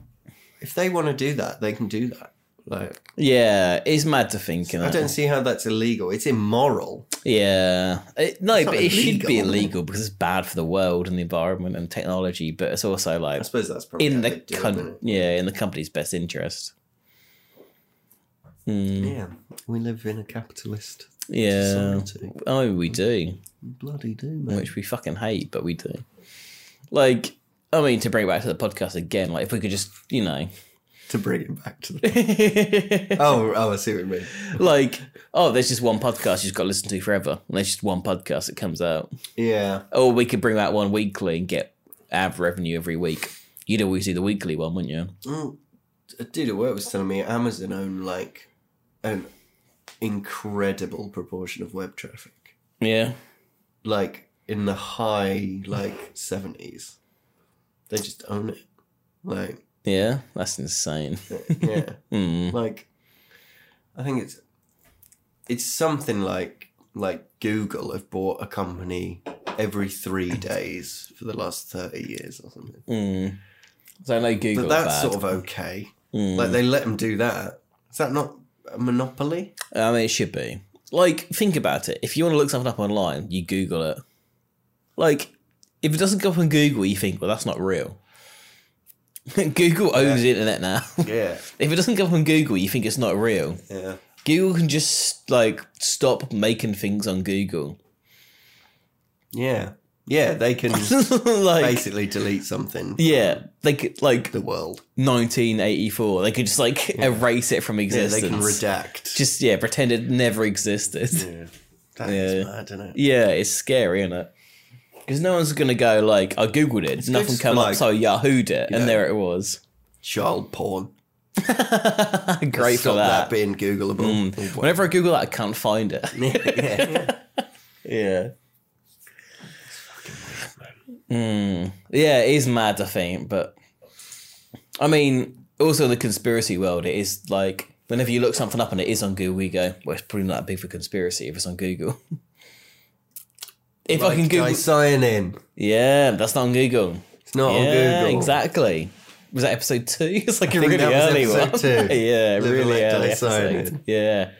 Speaker 2: If they want to do that, they can do that. Like
Speaker 1: yeah, it's mad to think.
Speaker 2: I don't see how that's illegal. It's immoral.
Speaker 1: Yeah. It, no,
Speaker 2: not
Speaker 1: but it should be
Speaker 2: illegal.
Speaker 1: illegal because it's bad for the world and the environment and technology, but it's also like
Speaker 2: I suppose that's probably
Speaker 1: in
Speaker 2: how
Speaker 1: the
Speaker 2: they do it,
Speaker 1: con-
Speaker 2: isn't
Speaker 1: yeah, in the company's best interest.
Speaker 2: it? Yeah, we live in a capitalist
Speaker 1: Yeah.
Speaker 2: society.
Speaker 1: Oh, we do.
Speaker 2: Bloody do, man.
Speaker 1: Which we fucking hate, but we do. Like I mean, to bring it back to the podcast again, like if we could just, you know,
Speaker 2: to bring it back to the. oh, oh, I see what you mean.
Speaker 1: like, oh, there's just one podcast you've got to listen to forever. And there's just one podcast that comes out.
Speaker 2: Yeah,
Speaker 1: Or we could bring out one weekly and get ad revenue every week. You'd always do the weekly one, wouldn't you?
Speaker 2: Mm. a dude at work was telling me Amazon own like an incredible proportion of web traffic.
Speaker 1: Yeah.
Speaker 2: like in the high like seventies. They just own it. Like
Speaker 1: Yeah, that's insane.
Speaker 2: yeah.
Speaker 1: Mm.
Speaker 2: like I think it's it's something like like Google have bought a company every three days for the last thirty years or something.
Speaker 1: Mm. So I know Google. Mm.
Speaker 2: But that's sort of okay. Like they let them do that. Is that not a monopoly?
Speaker 1: I mean, it should be. Like, think about it. If you want to look something up online, you Google it. Like, if it doesn't come from Google, you think, well, that's not real. Google owns the internet now.
Speaker 2: Yeah.
Speaker 1: if it doesn't come from Google, you think it's not real.
Speaker 2: Yeah.
Speaker 1: Google can just like stop making things on Google.
Speaker 2: Yeah. Yeah, they can
Speaker 1: like,
Speaker 2: basically delete something. from
Speaker 1: yeah, they could like
Speaker 2: The world.
Speaker 1: 1984. They could just like erase it from
Speaker 2: Yeah,
Speaker 1: existence.
Speaker 2: they can redact.
Speaker 1: just yeah, pretend it never existed. Yeah,
Speaker 2: Yeah. That is
Speaker 1: Yeah.
Speaker 2: mad, isn't it?
Speaker 1: it's scary, isn't it? Because no one's gonna go like, I googled it,
Speaker 2: good
Speaker 1: nothing
Speaker 2: for,
Speaker 1: came up,
Speaker 2: like-
Speaker 1: so I yahooed it,
Speaker 2: Yeah.
Speaker 1: and there it was.
Speaker 2: Child porn.
Speaker 1: Great for
Speaker 2: Stop
Speaker 1: that. Mm.
Speaker 2: being Googleable. Oh,
Speaker 1: Whenever I Google that, I can't find it.
Speaker 2: wow. yeah, yeah.
Speaker 1: yeah. Mm. Yeah, it is mad to think, but I mean, also in the conspiracy world, it is like whenever you look something up and it is on Google, we go, well, it's probably not that big of a conspiracy if it's on Google. if I can
Speaker 2: Like,
Speaker 1: Google,
Speaker 2: I sign in.
Speaker 1: yeah, that's not on Google.
Speaker 2: It's not
Speaker 1: yeah,
Speaker 2: on Google.
Speaker 1: exactly. Was that episode two? It's like a
Speaker 2: think
Speaker 1: really
Speaker 2: that was
Speaker 1: early one.
Speaker 2: episode two.
Speaker 1: yeah,
Speaker 2: Living
Speaker 1: really
Speaker 2: Like
Speaker 1: early
Speaker 2: Dysonian.
Speaker 1: episode. Yeah.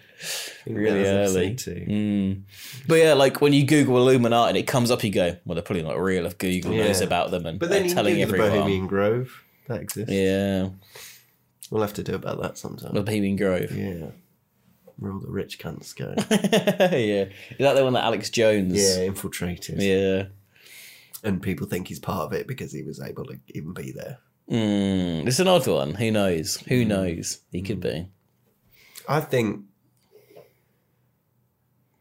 Speaker 1: Really
Speaker 2: That was
Speaker 1: early.
Speaker 2: episode two.
Speaker 1: Mm. But yeah, like when you Google Illuminati and it comes up, you go, well, they're probably not real if Google knows
Speaker 2: Yeah.
Speaker 1: about them and
Speaker 2: But then
Speaker 1: they're
Speaker 2: you
Speaker 1: telling
Speaker 2: Google the
Speaker 1: everyone.
Speaker 2: Bohemian Grove. That exists.
Speaker 1: Yeah,
Speaker 2: We'll have to do about that sometime.
Speaker 1: the Bohemian Grove. Yeah.
Speaker 2: Yeah. Where all the rich cunts go.
Speaker 1: Is that the one that Alex Jones?
Speaker 2: yeah, infiltrated.
Speaker 1: Yeah.
Speaker 2: And people think he's part of it because he was able to even be there.
Speaker 1: Mm. It's an odd one. Who knows? Who
Speaker 2: Mm.
Speaker 1: knows? He could be.
Speaker 2: I think.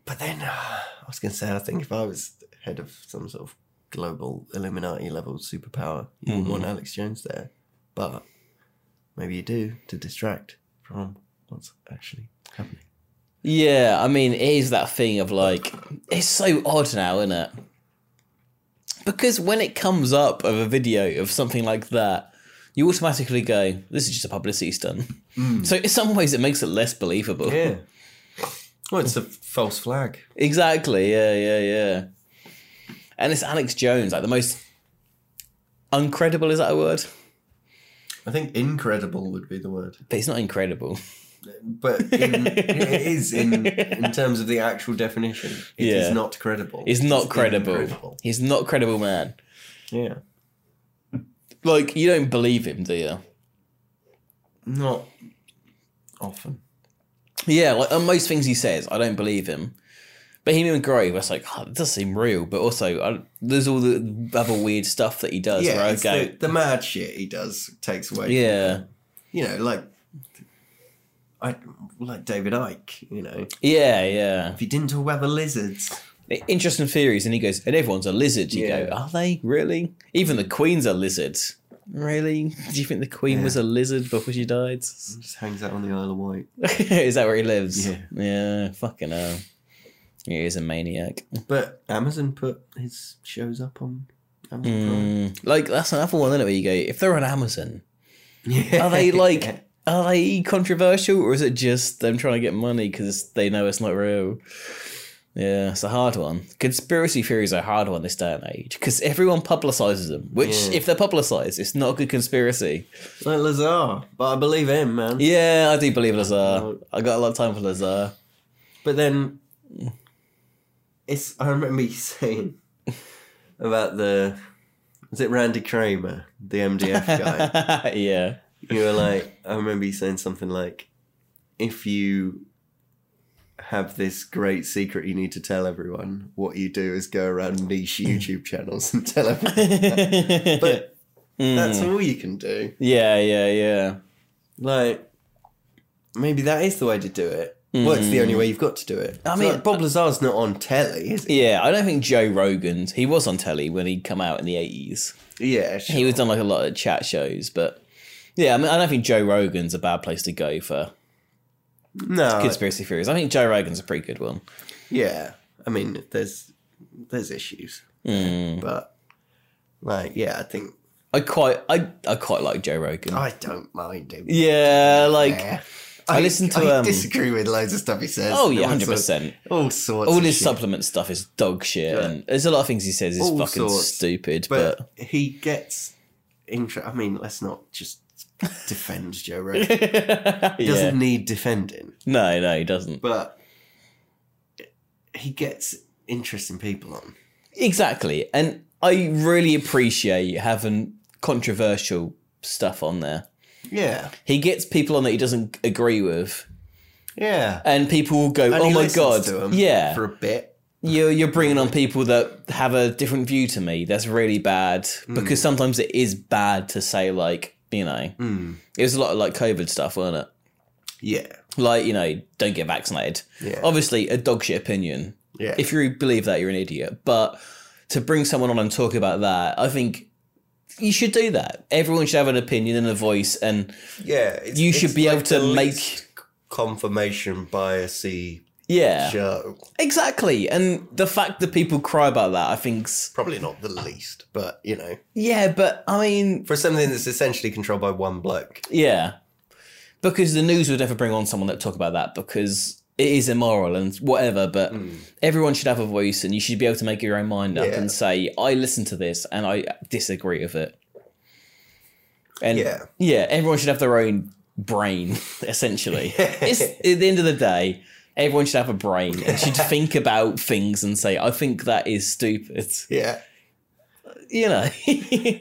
Speaker 2: But then uh, I was going to say, I think if I was head of some sort of global Illuminati level superpower, you wouldn't want Alex Jones there. But maybe you do to distract from what's actually happening.
Speaker 1: Yeah, I mean, it is that thing of like, it's so odd now, isn't it? Because when it comes up of a video of something like that, you automatically go, this is just a publicity stunt. So, in some ways, it makes it less believable.
Speaker 2: Well, it's a false flag.
Speaker 1: Exactly. Yeah, yeah, yeah. And it's Alex Jones, like the most uncredible, is that a word?
Speaker 2: I think incredible would be the word.
Speaker 1: But he's not incredible.
Speaker 2: But in, it is in, in terms of the actual definition. It is
Speaker 1: Yeah.
Speaker 2: not credible.
Speaker 1: He's not
Speaker 2: It's
Speaker 1: credible.
Speaker 2: incredible.
Speaker 1: He's not credible, man.
Speaker 2: Yeah.
Speaker 1: Like, you don't believe him, do you?
Speaker 2: Not often.
Speaker 1: Yeah, like on most things he says, I don't believe him. Bohemian Grove, I was like, oh, it does seem real, but also I, there's all the other weird stuff that he does.
Speaker 2: yeah,
Speaker 1: where I
Speaker 2: it's
Speaker 1: go,
Speaker 2: the, the mad shit he does takes away. from
Speaker 1: yeah,
Speaker 2: it. you know, like I like David Icke. You know,
Speaker 1: yeah,
Speaker 2: if he didn't talk about the lizards,
Speaker 1: yeah. Interesting theories, and he goes, and everyone's a lizard. You
Speaker 2: Yeah.
Speaker 1: go, are they really? Even the queens are lizards. Really? Do you think the Queen was a lizard before she died?
Speaker 2: Just hangs out on the Isle of Wight.
Speaker 1: is that where he lives?
Speaker 2: Yeah.
Speaker 1: Yeah, fucking hell. He is a maniac.
Speaker 2: But Amazon put his shows up on Amazon Prime.
Speaker 1: Mm, like that's another one, isn't it? Where you go, if they're on Amazon,
Speaker 2: Yeah.
Speaker 1: are they like, are they controversial, or is it just them trying to get money because they know it's not real? Yeah, it's a hard one. Conspiracy theories are a hard one this day and age because everyone publicizes them. Which,
Speaker 2: Yeah.
Speaker 1: if they're publicized, it's not a good conspiracy.
Speaker 2: like Lazar? But I believe him, man.
Speaker 1: Yeah, I do believe Lazar. I got a lot of time for Lazar.
Speaker 2: But then it's I remember you saying about the was it Randy Kramer, the MDF guy?
Speaker 1: yeah.
Speaker 2: you were like, I remember you saying something like, if you have this great secret you need to tell everyone, what you do is go around niche YouTube channels and tell everyone. But that's all you can do.
Speaker 1: Mm. yeah, yeah, yeah.
Speaker 2: Like, maybe that is the way to do it. Well, it's the only way you've got to do it.
Speaker 1: Mm. I
Speaker 2: It's
Speaker 1: mean- uh,
Speaker 2: like Bob Lazar's not on telly, is he?
Speaker 1: Yeah, I don't think Joe Rogan, he was on telly when he'd come out in the 80s.
Speaker 2: Yeah, sure.
Speaker 1: He was on like a lot of chat shows, but yeah, I mean, I don't think Joe Rogan's a bad place to go for
Speaker 2: no,
Speaker 1: conspiracy theories. I think Joe Rogan's a pretty good one.
Speaker 2: Yeah, I mean, there's there's issues,
Speaker 1: Mm.
Speaker 2: but like, yeah, I think
Speaker 1: I quite, I, I quite like Joe Rogan.
Speaker 2: I don't mind him.
Speaker 1: yeah, like
Speaker 2: Yeah.
Speaker 1: I listened to,
Speaker 2: I
Speaker 1: um,
Speaker 2: disagree with loads of stuff he says.
Speaker 1: oh yeah,
Speaker 2: All
Speaker 1: hundred
Speaker 2: sorts-
Speaker 1: percent.
Speaker 2: All sorts.
Speaker 1: All
Speaker 2: of
Speaker 1: his
Speaker 2: shit.
Speaker 1: supplement stuff is dog shit,
Speaker 2: Yeah.
Speaker 1: and there's a lot of things he says is
Speaker 2: All
Speaker 1: fucking
Speaker 2: sorts,
Speaker 1: stupid. But,
Speaker 2: but he gets intro. I mean, let's not just defend Joe Rogan. He
Speaker 1: yeah,
Speaker 2: doesn't need defending,
Speaker 1: no, no, he doesn't.
Speaker 2: but he gets interesting people on.
Speaker 1: Exactly. And I really appreciate having controversial stuff on there.
Speaker 2: Yeah,
Speaker 1: He gets people on that he doesn't agree with,
Speaker 2: yeah.
Speaker 1: and people will go,
Speaker 2: And
Speaker 1: "Oh
Speaker 2: he
Speaker 1: my
Speaker 2: listens
Speaker 1: god,
Speaker 2: to 'em
Speaker 1: yeah,
Speaker 2: for a bit.
Speaker 1: you're you're bringing on people that have a different view to me. That's really bad
Speaker 2: Hmm.
Speaker 1: because sometimes it is bad to say like you know, it was a lot of like COVID stuff, wasn't it?
Speaker 2: Mm. Yeah,
Speaker 1: Like you know, don't get vaccinated.
Speaker 2: Yeah.
Speaker 1: Obviously, a dog shit opinion.
Speaker 2: yeah.
Speaker 1: Um, If you believe that, you're an idiot. But to bring someone on and talk about that, I think you should do that. Everyone should have an opinion and a voice, and
Speaker 2: Yeah, it's-
Speaker 1: You should
Speaker 2: it's
Speaker 1: be able to
Speaker 2: the
Speaker 1: make-
Speaker 2: least confirmation biasy
Speaker 1: yeah,
Speaker 2: show.
Speaker 1: exactly. And the fact that people cry about that, I think's
Speaker 2: Probably not the least, but you know,
Speaker 1: yeah. But I mean,
Speaker 2: for something that's essentially controlled by one bloke.
Speaker 1: yeah, because the news would never bring on someone that talk about that because it is immoral and whatever. But everyone should have a voice, and you should be able to make your own mind up
Speaker 2: Hmm. Yeah.
Speaker 1: and say, I listen to this and I disagree with it. And
Speaker 2: Yeah.
Speaker 1: Yeah, everyone should have their own brain, essentially. it's, at the end of the day, everyone should have a brain and should think about things and say, I think that is stupid.
Speaker 2: Yeah,
Speaker 1: You know.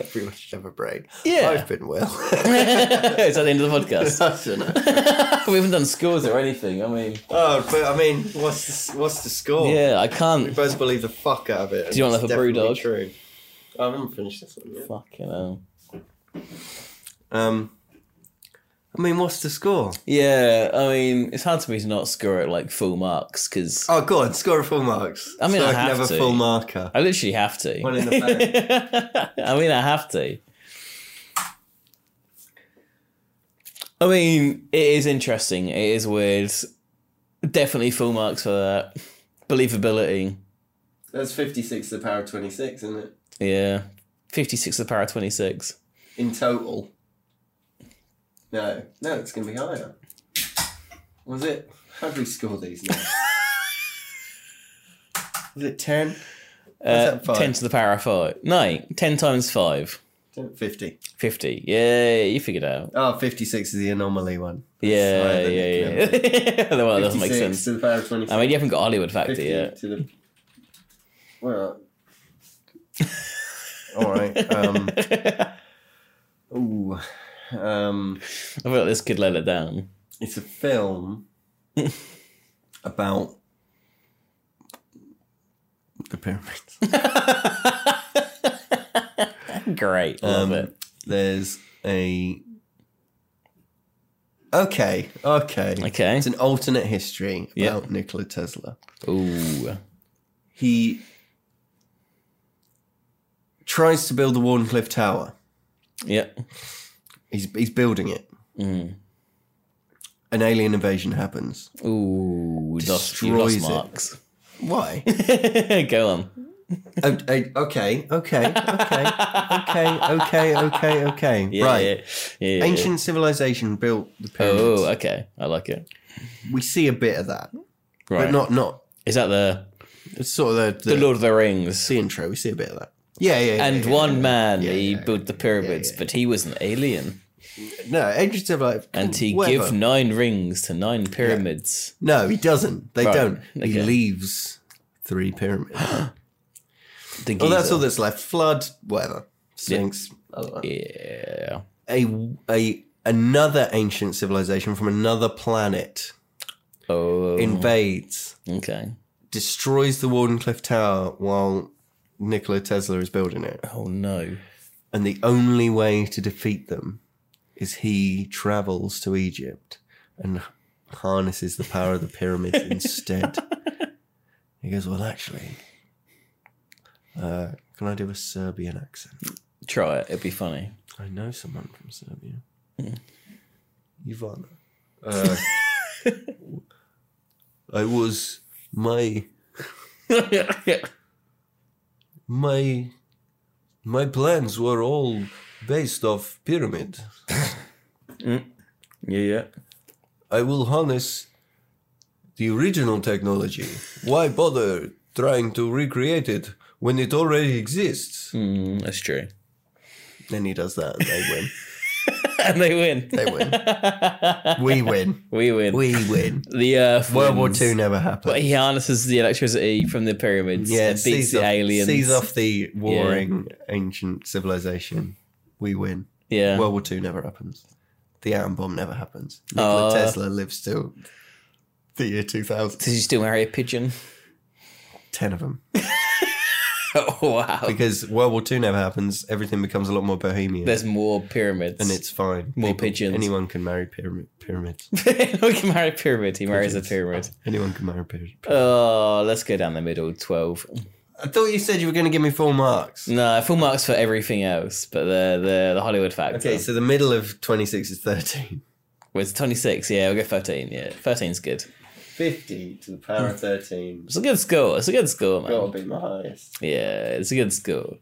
Speaker 2: everyone should have a brain.
Speaker 1: Yeah.
Speaker 2: I've been well.
Speaker 1: it's at the end of the podcast.
Speaker 2: I don't know.
Speaker 1: we haven't done scores or anything. I mean,
Speaker 2: Oh, but I mean, what's the, s- what's the score?
Speaker 1: yeah, I
Speaker 2: Oh. we
Speaker 1: can't.
Speaker 2: both believe the fuck out of it.
Speaker 1: Do you want
Speaker 2: It's
Speaker 1: to have a brew
Speaker 2: definitely
Speaker 1: dog?
Speaker 2: True. I haven't finished this one yet.
Speaker 1: Fucking hell.
Speaker 2: Um, I mean, what's the score?
Speaker 1: Yeah, I mean, it's hard for me to not score at like full marks because
Speaker 2: Oh, go on, score a full marks.
Speaker 1: I mean,
Speaker 2: so
Speaker 1: I
Speaker 2: I can
Speaker 1: have
Speaker 2: have
Speaker 1: to.
Speaker 2: a full marker.
Speaker 1: I literally have to.
Speaker 2: One in the
Speaker 1: I mean, I have to. I mean, it is interesting. It is weird. Definitely full marks for that. Believability.
Speaker 2: That's 56 to the power of 26, isn't it?
Speaker 1: Yeah. 56 to the power of 26.
Speaker 2: In total. No, no, it's going to be higher. Was it? How do we score these now? Was it 10?
Speaker 1: Uh,
Speaker 2: that, five?
Speaker 1: 10 to the power of 5. No, 10 times 5.
Speaker 2: 10? 50.
Speaker 1: 50. Yeah, you figured it out.
Speaker 2: Oh, 56 is the anomaly one.
Speaker 1: Yeah, yeah,
Speaker 2: higher than the
Speaker 1: yeah.
Speaker 2: Canadian.
Speaker 1: Otherwise, it doesn't make
Speaker 2: 56
Speaker 1: sense.
Speaker 2: to the power of 26.
Speaker 1: I mean, you uh, haven't got Hollywood factor
Speaker 2: 50
Speaker 1: yet.
Speaker 2: to the... Well... Alright, um... Ooh... Um...
Speaker 1: I feel like this could let it down.
Speaker 2: It's a film about the pyramids.
Speaker 1: Great. Love
Speaker 2: Um,
Speaker 1: it.
Speaker 2: There's a okay, okay,
Speaker 1: Okay.
Speaker 2: It's an alternate history
Speaker 1: Yeah.
Speaker 2: about Nikola Tesla.
Speaker 1: Ooh.
Speaker 2: He tries to build the Warncliffe Tower.
Speaker 1: Yeah.
Speaker 2: He's he's building it.
Speaker 1: Mm.
Speaker 2: An alien invasion happens.
Speaker 1: Ooh, lost, you lost
Speaker 2: Destroys it.
Speaker 1: marks.
Speaker 2: Why?
Speaker 1: Go on.
Speaker 2: Oh, oh, okay, okay, okay, okay, okay, okay, okay.
Speaker 1: Yeah,
Speaker 2: right.
Speaker 1: Yeah, yeah, yeah, yeah.
Speaker 2: Ancient civilization built the pyramids.
Speaker 1: Oh, okay. I like it.
Speaker 2: We see a bit of that,
Speaker 1: Right.
Speaker 2: but not not.
Speaker 1: Is that the
Speaker 2: It's sort of the,
Speaker 1: the
Speaker 2: the,
Speaker 1: Lord of the Rings?
Speaker 2: the intro. We see a bit of that. Yeah, yeah. yeah,
Speaker 1: And
Speaker 2: yeah,
Speaker 1: one
Speaker 2: yeah.
Speaker 1: man,
Speaker 2: Yeah,
Speaker 1: he
Speaker 2: yeah, yeah.
Speaker 1: built the pyramids,
Speaker 2: yeah.
Speaker 1: but he was an alien,
Speaker 2: No, ancient civilization.
Speaker 1: and he
Speaker 2: whatever.
Speaker 1: give nine rings to nine pyramids.
Speaker 2: No, he doesn't. They
Speaker 1: Right,
Speaker 2: don't. He
Speaker 1: okay.
Speaker 2: leaves three pyramids.
Speaker 1: The
Speaker 2: well, Oh, that's
Speaker 1: Giza.
Speaker 2: all that's left. Flood, whatever. Sphinx.
Speaker 1: Yeah.
Speaker 2: A a another ancient civilization from another planet
Speaker 1: Oh.
Speaker 2: invades,
Speaker 1: okay.
Speaker 2: destroys the Wardenclyffe Tower while Nikola Tesla is building it.
Speaker 1: Oh no.
Speaker 2: And the only way to defeat them is he travels to Egypt and harnesses the power of the pyramids instead. He goes, Well, actually, uh, can I do a Serbian accent?
Speaker 1: Try it. It'd be funny.
Speaker 2: I know someone from Serbia. Ivana. Uh, I was my my my plans were all based off pyramid.
Speaker 1: Yeah, yeah.
Speaker 2: I will harness the original technology. Why bother trying to recreate it when it already exists?
Speaker 1: Mm, that's true.
Speaker 2: Then he does that and they win.
Speaker 1: And they win.
Speaker 2: They win. we win.
Speaker 1: We win.
Speaker 2: We win.
Speaker 1: the Earth.
Speaker 2: World War
Speaker 1: wins.
Speaker 2: II never happened.
Speaker 1: But he harnesses the electricity from the pyramids. Yeah,
Speaker 2: yeah,
Speaker 1: and beats
Speaker 2: seize
Speaker 1: the
Speaker 2: off,
Speaker 1: aliens.
Speaker 2: Seize off the warring ancient civilization. We win.
Speaker 1: Yeah.
Speaker 2: World War II never happens. The atom bomb never happens. Nikola
Speaker 1: Uh,
Speaker 2: Tesla lives till the year 2000.
Speaker 1: Did you still marry a pigeon?
Speaker 2: Ten of them.
Speaker 1: Oh wow.
Speaker 2: Because World War II never happens, everything becomes a lot more bohemian.
Speaker 1: There's more pyramids.
Speaker 2: and it's fine.
Speaker 1: More pigeons.
Speaker 2: Anyone can marry pyramid, pyramids.
Speaker 1: we can marry a pyramid. He marries a
Speaker 2: Pigeons.
Speaker 1: pyramid.
Speaker 2: Anyone can marry pyramids.
Speaker 1: Oh, let's go down the middle. Twelve.
Speaker 2: I thought you said you were going to give me full marks.
Speaker 1: No, full marks for everything else, but the the, the Hollywood factor.
Speaker 2: Okay, so the middle of 26 is 13.
Speaker 1: Where's 26? Yeah, we'll go 13. Yeah, 13's good.
Speaker 2: 50 to the power of 13.
Speaker 1: It's a good score. It's a good score, man.
Speaker 2: Gotta be my highest.
Speaker 1: Yeah, it's a good score.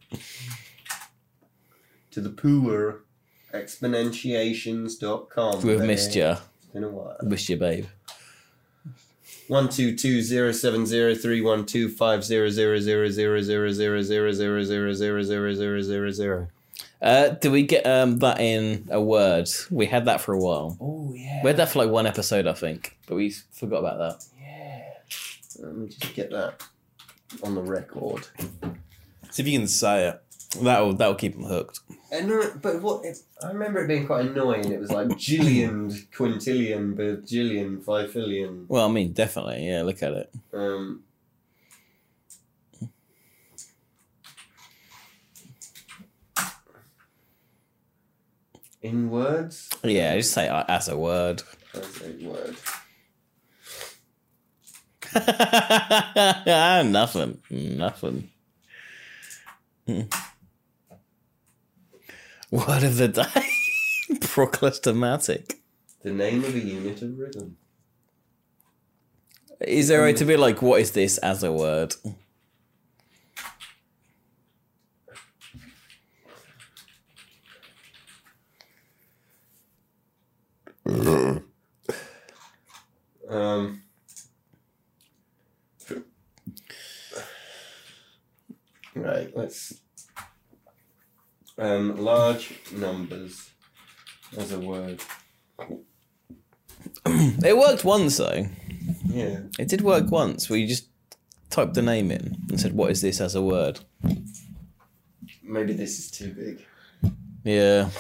Speaker 2: to the poor exponentiations.com.
Speaker 1: We've missed you.
Speaker 2: In a while.
Speaker 1: Missed you, babe.
Speaker 2: One two two zero seven zero three one two five zero zero zero zero zero zero zero zero zero zero zero zero zero zero.
Speaker 1: Uh, did we get um, that in a word? We had that for a while.
Speaker 2: Oh yeah.
Speaker 1: We had that for like one episode, I think, but we forgot about that.
Speaker 2: Let me just get that on the record.
Speaker 1: See if you can say it. That'll that'll keep them hooked.
Speaker 2: And no, but what if, I remember it being quite annoying. It was like jillion, quintillion, bajillion, fifillion.
Speaker 1: Well, I mean, definitely. Yeah, look at it.
Speaker 2: Um, in words?
Speaker 1: Yeah, just say uh, as a word.
Speaker 2: That's a word.
Speaker 1: nothing. Nothing. Hmm. Word of the day. Proclastomatic.
Speaker 2: The name of a unit of rhythm.
Speaker 1: Is there a way to be like, what is this as a word?
Speaker 2: Um, right, let's. Um, large numbers as a word.
Speaker 1: It worked once though.
Speaker 2: Yeah.
Speaker 1: It did work once where you just typed the name in and said, what is this as a word?
Speaker 2: Maybe this is too big.
Speaker 1: Yeah.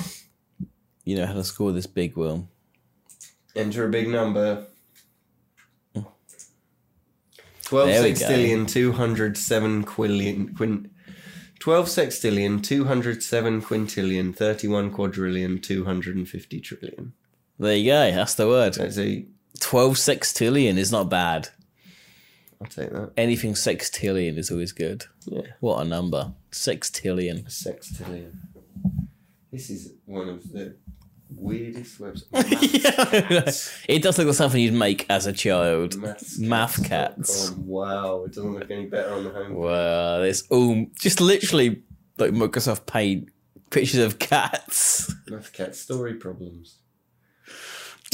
Speaker 1: You know how to score this big, Will.
Speaker 2: Enter a big number. 12
Speaker 1: There we go.
Speaker 2: sextillion, 207 quillion, quin, 12 sextillion, 207 quintillion, 31 quadrillion, 250 trillion.
Speaker 1: There you go. That's the word.
Speaker 2: That's eight.
Speaker 1: 12 sextillion is not bad.
Speaker 2: I'll take that.
Speaker 1: Anything sextillion is always good.
Speaker 2: Yeah.
Speaker 1: What a number. Sextillion.
Speaker 2: Sextillion. This is one of the weirdest websites.
Speaker 1: yeah. It does look like something you'd make as a child.
Speaker 2: Maths,
Speaker 1: Math cats.
Speaker 2: Wow, it doesn't look any better on the home.
Speaker 1: Wow, it's all just literally like Microsoft Paint pictures of cats.
Speaker 2: Math cat story problems.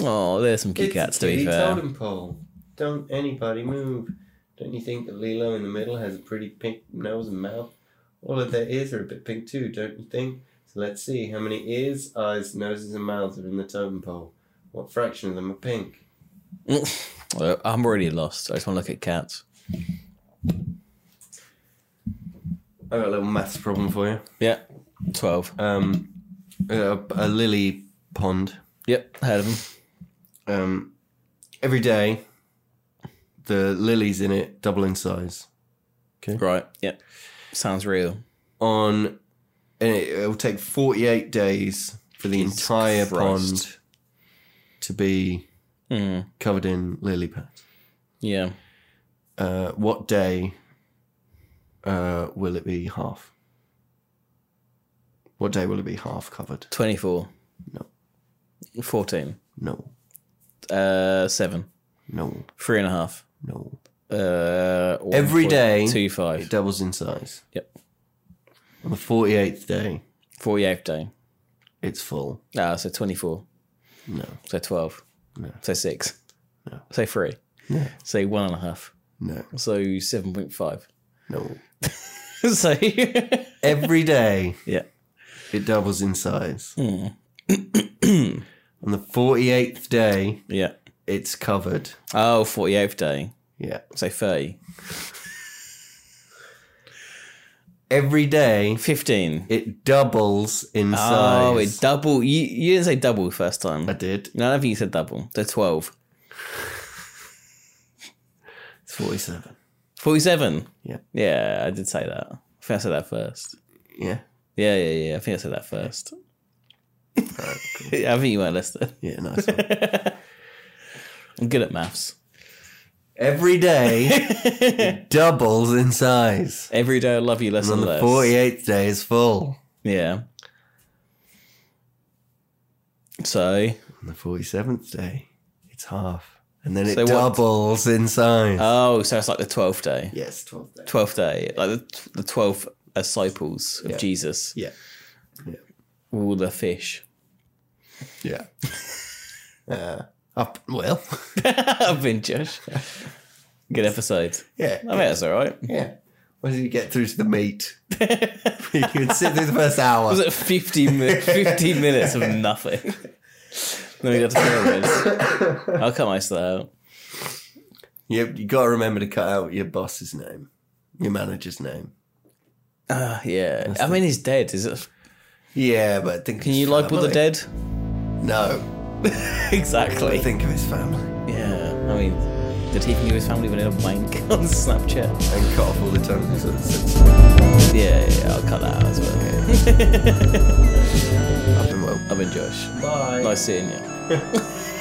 Speaker 1: Oh, there's some cute
Speaker 2: It's
Speaker 1: cats
Speaker 2: a
Speaker 1: to be
Speaker 2: kiddie
Speaker 1: fair.
Speaker 2: totem pole. Don't anybody move. Don't you think that Lilo in the middle has a pretty pink nose and mouth? All of their ears are a bit pink too, don't you think? So let's see how many ears, eyes, noses, and mouths are in the totem pole. What fraction of them are pink?
Speaker 1: Well, I'm already lost. I just want to look at cats.
Speaker 2: I got a little maths problem for you.
Speaker 1: Yeah, twelve.
Speaker 2: Um, a, a lily pond.
Speaker 1: Yep, heard of them.
Speaker 2: Um, every day, the lilies in it double in size.
Speaker 1: Right. Yep. Sounds real.
Speaker 2: on and it, it will take 48 days for the
Speaker 1: Jesus
Speaker 2: entire
Speaker 1: Christ.
Speaker 2: pond to be
Speaker 1: Mm,
Speaker 2: covered in lily pads.
Speaker 1: yeah.
Speaker 2: Uh, what day uh, will it be half? What day will it be half covered?
Speaker 1: Twenty-four.
Speaker 2: No.
Speaker 1: Fourteen.
Speaker 2: No,
Speaker 1: Uh, seven.
Speaker 2: no,
Speaker 1: Three and a half.
Speaker 2: no.
Speaker 1: Uh, one
Speaker 2: Every
Speaker 1: point
Speaker 2: day-
Speaker 1: Two
Speaker 2: It
Speaker 1: five.
Speaker 2: doubles in size.
Speaker 1: Yep.
Speaker 2: On the 48th day,
Speaker 1: Forty-eighth day.
Speaker 2: it's full.
Speaker 1: Ah, so twenty-four.
Speaker 2: No,
Speaker 1: So twelve.
Speaker 2: No.
Speaker 1: So six.
Speaker 2: No.
Speaker 1: So three.
Speaker 2: No.
Speaker 1: So one and a half.
Speaker 2: no,
Speaker 1: So seven point five.
Speaker 2: no.
Speaker 1: so
Speaker 2: Every day,
Speaker 1: yeah. Hmm.
Speaker 2: it doubles in size. On the 48th day,
Speaker 1: Yeah.
Speaker 2: it's covered.
Speaker 1: Oh, 48th day.
Speaker 2: Yeah.
Speaker 1: So 30.
Speaker 2: Every day
Speaker 1: 15.
Speaker 2: it doubles in size.
Speaker 1: Oh, it double. You, you didn't say double first time.
Speaker 2: I did.
Speaker 1: No, I don't think you said double. So 12.
Speaker 2: It's 47.
Speaker 1: 47.
Speaker 2: Yeah.
Speaker 1: Yeah, I did say that. I think I said that first.
Speaker 2: Yeah.
Speaker 1: Yeah, yeah, yeah. I think I said that first. I think you weren't listening.
Speaker 2: Yeah, nice one.
Speaker 1: I'm good at maths.
Speaker 2: Every day it doubles in size.
Speaker 1: Every day I love you less
Speaker 2: And on
Speaker 1: and
Speaker 2: the
Speaker 1: less.
Speaker 2: 48th day is full.
Speaker 1: Yeah. So,
Speaker 2: On the 47th day, it's half. And then it
Speaker 1: So what-
Speaker 2: doubles in size.
Speaker 1: oh, so it's like the 12th day.
Speaker 2: yes, 12th day.
Speaker 1: 12th day, like the, the 12 disciples of
Speaker 2: Yeah.
Speaker 1: Jesus,
Speaker 2: Yeah.
Speaker 1: all the fish.
Speaker 2: Yeah. uh, up, well,
Speaker 1: I've been Josh. Good episode.
Speaker 2: yeah.
Speaker 1: I mean, that's all right.
Speaker 2: Yeah. When did you get through to the meat? you could sit through the first hour.
Speaker 1: Was it 50, mi- 50 minutes of nothing? then we got to pyramids. I'll cut my stuff out.
Speaker 2: You, you got to remember to cut out your boss's name, your manager's name.
Speaker 1: Ah, yeah. I mean, he's dead. Is it?
Speaker 2: Yeah, but think.
Speaker 1: Can you libel the dead?
Speaker 2: No.
Speaker 1: exactly.
Speaker 2: Think of his family
Speaker 1: Yeah. I mean, did he think of his family when he had a wank on Snapchat?
Speaker 2: and cut off all the tongues. It's-
Speaker 1: Yeah, yeah, yeah. I'll cut that out as well.
Speaker 2: I've been well.
Speaker 1: I've been Josh.
Speaker 2: Bye.
Speaker 1: Nice seeing you.